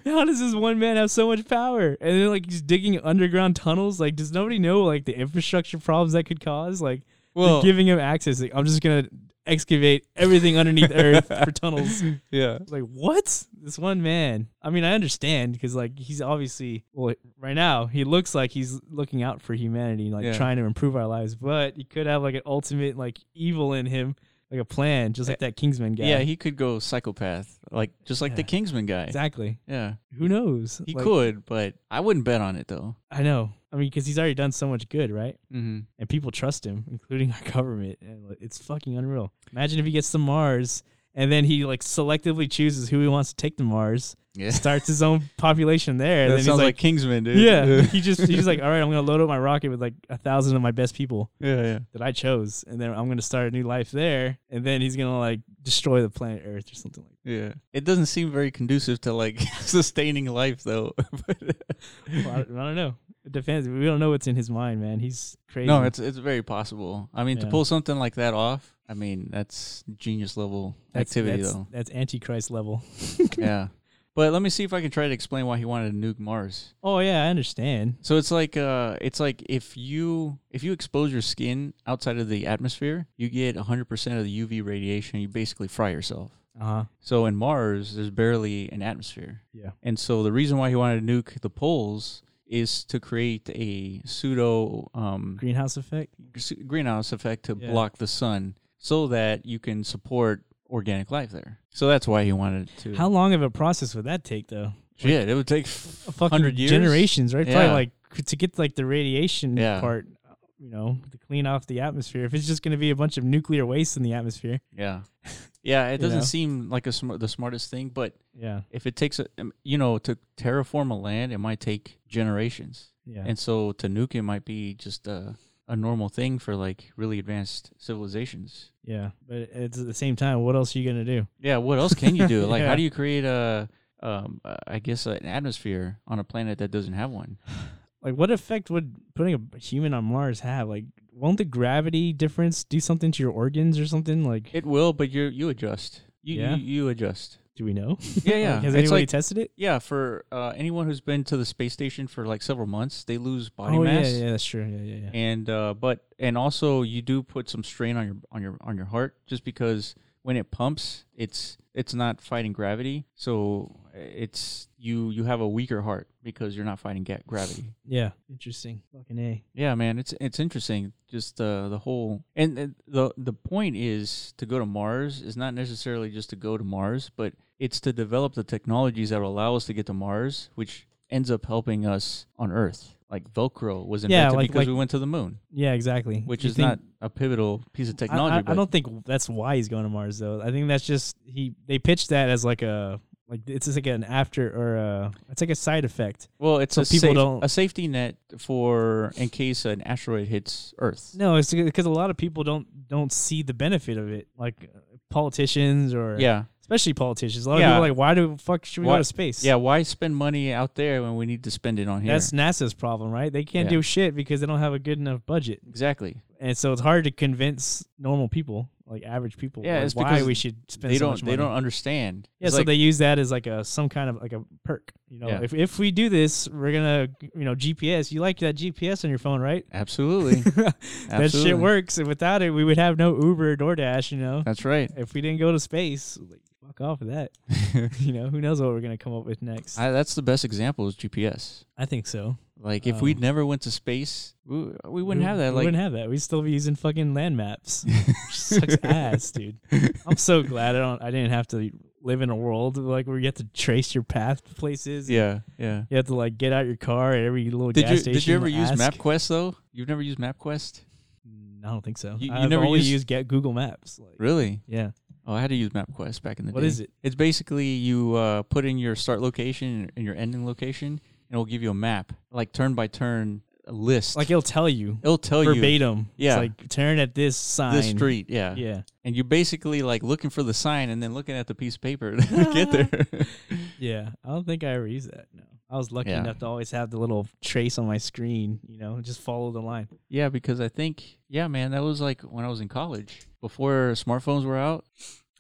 S2: How does this one man have so much power? And then like he's digging underground tunnels. Like, does nobody know like the infrastructure problems that could cause? Like, Well,
S3: Well,
S2: giving him access. Like, I'm just gonna excavate everything underneath Earth for tunnels.
S3: yeah.
S2: It's Like what? This one man. I mean, I understand because like he's obviously well right now he looks like he's looking out for humanity, like
S3: Yeah.
S2: trying to improve our lives. But he could have like an ultimate like evil in him, like a plan, just like that Kingsman guy.
S1: Eh, Yeah, he could go psychopath, like just like the
S2: Yeah.
S1: Kingsman guy.
S2: exactly.
S1: Yeah,
S2: Who knows?
S1: he
S2: Like,
S1: could, but I wouldn't bet on it though.
S2: I know. I mean, because he's already done so much good, right?
S1: Mm-hmm.
S2: and people trust him, including our government. And like, it's fucking unreal. Imagine if he gets to Mars and then he like selectively chooses who he wants to take to Mars,
S1: Yeah,
S2: starts his own population there, and
S1: that
S2: then
S1: sounds
S2: he's
S1: like,
S2: like,
S1: Kingsman, dude.
S2: yeah, he just he's like, all right, I'm gonna load up my rocket with like a thousand of my best people
S1: yeah, yeah.
S2: that I chose, and then I'm gonna start a new life there, and then he's gonna like destroy the planet Earth or something like.
S1: Yeah, it doesn't seem very conducive to like sustaining life, though. But-
S2: that. Well, I, don't- I don't know. It depends. We don't know what's in his mind, man. He's crazy.
S1: no, it's it's very possible. I mean, to
S2: Yeah.
S1: pull something like that off, I mean, that's genius level
S2: That's-
S1: activity,
S2: that's,
S1: though.
S2: That's Antichrist level.
S1: yeah, but let me see if I can try to explain why he wanted to nuke Mars.
S2: Oh yeah, I understand.
S1: So it's like uh it's like if you if you expose your skin outside of the atmosphere, you get 100% of the UV radiation, you basically fry yourself.
S2: Uh huh.
S1: So in Mars, there's barely an atmosphere.
S2: Yeah.
S1: And so the reason why he wanted to nuke the poles is to create a pseudo um
S2: Greenhouse effect.
S1: s- greenhouse effect to
S2: Yeah.
S1: block the sun so that you can support organic life there. So that's why he wanted to
S2: How long of a process would that take, though?
S1: Shit, it would take
S2: A fucking
S1: 100 years.
S2: generations, right?
S1: Yeah.
S2: Probably like to get like the radiation
S1: Yeah.
S2: part, you know, to clean off the atmosphere. If it's just going to be a bunch of nuclear waste in the atmosphere,
S1: Yeah. Yeah, it
S2: You
S1: doesn't
S2: know?
S1: seem like a sm- the smartest thing, but
S2: yeah,
S1: if it takes a, um, you know to terraform a land it might take generations
S2: yeah,
S1: and so to nuke it might be just a, a normal thing for like really advanced civilizations
S2: yeah. But it's at the same time, what else are you going to do?
S1: yeah what else can you do like how
S2: Yeah.
S1: do you create a um uh, i guess an atmosphere on a planet that doesn't have one
S2: Like, what effect would putting a human on Mars have? Like, won't the gravity difference do something to your organs or something? Like,
S1: it will but you you adjust you
S2: Yeah?
S1: you, you adjust
S2: do we know?
S1: yeah yeah
S2: Like, has
S1: it's
S2: anybody
S1: like
S2: tested it?
S1: yeah for uh, anyone who's been to the space station for like several months they lose body
S2: oh
S1: mass
S2: yeah, yeah, that's true. Yeah, yeah, yeah.
S1: and uh, but and also you do put some strain on your on your on your heart just because when it pumps it's it's not fighting gravity so it's you you have a weaker heart because you're not fighting ga- gravity
S2: yeah. Interesting. Fucking a.
S1: yeah man it's it's interesting just uh, the whole and uh, the the point is to go to mars is not necessarily just to go to mars but it's to develop the technologies that will allow us to get to mars which ends up helping us on earth like velcro was
S2: Yeah,
S1: invented
S2: like-
S1: because
S2: like-
S1: we went to the moon
S2: Yeah, exactly.
S1: which
S2: You
S1: is
S2: think-
S1: not a pivotal piece of
S2: I-
S1: technology.
S2: I, I
S1: but
S2: don't think that's why he's going to Mars though. I think that's just he they pitched that as like a like it's just like an after or a it's like a side effect.
S1: well, it's
S2: so
S1: a
S2: people
S1: safe-
S2: don't-
S1: a safety net for in case an asteroid hits Earth.
S2: No, it's because a lot of people don't don't see the benefit of it, like uh, politicians or
S1: Yeah,
S2: especially politicians. A lot
S1: Yeah.
S2: of people are like, why do fuck should we
S1: Why-
S2: go to space?
S1: yeah. Why spend money out there when we need to spend it on here?
S2: That's NASA's problem, right? They can't
S1: Yeah.
S2: do shit because they don't have a good enough budget,
S1: exactly.
S2: and so it's hard to convince normal people, like average people,
S1: Yeah,
S2: like,
S1: it's
S2: why
S1: because
S2: we should spend
S1: They
S2: so
S1: don't.
S2: much money.
S1: They don't understand.
S2: Yeah,
S1: It's
S2: so
S1: like-
S2: they use that as like a some kind of like a perk. You know,
S1: Yeah.
S2: if if we do this, we're gonna you know GPS. You like that GPS on your phone, right?
S1: absolutely.
S2: That shit works. And without it, we would have no Uber or DoorDash. You know,
S1: That's right.
S2: if we didn't go to space, like fuck off of that. you know, who knows what we're gonna come up with next? I,
S1: I, that's the best example is GPS.
S2: think so.
S1: Like if
S2: Um,
S1: we never went to space, we, we wouldn't
S2: We-
S1: have that.
S2: We
S1: Like
S2: wouldn't have that. We'd still be using fucking land maps. Which sucks ass, dude. I'm so glad I don't. I didn't have to live in a world like where you have to trace your path to places.
S1: yeah, yeah.
S2: You have to like get out your car at every little
S1: Did
S2: gas
S1: you
S2: station.
S1: did you ever
S2: and
S1: use
S2: ask.
S1: MapQuest though? You've never used MapQuest?
S2: Mm, I don't think so.
S1: You- you
S2: I've
S1: never
S2: only
S1: used-
S2: used get Google Maps. Like,
S1: Really?
S2: Yeah.
S1: Oh, I had to use MapQuest back in the
S2: What
S1: day.
S2: is it?
S1: It's basically you uh, put in your start location and your ending location, and it'll give you a map, like turn by turn list.
S2: Like it'll tell you
S1: it'll tell you
S2: verbatim.
S1: Yeah.
S2: It's like turn at this sign.
S1: this street, yeah.
S2: Yeah.
S1: And you're basically like looking for the sign and then looking at the piece of paper to get there.
S2: Yeah. I don't think I ever used that. No. I was lucky
S1: Yeah.
S2: enough to always have the little trace on my screen. You know, just follow the line.
S1: yeah, because I think yeah, man, that was like when I was in college before smartphones were out.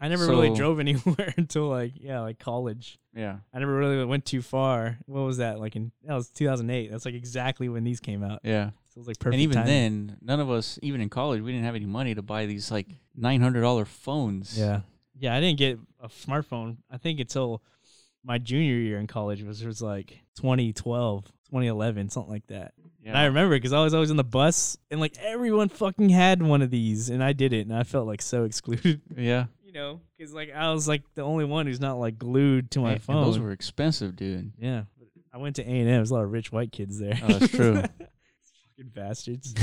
S2: I never really
S1: So-
S2: drove anywhere until like yeah, like college.
S1: Yeah,
S2: I never really went too far. What was that like? In that was 2008. That's like exactly when these came out.
S1: yeah.
S2: So it was like perfect.
S1: and even
S2: timing.
S1: then, none of us, even in college, we didn't have any money to buy these like nine hundred dollar phones.
S2: yeah, yeah, I didn't get a smartphone. I think until my junior year in college was was like 2012, 2011, something like that. And I
S1: yeah.
S2: remember because I was always on the bus, and like everyone fucking had one of these, and I didn't, and I felt like so excluded.
S1: yeah.
S2: You know, because like I was like the only one who's not like glued to my
S1: And-
S2: phone.
S1: and those were expensive, dude.
S2: yeah, I went to A and M. There's a lot of rich white kids there.
S1: Oh, that's true.
S2: fucking bastards.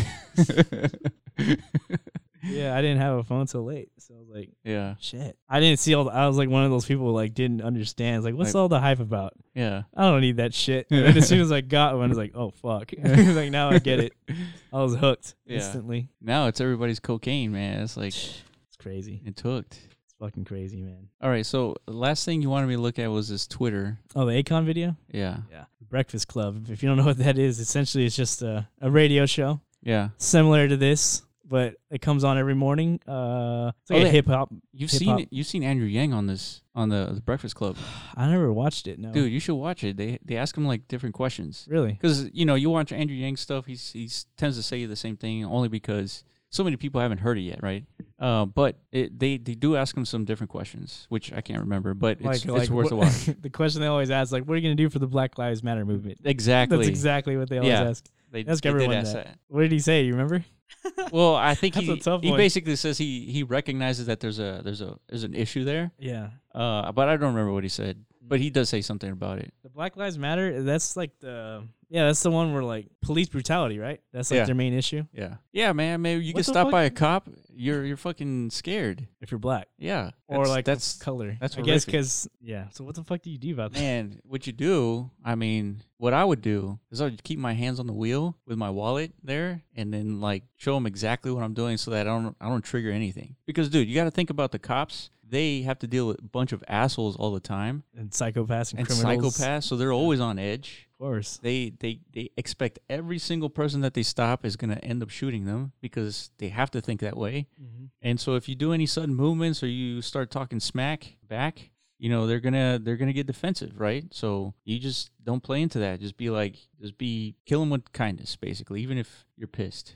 S2: yeah, I didn't have a phone till late, so I was like,
S1: yeah,
S2: shit. I didn't see all. The, I was like one of those people who like didn't understand. It's like, what's
S1: Like-
S2: all the hype about?
S1: yeah.
S2: I don't need that shit. And then as soon as I got one, I was like, oh fuck. like now I get it. I was hooked
S1: Yeah.
S2: instantly.
S1: Now it's everybody's cocaine, man. It's like
S2: It's crazy.
S1: it's hooked.
S2: It's fucking crazy, man.
S1: All right, so the last thing you wanted me to look at was this Twitter.
S2: Oh, the Akon video.
S1: Yeah,
S2: Yeah. The Breakfast Club. If you don't know what that is, essentially it's just a, a radio show
S1: yeah.
S2: similar to this, but it comes on every morning. Uh, it's like
S1: Oh,
S2: a
S1: yeah.
S2: hip hop.
S1: You've
S2: Hip
S1: seen
S2: hop.
S1: you've seen Andrew Yang on this on the, the Breakfast Club,
S2: I never watched it. No,
S1: dude. You should watch it. They they ask him like different questions.
S2: really.
S1: because you know you watch Andrew Yang stuff. He's he's tends to say the same thing only because so many people haven't heard it yet, right? Uh, but it, they they do ask him some different questions, which I can't remember, but it's, it's worth a
S2: what-
S1: watch.
S2: the question they always ask, like, what are you going to do for the Black Lives Matter movement?
S1: Exactly.
S2: That's exactly what they always
S1: Yeah.
S2: ask.
S1: They,
S2: ask
S1: they did
S2: everyone
S1: ask
S2: that. What did he say? You remember?
S1: that. Well, I think
S2: That's
S1: he,
S2: a tough
S1: he
S2: one.
S1: basically says he he recognizes that there's a there's a there's an issue there,
S2: Yeah.
S1: uh, but I don't remember what he said. But he does say something about it.
S2: The Black Lives Matter, that's like the, yeah, that's the one where like police brutality, right? That's like
S1: Yeah.
S2: their main issue
S1: Yeah, yeah, man. Maybe you
S2: What
S1: get
S2: the
S1: stopped
S2: fuck?
S1: by a cop, you're you're fucking scared.
S2: if you're black
S1: Yeah,
S2: or
S1: That's-
S2: like
S1: that's
S2: that's color.
S1: that's
S2: I
S1: horrific.
S2: guess because, yeah. So what the fuck do you do about that?
S1: Man, what you do, I mean, what I would do is I would keep my hands on the wheel with my wallet there and then like show them exactly what I'm doing so that I don't I don't trigger anything. Because dude, you got to think about the cops. They have to deal with a bunch of assholes all the time
S2: And psychopaths and,
S1: and
S2: criminals.
S1: psychopaths, so they're always on edge.
S2: Of course.
S1: They they they expect every single person that they stop is going to end up shooting them because they have to think that way. And so if you do any sudden movements or you start talking smack back, you know, they're gonna they're gonna get defensive, right? So you just don't play into that. Just be like just be kill them with kindness, basically, even if you're pissed.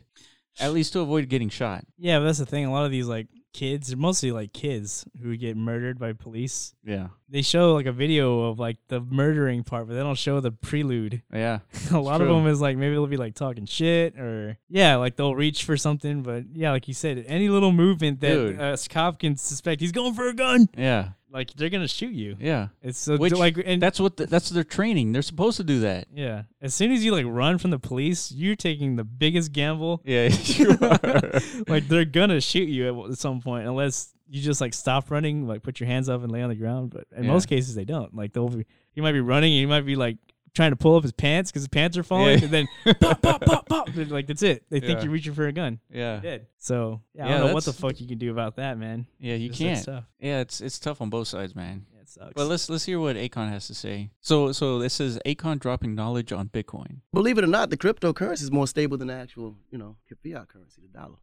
S1: At least to avoid getting shot.
S2: Yeah, but that's the thing. A lot of these like kids, they're mostly like kids who get murdered by police.
S1: Yeah.
S2: they show like a video of like the murdering part, but they don't show the prelude.
S1: Yeah.
S2: a lot
S1: true.
S2: of them is like maybe they'll be like talking shit or yeah, like they'll reach for something, but yeah, like you said, any little movement that
S1: Dude.
S2: a s- cop can suspect he's going for a gun,
S1: Yeah.
S2: like they're gonna shoot you.
S1: Yeah.
S2: It's so
S1: Which-
S2: like and
S1: That's what the, that's their training. They're supposed to do that.
S2: yeah, as soon as you like run from the police, you're taking the biggest gamble.
S1: Yeah, you are.
S2: like they're gonna shoot you at, w- at some point unless you just like stop running like put your hands up and lay on the ground but in
S1: Yeah.
S2: most cases they don't like they'll be he might be running and he might be like trying to pull up his pants because his pants are falling
S1: Yeah.
S2: and then pop pop pop pop They're like that's it they think
S1: Yeah.
S2: you're reaching for a gun
S1: yeah.
S2: dead so yeah,
S1: Yeah,
S2: i don't know what the
S1: that's-
S2: fuck you can do about that man
S1: Yeah, you
S2: Just that
S1: can't.
S2: stuff.
S1: Yeah, it's it's tough on both sides, man.
S2: Yeah, it sucks
S1: Well, let's let's hear what Akon has to say. So so this is Akon dropping knowledge on Bitcoin.
S3: believe it or not, the cryptocurrency is more stable than the actual, you know, fiat currency, the dollar.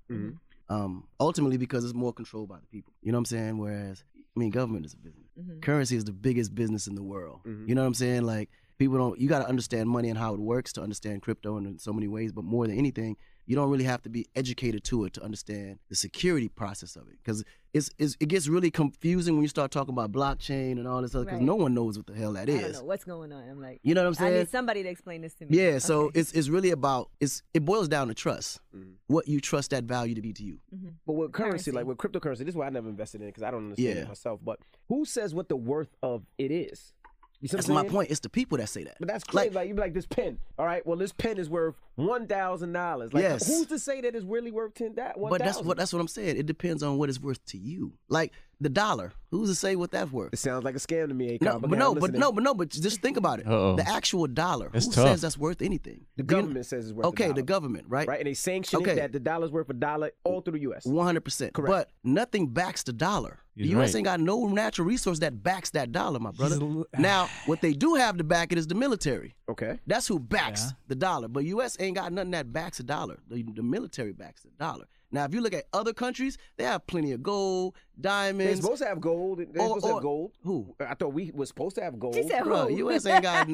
S3: Um, ultimately, because it's more controlled by the people. You know what I'm saying? Whereas, I mean, government is a business.
S4: Mm-hmm.
S3: Currency is the biggest business in the world. You know what I'm saying? Like people don't. You got to understand money and how it works to understand crypto in so many ways. But more than anything, you don't really have to be educated to it to understand the security process of it. Because it's, it's it gets really confusing when you start talking about blockchain and all this other. Because
S4: Right.
S3: no one knows what the hell that is.
S4: I don't know what's going on. I'm like,
S3: You know what I'm
S4: I
S3: saying?
S4: need somebody to explain this to me.
S3: Yeah, so
S4: Okay.
S3: it's it's really about it's it boils down to trust.
S5: Mm-hmm.
S3: What you trust that value to be to you.
S5: But with
S4: Currency.
S5: currency, like with cryptocurrency, this is why I never invested in because I don't understand
S3: Yeah.
S5: it myself. But who says what the worth of it is? You see what
S3: That's
S5: I'm
S3: my
S5: saying?
S3: point. It's the people that say that.
S5: But that's crazy.
S3: Like-
S5: Like, you be like this pen. All right. Well, this pen is worth one thousand dollars. Like,
S3: Yes.
S5: Who's to say that it's really worth ten that one?
S3: but that's what that's what I'm saying. It depends on what it's worth to you. Like the dollar. Who's to say what that's worth?
S5: It sounds like a scam to me. Akon,
S3: No, but
S5: okay,
S3: no,
S5: I'm
S3: but
S5: listening.
S3: no, but no, but just think about it.
S1: Uh-oh.
S3: The actual dollar.
S1: That's
S3: who
S1: tough.
S3: says that's worth anything?
S5: The
S3: You-
S5: government says it's worth. a
S3: Okay, the
S5: dollar,
S3: government, right?
S5: Right, and they sanction it
S3: Okay.
S5: that the dollar's worth a dollar all through the U.S.
S3: One hundred percent.
S5: Correct.
S3: But nothing backs the dollar. The
S1: He's
S3: U.S.
S1: right.
S3: ain't got no natural resource that backs that dollar, my brother.
S2: a l-
S3: now, what they do have to back it is the military.
S5: Okay.
S3: That's who backs
S2: Yeah.
S3: the dollar. But U.S. ain't got nothing that backs the dollar. The, the military backs the dollar. Now, if you look at other countries, they have plenty of gold,
S5: They're
S3: diamonds.
S5: supposed to have gold. They're
S3: Or-
S5: supposed to
S3: or-
S5: have gold.
S3: Who?
S5: I thought we were supposed to have gold.
S4: She said
S3: Bro,
S4: who?
S3: U.S. ain't got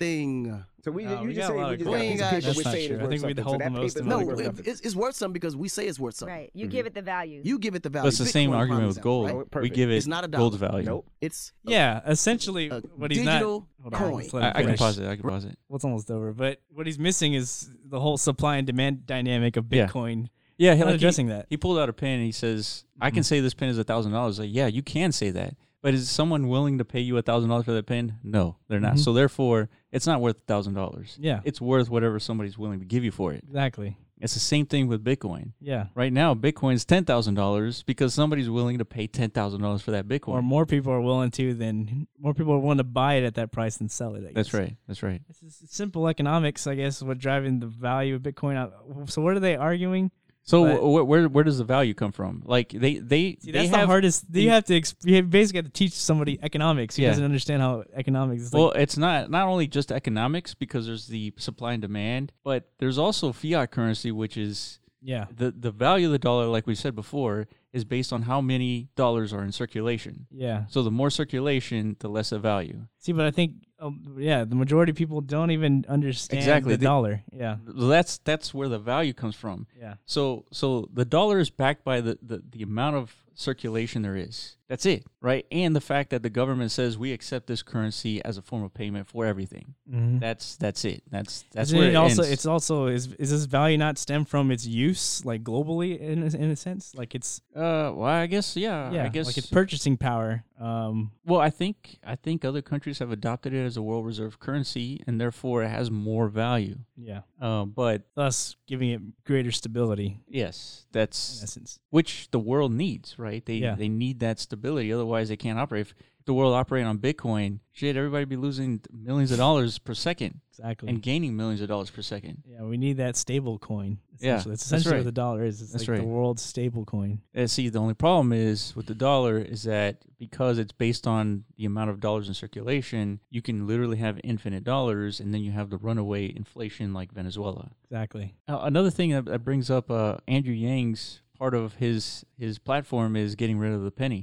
S3: nothing.
S5: So we,
S2: No,
S5: you
S2: we
S5: just
S2: got a
S5: saying
S2: lot
S5: we
S2: of
S5: just
S3: gold. Ain't
S5: got a piece of paper
S3: got-
S5: we're
S2: That's not
S5: saying is
S2: true. I think
S5: worth
S2: we
S5: something. So
S2: hold
S5: that
S2: the most
S5: paper's
S2: amount
S5: not
S2: of
S3: No,
S5: worth
S2: gold.
S5: nothing.
S3: it- it's, it's worth something because we say it's worth something.
S4: Right. You give it the value.
S3: Mm-hmm. You give it the value.
S1: That's the same
S3: Bitcoin
S1: argument with
S3: promise that,
S1: gold.
S3: right?
S5: Perfect.
S1: We give it
S3: It's not a
S1: gold
S3: dollar.
S1: value.
S5: Nope.
S3: It's a-
S2: Yeah, essentially,
S3: a
S2: what he's not.
S3: Uh, digital
S2: Hold on,
S3: coin.
S2: let's let him
S1: I, I can
S2: finish.
S1: pause it. I can pause it.
S2: Well, it's almost over, but what he's missing is the whole supply and demand dynamic of
S1: Yeah.
S2: Bitcoin.
S1: Yeah, he,
S2: Not
S1: like, Mm-hmm.
S2: addressing
S1: he,
S2: that.
S1: He pulled out a pen and he says, "I can say this pen is a thousand dollars." Like, yeah, you can say that, but is someone willing to pay you a thousand dollars for that pen? No, they're not. So therefore, it's not worth a thousand dollars.
S2: Yeah.
S1: it's worth whatever somebody's willing to give you for it.
S2: Exactly.
S1: It's the same thing with Bitcoin.
S2: Yeah.
S1: Right now, Bitcoin's ten thousand dollars because somebody's willing to pay ten thousand dollars for that Bitcoin.
S2: Or more people are willing to than more people are willing to buy it at that price than sell it. I
S1: That's
S2: guess.
S1: right. That's right.
S2: It's just simple economics, I guess, is what driving the value of Bitcoin. out. So what are they arguing?
S1: So
S2: But-
S1: wh- wh- where where does the value come from? Like they they
S2: See,
S1: they
S2: that's the
S1: have
S2: hardest. You
S1: in-
S2: have to. Ex- you basically have to teach somebody economics who
S1: Yeah.
S2: doesn't understand how economics. Is like,
S1: well, it's not not only just economics because there's the supply and demand, but there's also fiat currency, which is
S2: yeah.
S1: the the value of the dollar, like we said before, is based on how many dollars are in circulation.
S2: Yeah.
S1: So the more circulation, the less the value.
S2: See, but I think, um, yeah, the majority of people don't even understand
S1: Exactly,
S2: the
S1: they-
S2: dollar. Yeah.
S1: That's that's where the value comes from.
S2: Yeah.
S1: So so the dollar is backed by the, the, the amount of circulation there is. That's it, right? And the fact that the government says we accept this currency as a form of payment for everything. That's that's it. That's that's
S2: Mm-hmm. Isn't
S1: where
S2: it
S1: it
S2: also
S1: ends.
S2: it's also is is this value not stem from its use like globally in a, in a sense like it's
S1: Uh, well, I guess yeah.
S2: yeah
S1: I guess.
S2: like its purchasing power um
S1: well, I think I think other countries have adopted it as a world reserve currency, and therefore it has more value.
S2: yeah
S1: Uh, but
S2: thus giving it greater stability
S1: yes,
S2: in
S1: that's
S2: essence
S1: which the world needs, right? They
S2: Yeah.
S1: they need that stability, otherwise they can't operate. If the world operated on Bitcoin, shit, everybody be losing millions of dollars per second
S2: exactly
S1: and gaining millions of dollars per second.
S2: yeah we need that stable coin
S1: Yeah,
S2: essentially. that's
S1: that's
S2: essentially what
S1: right.
S2: the dollar is it's
S1: That's
S2: like the
S1: right.
S2: world's stable coin
S1: And see, the only problem is with the dollar is that because it's based on the amount of dollars in circulation, you can literally have infinite dollars, and then you have the runaway inflation like Venezuela.
S2: exactly
S1: Now, another thing that, that brings up uh, Andrew Yang's part of his his platform is getting rid of the penny.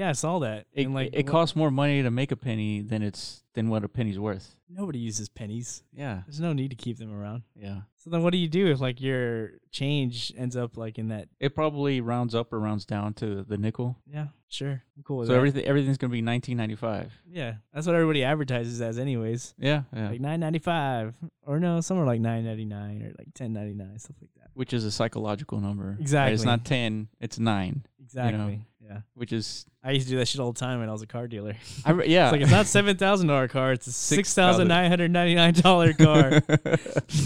S2: yeah I saw that
S1: It,
S2: and like
S1: it
S2: what-
S1: costs more money to make a penny than it's than what a penny's worth.
S2: nobody uses pennies
S1: Yeah,
S2: there's no need to keep them around
S1: yeah.
S2: so then what do you do if like your change ends up like in that
S1: It probably rounds up or rounds down to the nickel.
S2: yeah sure I'm cool with
S1: So
S2: that.
S1: everything everything's gonna be nineteen ninety five.
S2: yeah that's what everybody advertises as anyways
S1: Yeah, yeah.
S2: like nine ninety five, or no, somewhere like nine ninety nine or like ten ninety nine, stuff like that.
S1: which is a psychological number. right? It's
S2: Exactly.
S1: not 10, it's 9,
S2: Exactly. yeah,
S1: which is
S2: I used to do that shit all the time when I was a car dealer.
S1: I re- yeah.
S2: It's like it's not seven thousand dollar car; it's a six thousand
S1: $6,000.
S2: nine hundred ninety nine dollar car,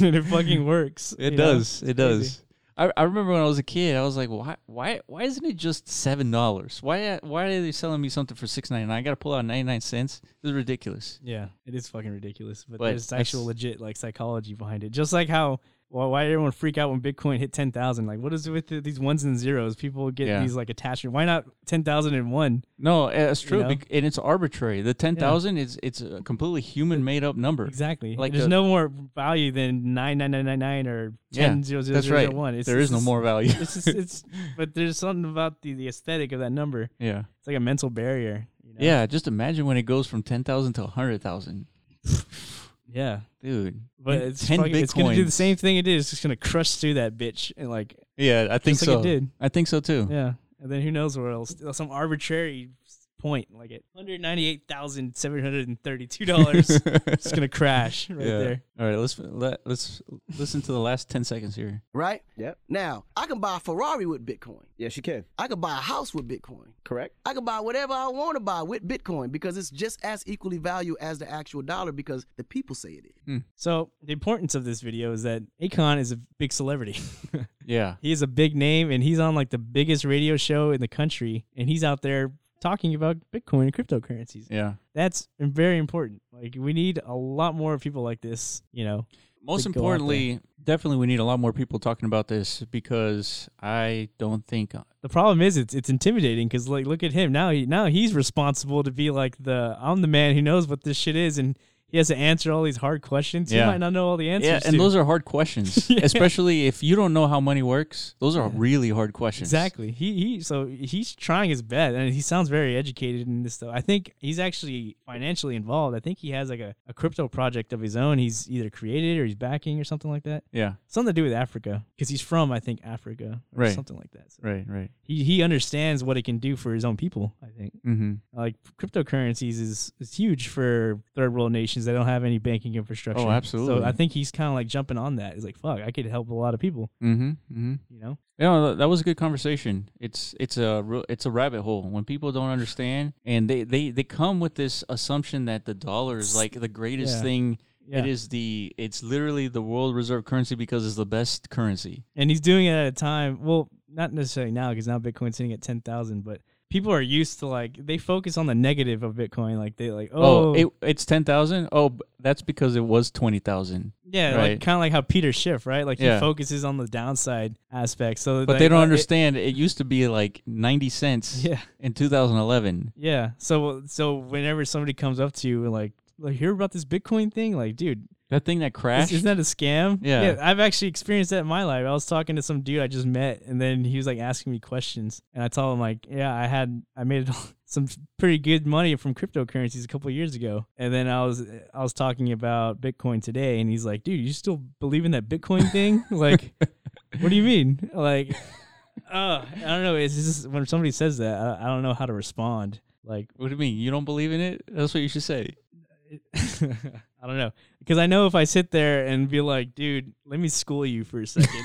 S2: and it fucking works.
S1: it
S2: you know?
S1: does. It
S2: It's
S1: does. I, I remember when I was a kid, I was like, why why why isn't it just $7? Why why are they selling me something for 6.99? I got to pull out 99 cents. This is ridiculous.
S2: Yeah, it is fucking ridiculous, but,
S1: But
S2: there's actual
S1: that's-
S2: legit like psychology behind it. Just like how why, why did everyone freak out when Bitcoin hit ten thousand? Like, what is it with the, these ones and zeros? People get
S1: Yeah.
S2: these like attachment. Why not ten thousand and one?
S1: No, eh, that's true
S2: know?
S1: bec- and it's arbitrary. The 10,000 is it's a completely human made up number.
S2: Exactly.
S1: Like
S2: Like there's
S1: the-
S2: no more value than nine nine nine nine nine or
S1: Yeah,
S2: ten zero zero
S1: That's
S2: zero
S1: right.
S2: one. It's,
S1: there
S2: it's
S1: is no
S2: just-
S1: more value.
S2: It's just, it's but there's something about the, the aesthetic of that number.
S1: yeah.
S2: It's like a mental barrier. You know?
S1: Yeah, just imagine when it goes from 10,000 to 100,000.
S2: Yeah.
S1: Dude.
S2: But
S1: you-
S2: it's fucking, it's gonna do the same thing it is. It's just gonna crush through that bitch and like
S1: Yeah, I think
S2: Just like
S1: so.
S2: it did.
S1: I think so too.
S2: yeah. And then who knows where else? Some arbitrary point like at hundred ninety eight thousand seven hundred and thirty two dollars. It's gonna crash right there.
S1: All right, let's let, let's listen to the last ten seconds here.
S3: Right?
S5: Yep.
S3: Now, I can buy a Ferrari with Bitcoin.
S5: Yes, you can.
S3: I can buy a house with Bitcoin.
S5: Correct.
S3: I can buy whatever I want to buy with Bitcoin because it's just as equally value as the actual dollar because the people say it is.
S2: So the importance of this video is that Akon is a big celebrity.
S1: Yeah,
S2: He is a big name and he's on like the biggest radio show in the country and he's out there talking about Bitcoin and cryptocurrencies.
S1: yeah.
S2: That's very important. Like we need a lot more people like this, you know.
S1: Most
S2: Could go out
S1: importantly, definitely we need a lot more people talking about this because I don't think
S2: The problem is it's it's intimidating cuz like look at him now he now he's responsible to be like the I'm the man who knows what this shit is and he has to answer all these hard questions.
S1: Yeah.
S2: He might not know all the answers.
S1: yeah, and
S2: to.
S1: those are hard questions,
S2: Yeah.
S1: especially if you don't know how money works. Those are really hard questions.
S2: Exactly. He he. So he's trying his best, and he sounds very educated in this stuff. I think he's actually financially involved. I think he has like a, a crypto project of his own. He's either created or he's backing or something like that.
S1: Yeah.
S2: Something to do with Africa because he's from I think Africa or
S1: Right.
S2: something like that. So
S1: Right. Right.
S2: he he understands what it can do for his own people. I think
S1: Mm-hmm.
S2: like cryptocurrencies is is huge for third world nations that don't have any banking infrastructure.
S1: Oh, absolutely.
S2: So I think he's kind of like jumping on that. He's like, fuck, I could help a lot of people.
S1: Mm-hmm. Mm-hmm.
S2: You know.
S1: Yeah, tha- that was a good conversation. It's it's a real- it's a rabbit hole when people don't understand, and they they they come with this assumption that the dollar is like the greatest
S2: Yeah.
S1: thing.
S2: Yeah.
S1: It is the it's literally the world reserve currency because it's the best currency.
S2: and he's doing it at a time. Well, not necessarily now because now Bitcoin's sitting at ten thousand, but people are used to like they focus on the negative of Bitcoin. Like they like oh,
S1: Oh, it, it's ten thousand. Oh, b- that's because it was twenty thousand.
S2: yeah,
S1: right.
S2: like kind of like how Peter Schiff, right? Like
S1: Yeah.
S2: he focuses on the downside aspect. So
S1: But
S2: like,
S1: they don't
S2: uh, it-
S1: understand. It, used to be like ninety cents
S2: yeah,
S1: in two thousand eleven.
S2: yeah. So so whenever somebody comes up to you and like like hear about this Bitcoin thing, like dude,
S1: That thing that crashed.
S2: Is, not that a scam?
S1: Yeah.
S2: I've actually experienced that in my life. I was talking to some dude I just met, and then he was like asking me questions, and I told him like, yeah, I had I made some pretty good money from cryptocurrencies a couple of years ago, and then I was I was talking about Bitcoin today, and he's like, dude, you still believe in that Bitcoin thing? like, what do you mean? Like, uh, I don't know. It's just when somebody says that, I, I don't know how to respond. Like.
S1: what do you mean? You don't believe in it? That's what you should say.
S2: I don't know. Because I know if I sit there and be like, dude, let me school you for a second,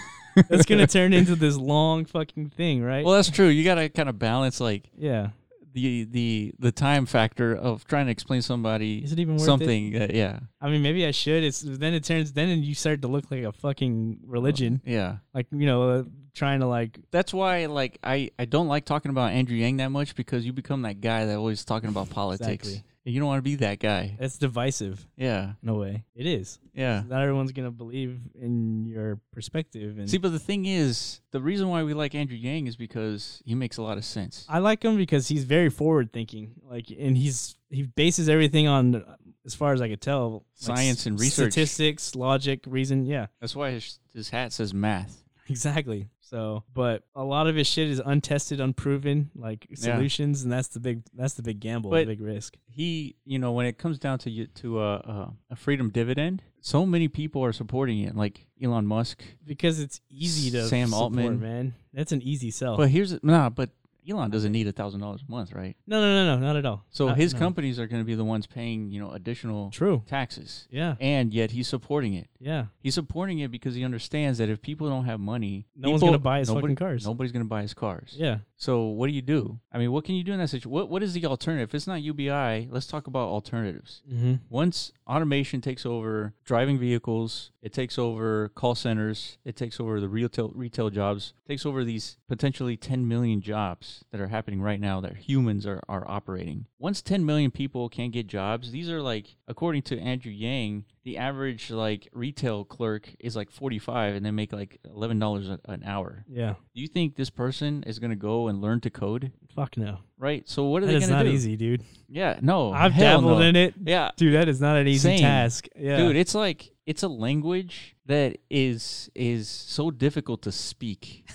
S2: that's going to turn into this long fucking thing, right?
S1: Well, that's true. You gotta kind of balance like
S2: yeah.
S1: the the the time factor of trying to explain somebody
S2: Is it even worth it?
S1: something that yeah
S2: I mean, maybe I should. It's Then it turns, then you start to look like a fucking religion.
S1: yeah
S2: Like, you know, uh, trying to like,
S1: that's why like i i don't like talking about andrew yang that much because you become that guy that always talking about politics
S2: Exactly.
S1: and you don't want to be that guy
S2: it's divisive
S1: yeah
S2: in a way. It is.
S1: yeah
S2: Not everyone's going to believe in your perspective. And
S1: see but the thing is the reason why we like andrew yang is because he makes a lot of sense
S2: I like him because he's very forward thinking. Like, and he's he bases everything on, as far as I could tell, like,
S1: Science and
S2: s-
S1: research.
S2: statistics, logic, reason. Yeah,
S1: that's why his, his hat says math
S2: exactly. So, but a lot of his shit is untested, unproven, like solutions, and that's the big that's the big gamble,
S1: But-
S2: the big risk.
S1: he you know when it comes down to you to a, a, a freedom dividend so many people are supporting it like elon musk
S2: Because it's easy to
S1: Sam
S2: support,
S1: Altman.
S2: man. That's an easy sell.
S1: but here's nah but elon doesn't need a thousand dollars a month right
S2: no, no, no, no, not at all.
S1: So
S2: Not-
S1: his
S2: no.
S1: companies are going to be the ones paying, you know, additional
S2: True.
S1: taxes.
S2: Yeah.
S1: And yet he's supporting it.
S2: Yeah.
S1: He's supporting it because he understands that if people don't have money,
S2: No one's
S1: people-
S2: gonna buy his
S1: nobody-
S2: fucking cars.
S1: Nobody's going to buy his cars.
S2: Yeah.
S1: So what do you do? I mean, what can you do in that situation? What what is the alternative? If it's not UBI, let's talk about alternatives.
S2: Mm-hmm.
S1: Once automation takes over driving vehicles, it takes over call centers, it takes over the retail retail jobs, takes over these potentially 10 million jobs that are happening right now that humans are, are operating. Once 10 million people can't get jobs, these are like according to Andrew Yang, the average like retail clerk is like 45 and they make like $11 a- an hour.
S2: Yeah.
S1: Do you think this person is going to go and learn to code?
S2: Fuck no.
S1: Right? So what are
S2: That
S1: they
S2: is
S1: going to
S2: not
S1: do?
S2: easy, dude.
S1: Yeah, no.
S2: I've
S1: hell
S2: dabbled
S1: no.
S2: in it.
S1: Yeah.
S2: Dude, that is not an easy
S1: Same.
S2: task. Yeah.
S1: Dude, it's like it's a language that is is so difficult to speak.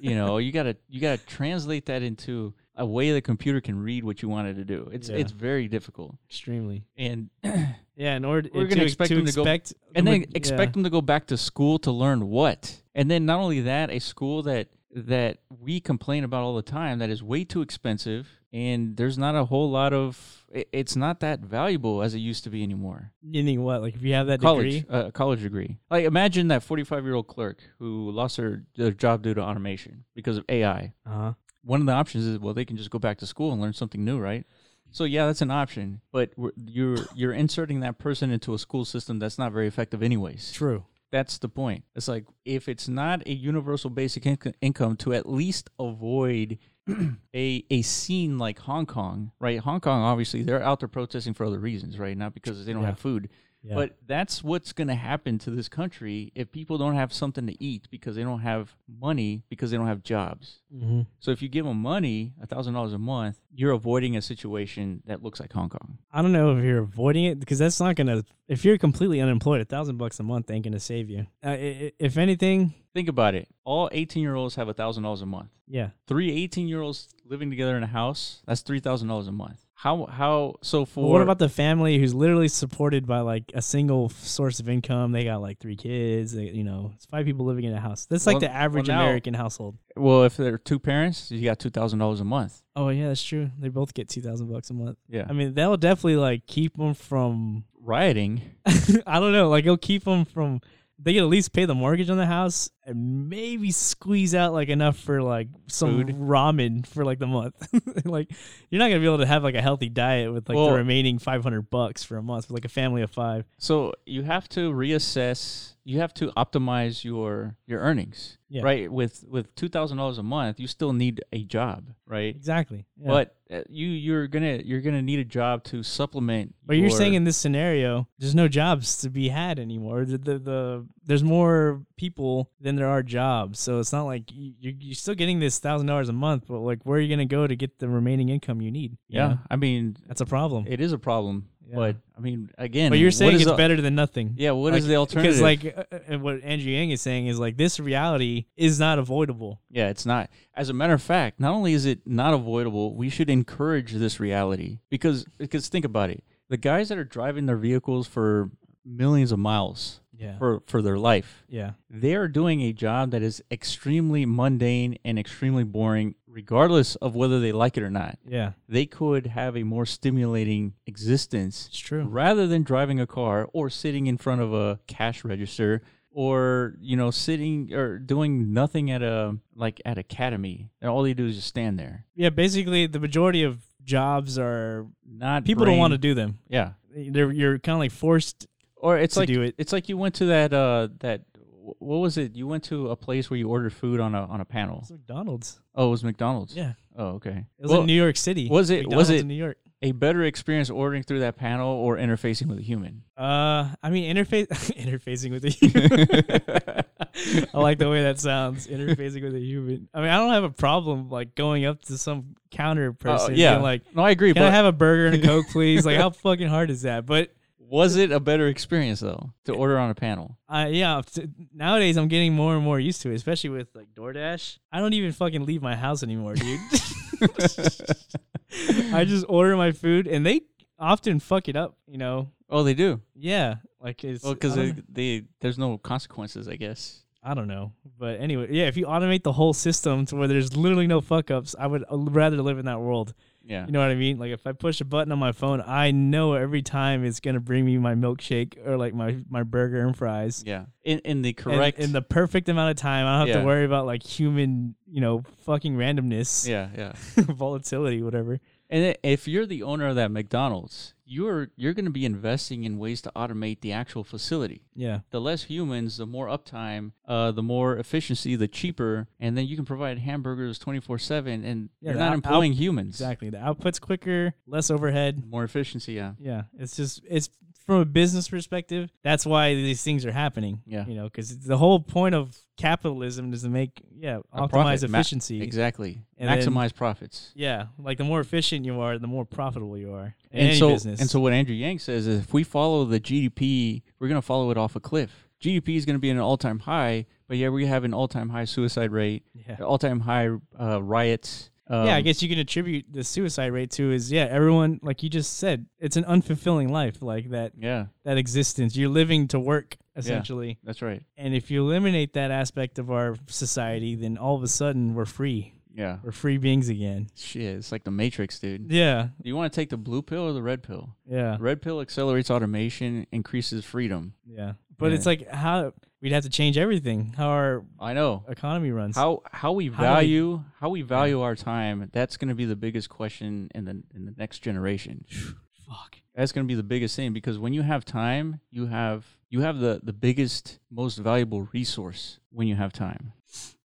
S1: you know, you gotta you gotta translate that into a way the computer can read what you wanted to do. It's
S2: Yeah.
S1: it's very difficult.
S2: extremely.
S1: And
S2: Yeah, in order
S1: We're
S2: to,
S1: gonna expect
S2: to
S1: them to go-
S2: expect
S1: and
S2: the
S1: then
S2: ma-
S1: expect them to go back to school to learn what? And then not only that, a school that that we complain about all the time that is way too expensive and there's not a whole lot of it- it's not that valuable as it used to be anymore.
S2: yeah. Meaning what? Like if you have that
S1: college
S2: degree,
S1: uh, a college degree like imagine that 45 year old clerk who lost her, their job due to automation because of ai
S2: uh-huh.
S1: one of the options is well they can just go back to school and learn something new right so yeah that's an option but we're- you're you're inserting that person into a school system that's not very effective anyways
S2: true.
S1: that's the point it's like if it's not a universal basic inc- income to at least avoid a a scene like hong kong right hong kong obviously they're out there protesting for other reasons right not because they don't
S2: Yeah.
S1: have food
S2: Yeah.
S1: But that's what's going to happen to this country if people don't have something to eat because they don't have money because they don't have jobs.
S2: Mm-hmm.
S1: So if you give them money, $1,000 a month, you're avoiding a situation that looks like Hong Kong.
S2: I don't know if you're avoiding it because that's not gonna. If you're completely unemployed, a thousand bucks a month ain't gonna save you. Uh, i- i- if anything,
S1: Think about it. All 18 year olds have $1,000 a month.
S2: yeah,
S1: Three 18 year olds living together in a house, that's $3,000 a month. How, how, so for.
S2: But what about the family who's literally supported by like a single f- source of income? They got like three kids. They, you know, it's five people living in a house. That's like
S1: Well-
S2: the average
S1: well, now-
S2: American household.
S1: Well, if there are two parents, you got $2,000 a month.
S2: Oh yeah, that's true. They both get two thousand bucks a month.
S1: Yeah.
S2: I mean, that'll definitely like keep them from.
S1: Rioting.
S2: I don't know. Like it'll keep them from. They can at least pay the mortgage on the house and maybe squeeze out like enough for like some
S1: Food.
S2: ramen for like the month. like you're not gonna be able to have like a healthy diet with like
S1: Well-
S2: the remaining five hundred bucks for a month for like a family of five.
S1: So you have to reassess. You have to optimize your your earnings,
S2: Yeah.
S1: right? With with two thousand dollars a month, you still need a job, right?
S2: Exactly. Yeah.
S1: But uh, you you're gonna you're gonna need a job to supplement.
S2: But you're
S1: your-
S2: saying in this scenario, there's no jobs to be had anymore. The, the, the there's more people than there are jobs, so it's not like you, you're, you're still getting this thousand dollars a month. But like, where are you gonna go to get the remaining income you need? you
S1: yeah,
S2: know?
S1: I mean,
S2: that's a problem.
S1: it is a problem.
S2: Yeah.
S1: But I mean, again,
S2: but you're
S1: what
S2: saying
S1: is
S2: it's
S1: the-
S2: better than nothing.
S1: Yeah, What is
S2: Like,
S1: the alternative?
S2: Because like uh, uh, what Andrew Yang is saying is like this reality is not avoidable.
S1: Yeah, it's not. As a matter of fact, not only is it not avoidable, we should encourage this reality because because think about it. The guys that are driving their vehicles for millions of miles
S2: Yeah.
S1: for for their life,
S2: Yeah.
S1: they are doing a job that is extremely mundane and extremely boring regardless of whether they like it or not.
S2: Yeah.
S1: They could have a more stimulating existence
S2: It's true.
S1: rather than driving a car or sitting in front of a cash register or you know sitting or doing nothing at a like at academy and all they do is just stand there
S2: Yeah. Basically, the majority of jobs are
S1: not
S2: people don't want to do them.
S1: yeah
S2: They're, you're kind of like forced
S1: or it's
S2: To
S1: like
S2: do it.
S1: it's like you went to that uh that wh- what was it you went to a place where you ordered food on a on a panel
S2: It's McDonald's.
S1: oh it was mcdonald's
S2: Yeah.
S1: oh okay
S2: It was
S1: Well,
S2: in New York City.
S1: was it- was
S2: McDonald's
S1: it-
S2: in New York?
S1: a better experience ordering through that panel or interfacing with a human
S2: Uh, I mean interface interfacing with a human. I like the way that sounds. Interfacing with a human. I mean, I don't have a problem like going up to some counter person. and
S1: Oh, yeah.
S2: being like,
S1: no i agree
S2: can I
S1: but
S2: have a burger and a coke, please? like, how fucking hard is that? But
S1: was it a better experience though to order on a panel
S2: uh, yeah, t- nowadays I'm getting more and more used to it, especially with like DoorDash. I don't even fucking leave my house anymore, dude. I just order my food, and they often fuck it up. You know,
S1: oh they do
S2: Yeah, like it's
S1: Well, because
S2: I,
S1: they,
S2: don't-
S1: they there's no consequences, I guess.
S2: I don't know, but anyway, yeah. If you automate the whole system to where there's literally no fuck ups, I would uh, rather live in that world.
S1: Yeah.
S2: You know what I mean? Like if I push a button on my phone, I know every time it's gonna bring me my milkshake or like my my burger and fries.
S1: yeah. In in the
S2: And
S1: correct.
S2: in the perfect amount of time. I don't have
S1: Yeah.
S2: to worry about like human, you know, fucking randomness,
S1: yeah, yeah.
S2: volatility, whatever.
S1: And i- if you're the owner of that McDonald's, you're you're going to be investing in ways to automate the actual facility.
S2: Yeah.
S1: The less humans, the more uptime, uh, the more efficiency, the cheaper, and then you can provide hamburgers twenty four seven, and
S2: Yeah,
S1: you're
S2: the
S1: not
S2: out-
S1: employing humans.
S2: Exactly. The output's quicker, less overhead.
S1: More efficiency, yeah.
S2: Yeah, it's just it's from a business perspective. That's why these things are happening.
S1: Yeah.
S2: you know, because the whole point of capitalism is to make yeah
S1: A
S2: optimize
S1: profit, ma-
S2: efficiency.
S1: exactly.
S2: And then-
S1: Maximize profits.
S2: Yeah, like the more efficient you are, the more profitable you are in
S1: and
S2: any
S1: so
S2: business.
S1: and so what Andrew Yang says is if we follow the GDP, we're going to follow it off a cliff. GDP is going to be at an all-time high, but yeah, we have an all-time high suicide rate,
S2: yeah.
S1: an all-time high uh, riots. Um,
S2: yeah, I guess you can attribute the suicide rate to is yeah everyone like you just said it's an unfulfilling life like that
S1: Yeah,
S2: that existence you're living to work essentially
S1: that's right.
S2: and if you eliminate that aspect of our society then all of a sudden we're free
S1: Yeah,
S2: we're free beings again
S1: shit, it's like the Matrix, dude.
S2: yeah
S1: Do you want to take the blue pill or the red pill?
S2: yeah
S1: Red pill accelerates automation, increases freedom.
S2: Yeah. But
S1: Yeah.
S2: it's like how we'd have to change everything, how our
S1: I know.
S2: economy runs.
S1: How how we
S2: How do we-
S1: value how we value our time, that's going to be the biggest question in the in the next generation.
S2: fuck.
S1: that's going to be the biggest thing because when you have time you have you have the the biggest most valuable resource when you have time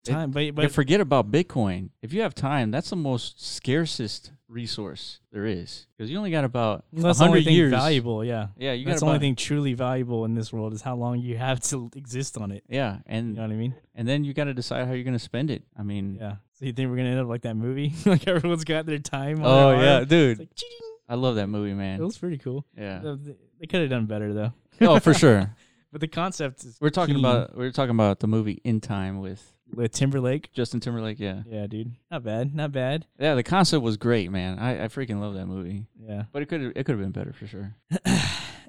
S2: Time, but,
S1: But
S2: but
S1: forget about Bitcoin. If you have time, that's the most scarcest resource there is because you only got about
S2: that's the
S1: 100
S2: only thing
S1: years.
S2: valuable. Yeah,
S1: Yeah, you got
S2: that's the only
S1: about-
S2: thing truly valuable in this world is how long you have to exist on it.
S1: Yeah, and
S2: You know what I mean?
S1: and then you got to decide how you're going to spend it. I mean,
S2: Yeah. So you think we're gonna end up like that movie? like everyone's got their time. On
S1: oh
S2: their arm.
S1: yeah, dude,
S2: It's like, ching.
S1: I love that movie,
S2: it
S1: man.
S2: was pretty cool.
S1: yeah.
S2: Uh, They, could have done better though.
S1: oh, for sure.
S2: But the concept is
S1: We're talking
S2: keen.
S1: about we're talking about the movie In Time with
S2: with Timberlake.
S1: Justin Timberlake. Yeah,
S2: Yeah, dude. Not bad. Not bad.
S1: yeah. The concept was great, man. I, I freaking love that movie.
S2: Yeah.
S1: But it could it could have been better for sure.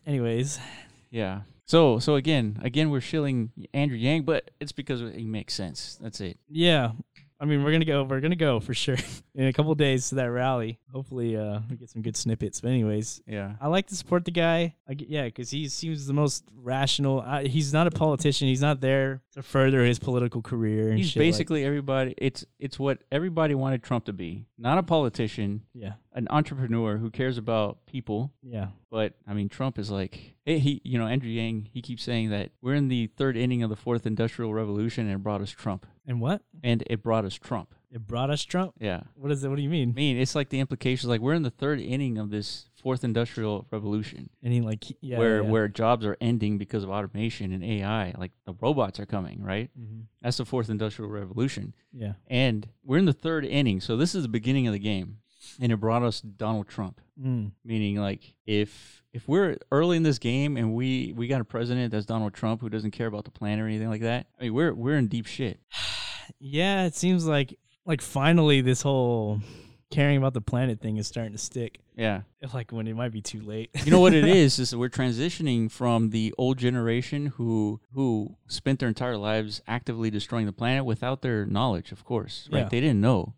S2: Anyways,
S1: Yeah. So so again again we're shilling Andrew Yang, but it's because he makes sense. That's it.
S2: yeah. I mean, we're gonna go. We're gonna go for sure in a couple days to that rally. Hopefully, uh, we get some good snippets. But anyways,
S1: Yeah.
S2: I like to support the guy. I g yeah, because he seems the most rational. I, he's not a politician. He's not there to further his political career. And
S1: He's
S2: shit like-
S1: basically everybody. It's it's what everybody wanted Trump to be. Not a politician,
S2: yeah,
S1: an entrepreneur who cares about people.
S2: yeah,
S1: But I mean, Trump is like eh, he, you know, Andrew Yang. He keeps saying that we're in the third inning of the fourth industrial revolution, and it brought us Trump,
S2: and what
S1: and it brought us Trump.
S2: it brought us Trump.
S1: Yeah,
S2: What is it? What do you
S1: I
S2: mean?
S1: mean, it's like the implications. Like we're in the third inning of this fourth industrial revolution,
S2: And he like he- yeah,
S1: where
S2: yeah.
S1: where jobs are ending because of automation and AI. Like the robots are coming, right?
S2: Mhm.
S1: That's the fourth industrial revolution.
S2: yeah.
S1: And we're in the third inning. So this is the beginning of the game. And it brought us Donald Trump.
S2: Mm.
S1: Meaning like if if we're early in this game and we we got a president that's Donald Trump who doesn't care about the plan or anything like that, I mean we're we're in deep shit.
S2: Yeah, it seems like like finally this whole caring about the planet thing is starting to stick.
S1: Yeah.
S2: Like when it might be too late.
S1: You know what it is is that we're transitioning from the old generation who who spent their entire lives actively destroying the planet without their knowledge, of course. Right?
S2: Yeah.
S1: They didn't know.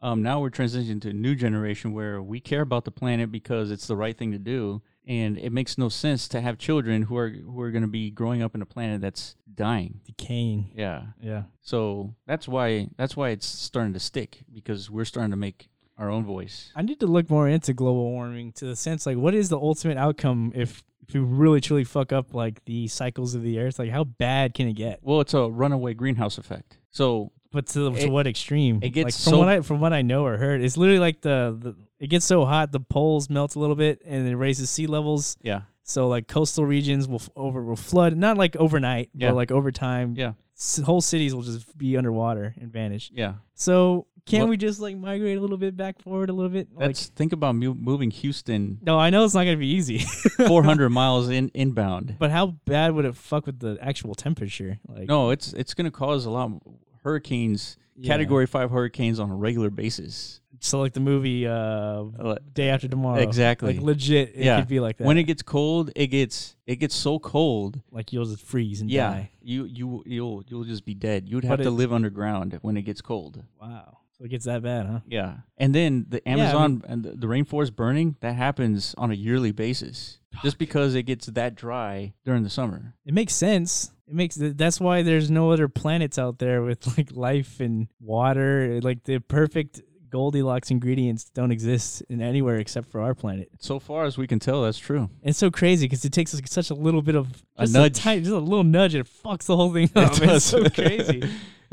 S1: Um, now we're transitioning to a new generation where we care about the planet because it's the right thing to do, and it makes no sense to have children who are who are going to be growing up in a planet that's dying.
S2: Decaying.
S1: Yeah.
S2: Yeah.
S1: So that's why that's why it's starting to stick because we're starting to make our own voice.
S2: I need to look more into global warming to the sense like what is the ultimate outcome if if we really truly fuck up like the cycles of the earth? Like how bad can it get?
S1: Well, it's a runaway greenhouse effect. So
S2: But to,
S1: It-
S2: to what extreme?
S1: it gets
S2: like,
S1: so-
S2: from what I from what I know or heard, it's literally like the, the it gets so hot the poles melt a little bit and it raises sea levels.
S1: yeah,
S2: So like coastal regions will f- over will flood, not like overnight,
S1: Yeah.
S2: but like over time.
S1: Yeah.
S2: s- whole cities will just be underwater and vanish.
S1: yeah.
S2: So can
S1: Well-
S2: we just like migrate a little bit back forward a little bit? Like,
S1: That's think about mu- moving Houston
S2: no, I know it's not gonna be easy,
S1: 400 miles in inbound.
S2: but how bad would it fuck with the actual temperature? Like,
S1: No, it's it's going to cause a lot of hurricanes,
S2: Yeah.
S1: category 5 hurricanes on a regular basis.
S2: so like the movie uh,
S1: Ele-
S2: Day After Tomorrow,
S1: Exactly.
S2: Like legit, it could be like that.
S1: When it gets cold, it gets it gets so cold.
S2: like you'll just freeze and
S1: Yeah.
S2: die.
S1: You you you'll you'll just be dead. You'd have
S2: But
S1: to
S2: it-
S1: live underground when it gets cold.
S2: Wow, so it gets that bad, huh?
S1: Yeah. And then the
S2: I mean-
S1: Amazon and the, the rainforest burning, that happens on a yearly basis. Just because it gets that dry during the summer.
S2: It makes sense. It makes that's why there's no other planets out there with like life and water. Like the perfect Goldilocks ingredients don't exist in anywhere except for our planet.
S1: So far as we can tell, that's true.
S2: It's so crazy because it takes us such a little bit of
S1: A
S2: just
S1: nudge.
S2: tiny, just a little nudge, and it fucks the whole thing up.
S1: does.
S2: It's so crazy.
S1: It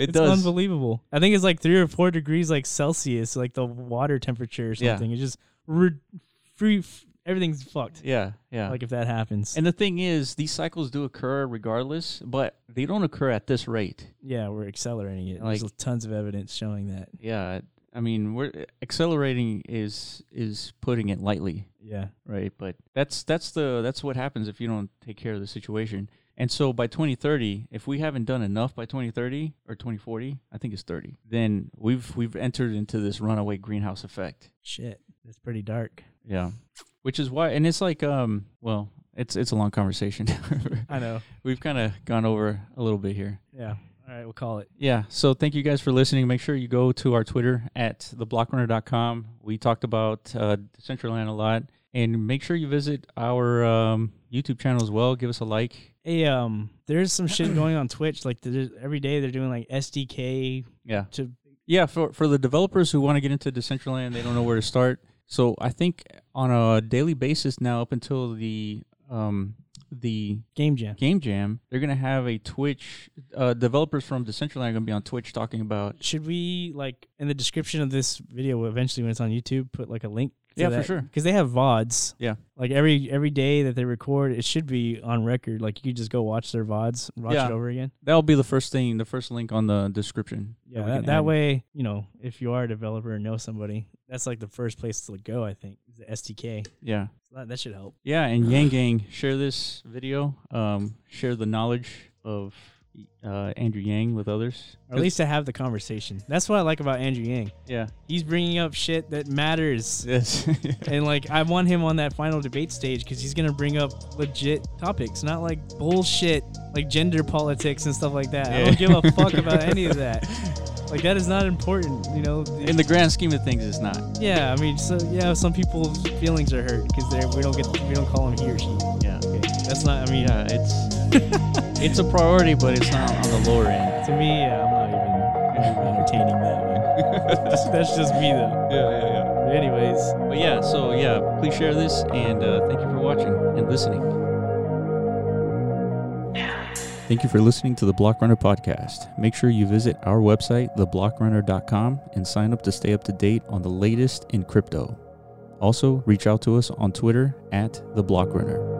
S2: it's
S1: does.
S2: unbelievable. I think it's like three or four degrees like Celsius, like the water temperature or
S1: Yeah.
S2: something. It's just re- free. F- everything's fucked.
S1: Yeah. Yeah.
S2: Like if that happens,
S1: And the thing is, these cycles do occur regardless, but they don't occur at this rate.
S2: yeah, we're accelerating it. There's
S1: Like-
S2: tons of evidence showing that.
S1: Yeah, I mean, we're uh, accelerating is is putting it lightly,
S2: Yeah.
S1: right? But that's that's the that's what happens if you don't take care of the situation. And so by 2030, if we haven't done enough by 2030 or 2040, I think it's 30, then we've we've entered into this runaway greenhouse effect.
S2: Shit, that's pretty dark.
S1: Yeah. Which is why and it's like um well, it's it's a long conversation.
S2: I know.
S1: we've kind of gone over a little bit here.
S2: Yeah. All right, we'll call it.
S1: Yeah. So thank you guys for listening. Make sure you go to our Twitter at theblockrunner.com. We talked about uh, Decentraland a lot. And make sure you visit our um, YouTube channel as well. Give us a like.
S2: Hey, um, there's some shit going on Twitch. Like there's- every day they're doing like SDK
S1: Yeah.
S2: to
S1: Yeah. For, for the developers who want to get into Decentraland, they don't know where to start. So I think on a daily basis now, up until the um, the
S2: Game Jam.
S1: Game Jam, they're gonna have a Twitch. Uh, developers from Decentraland are gonna be on Twitch talking about.
S2: Should we like in the description of this video eventually when it's on YouTube put like a link?
S1: Yeah, for sure.
S2: Because they have vods.
S1: Yeah.
S2: Like every every day that they record, it should be on record. Like you could just go watch their vods, watch
S1: Yeah.
S2: it over again.
S1: That'll be the first thing, the first link on the description.
S2: Yeah,
S1: we
S2: that,
S1: can
S2: that
S1: add.
S2: way you know if you are a developer and know somebody, that's like the first place to go. I think is the SDK.
S1: Yeah.
S2: So that, that should help.
S1: Yeah, and Yang Gang, share this video. Um, share the knowledge of uh, Andrew Yang with others.
S2: Or at least to have the conversation. That's what I like about Andrew Yang.
S1: Yeah.
S2: He's bringing up shit that matters.
S1: Yes.
S2: And like I want him on that final debate stage because he's gonna bring up legit topics, not like bullshit like gender politics and stuff like that. I don't give
S1: Yeah.
S2: a fuck about any of that. Like that is not important, you know.
S1: In the grand scheme of things, it's not.
S2: yeah, I mean, so yeah, some people's feelings are hurt because they we don't get we don't call him he or she.
S1: Yeah.
S2: That's not. I mean,
S1: Yeah, it's it's a priority, but it's not on the lower end.
S2: to me, yeah, I'm not even I'm not entertaining that. One. That's- That's just me though.
S1: Yeah, yeah, yeah.
S2: But anyways.
S1: But yeah, so yeah, please share this and uh, thank you for watching and listening. Thank you for listening to the Block Runner podcast. Make sure you visit our website, theblockrunner.com, and sign up to stay up to date on the latest in crypto. Also, reach out to us on Twitter at the Block Runner.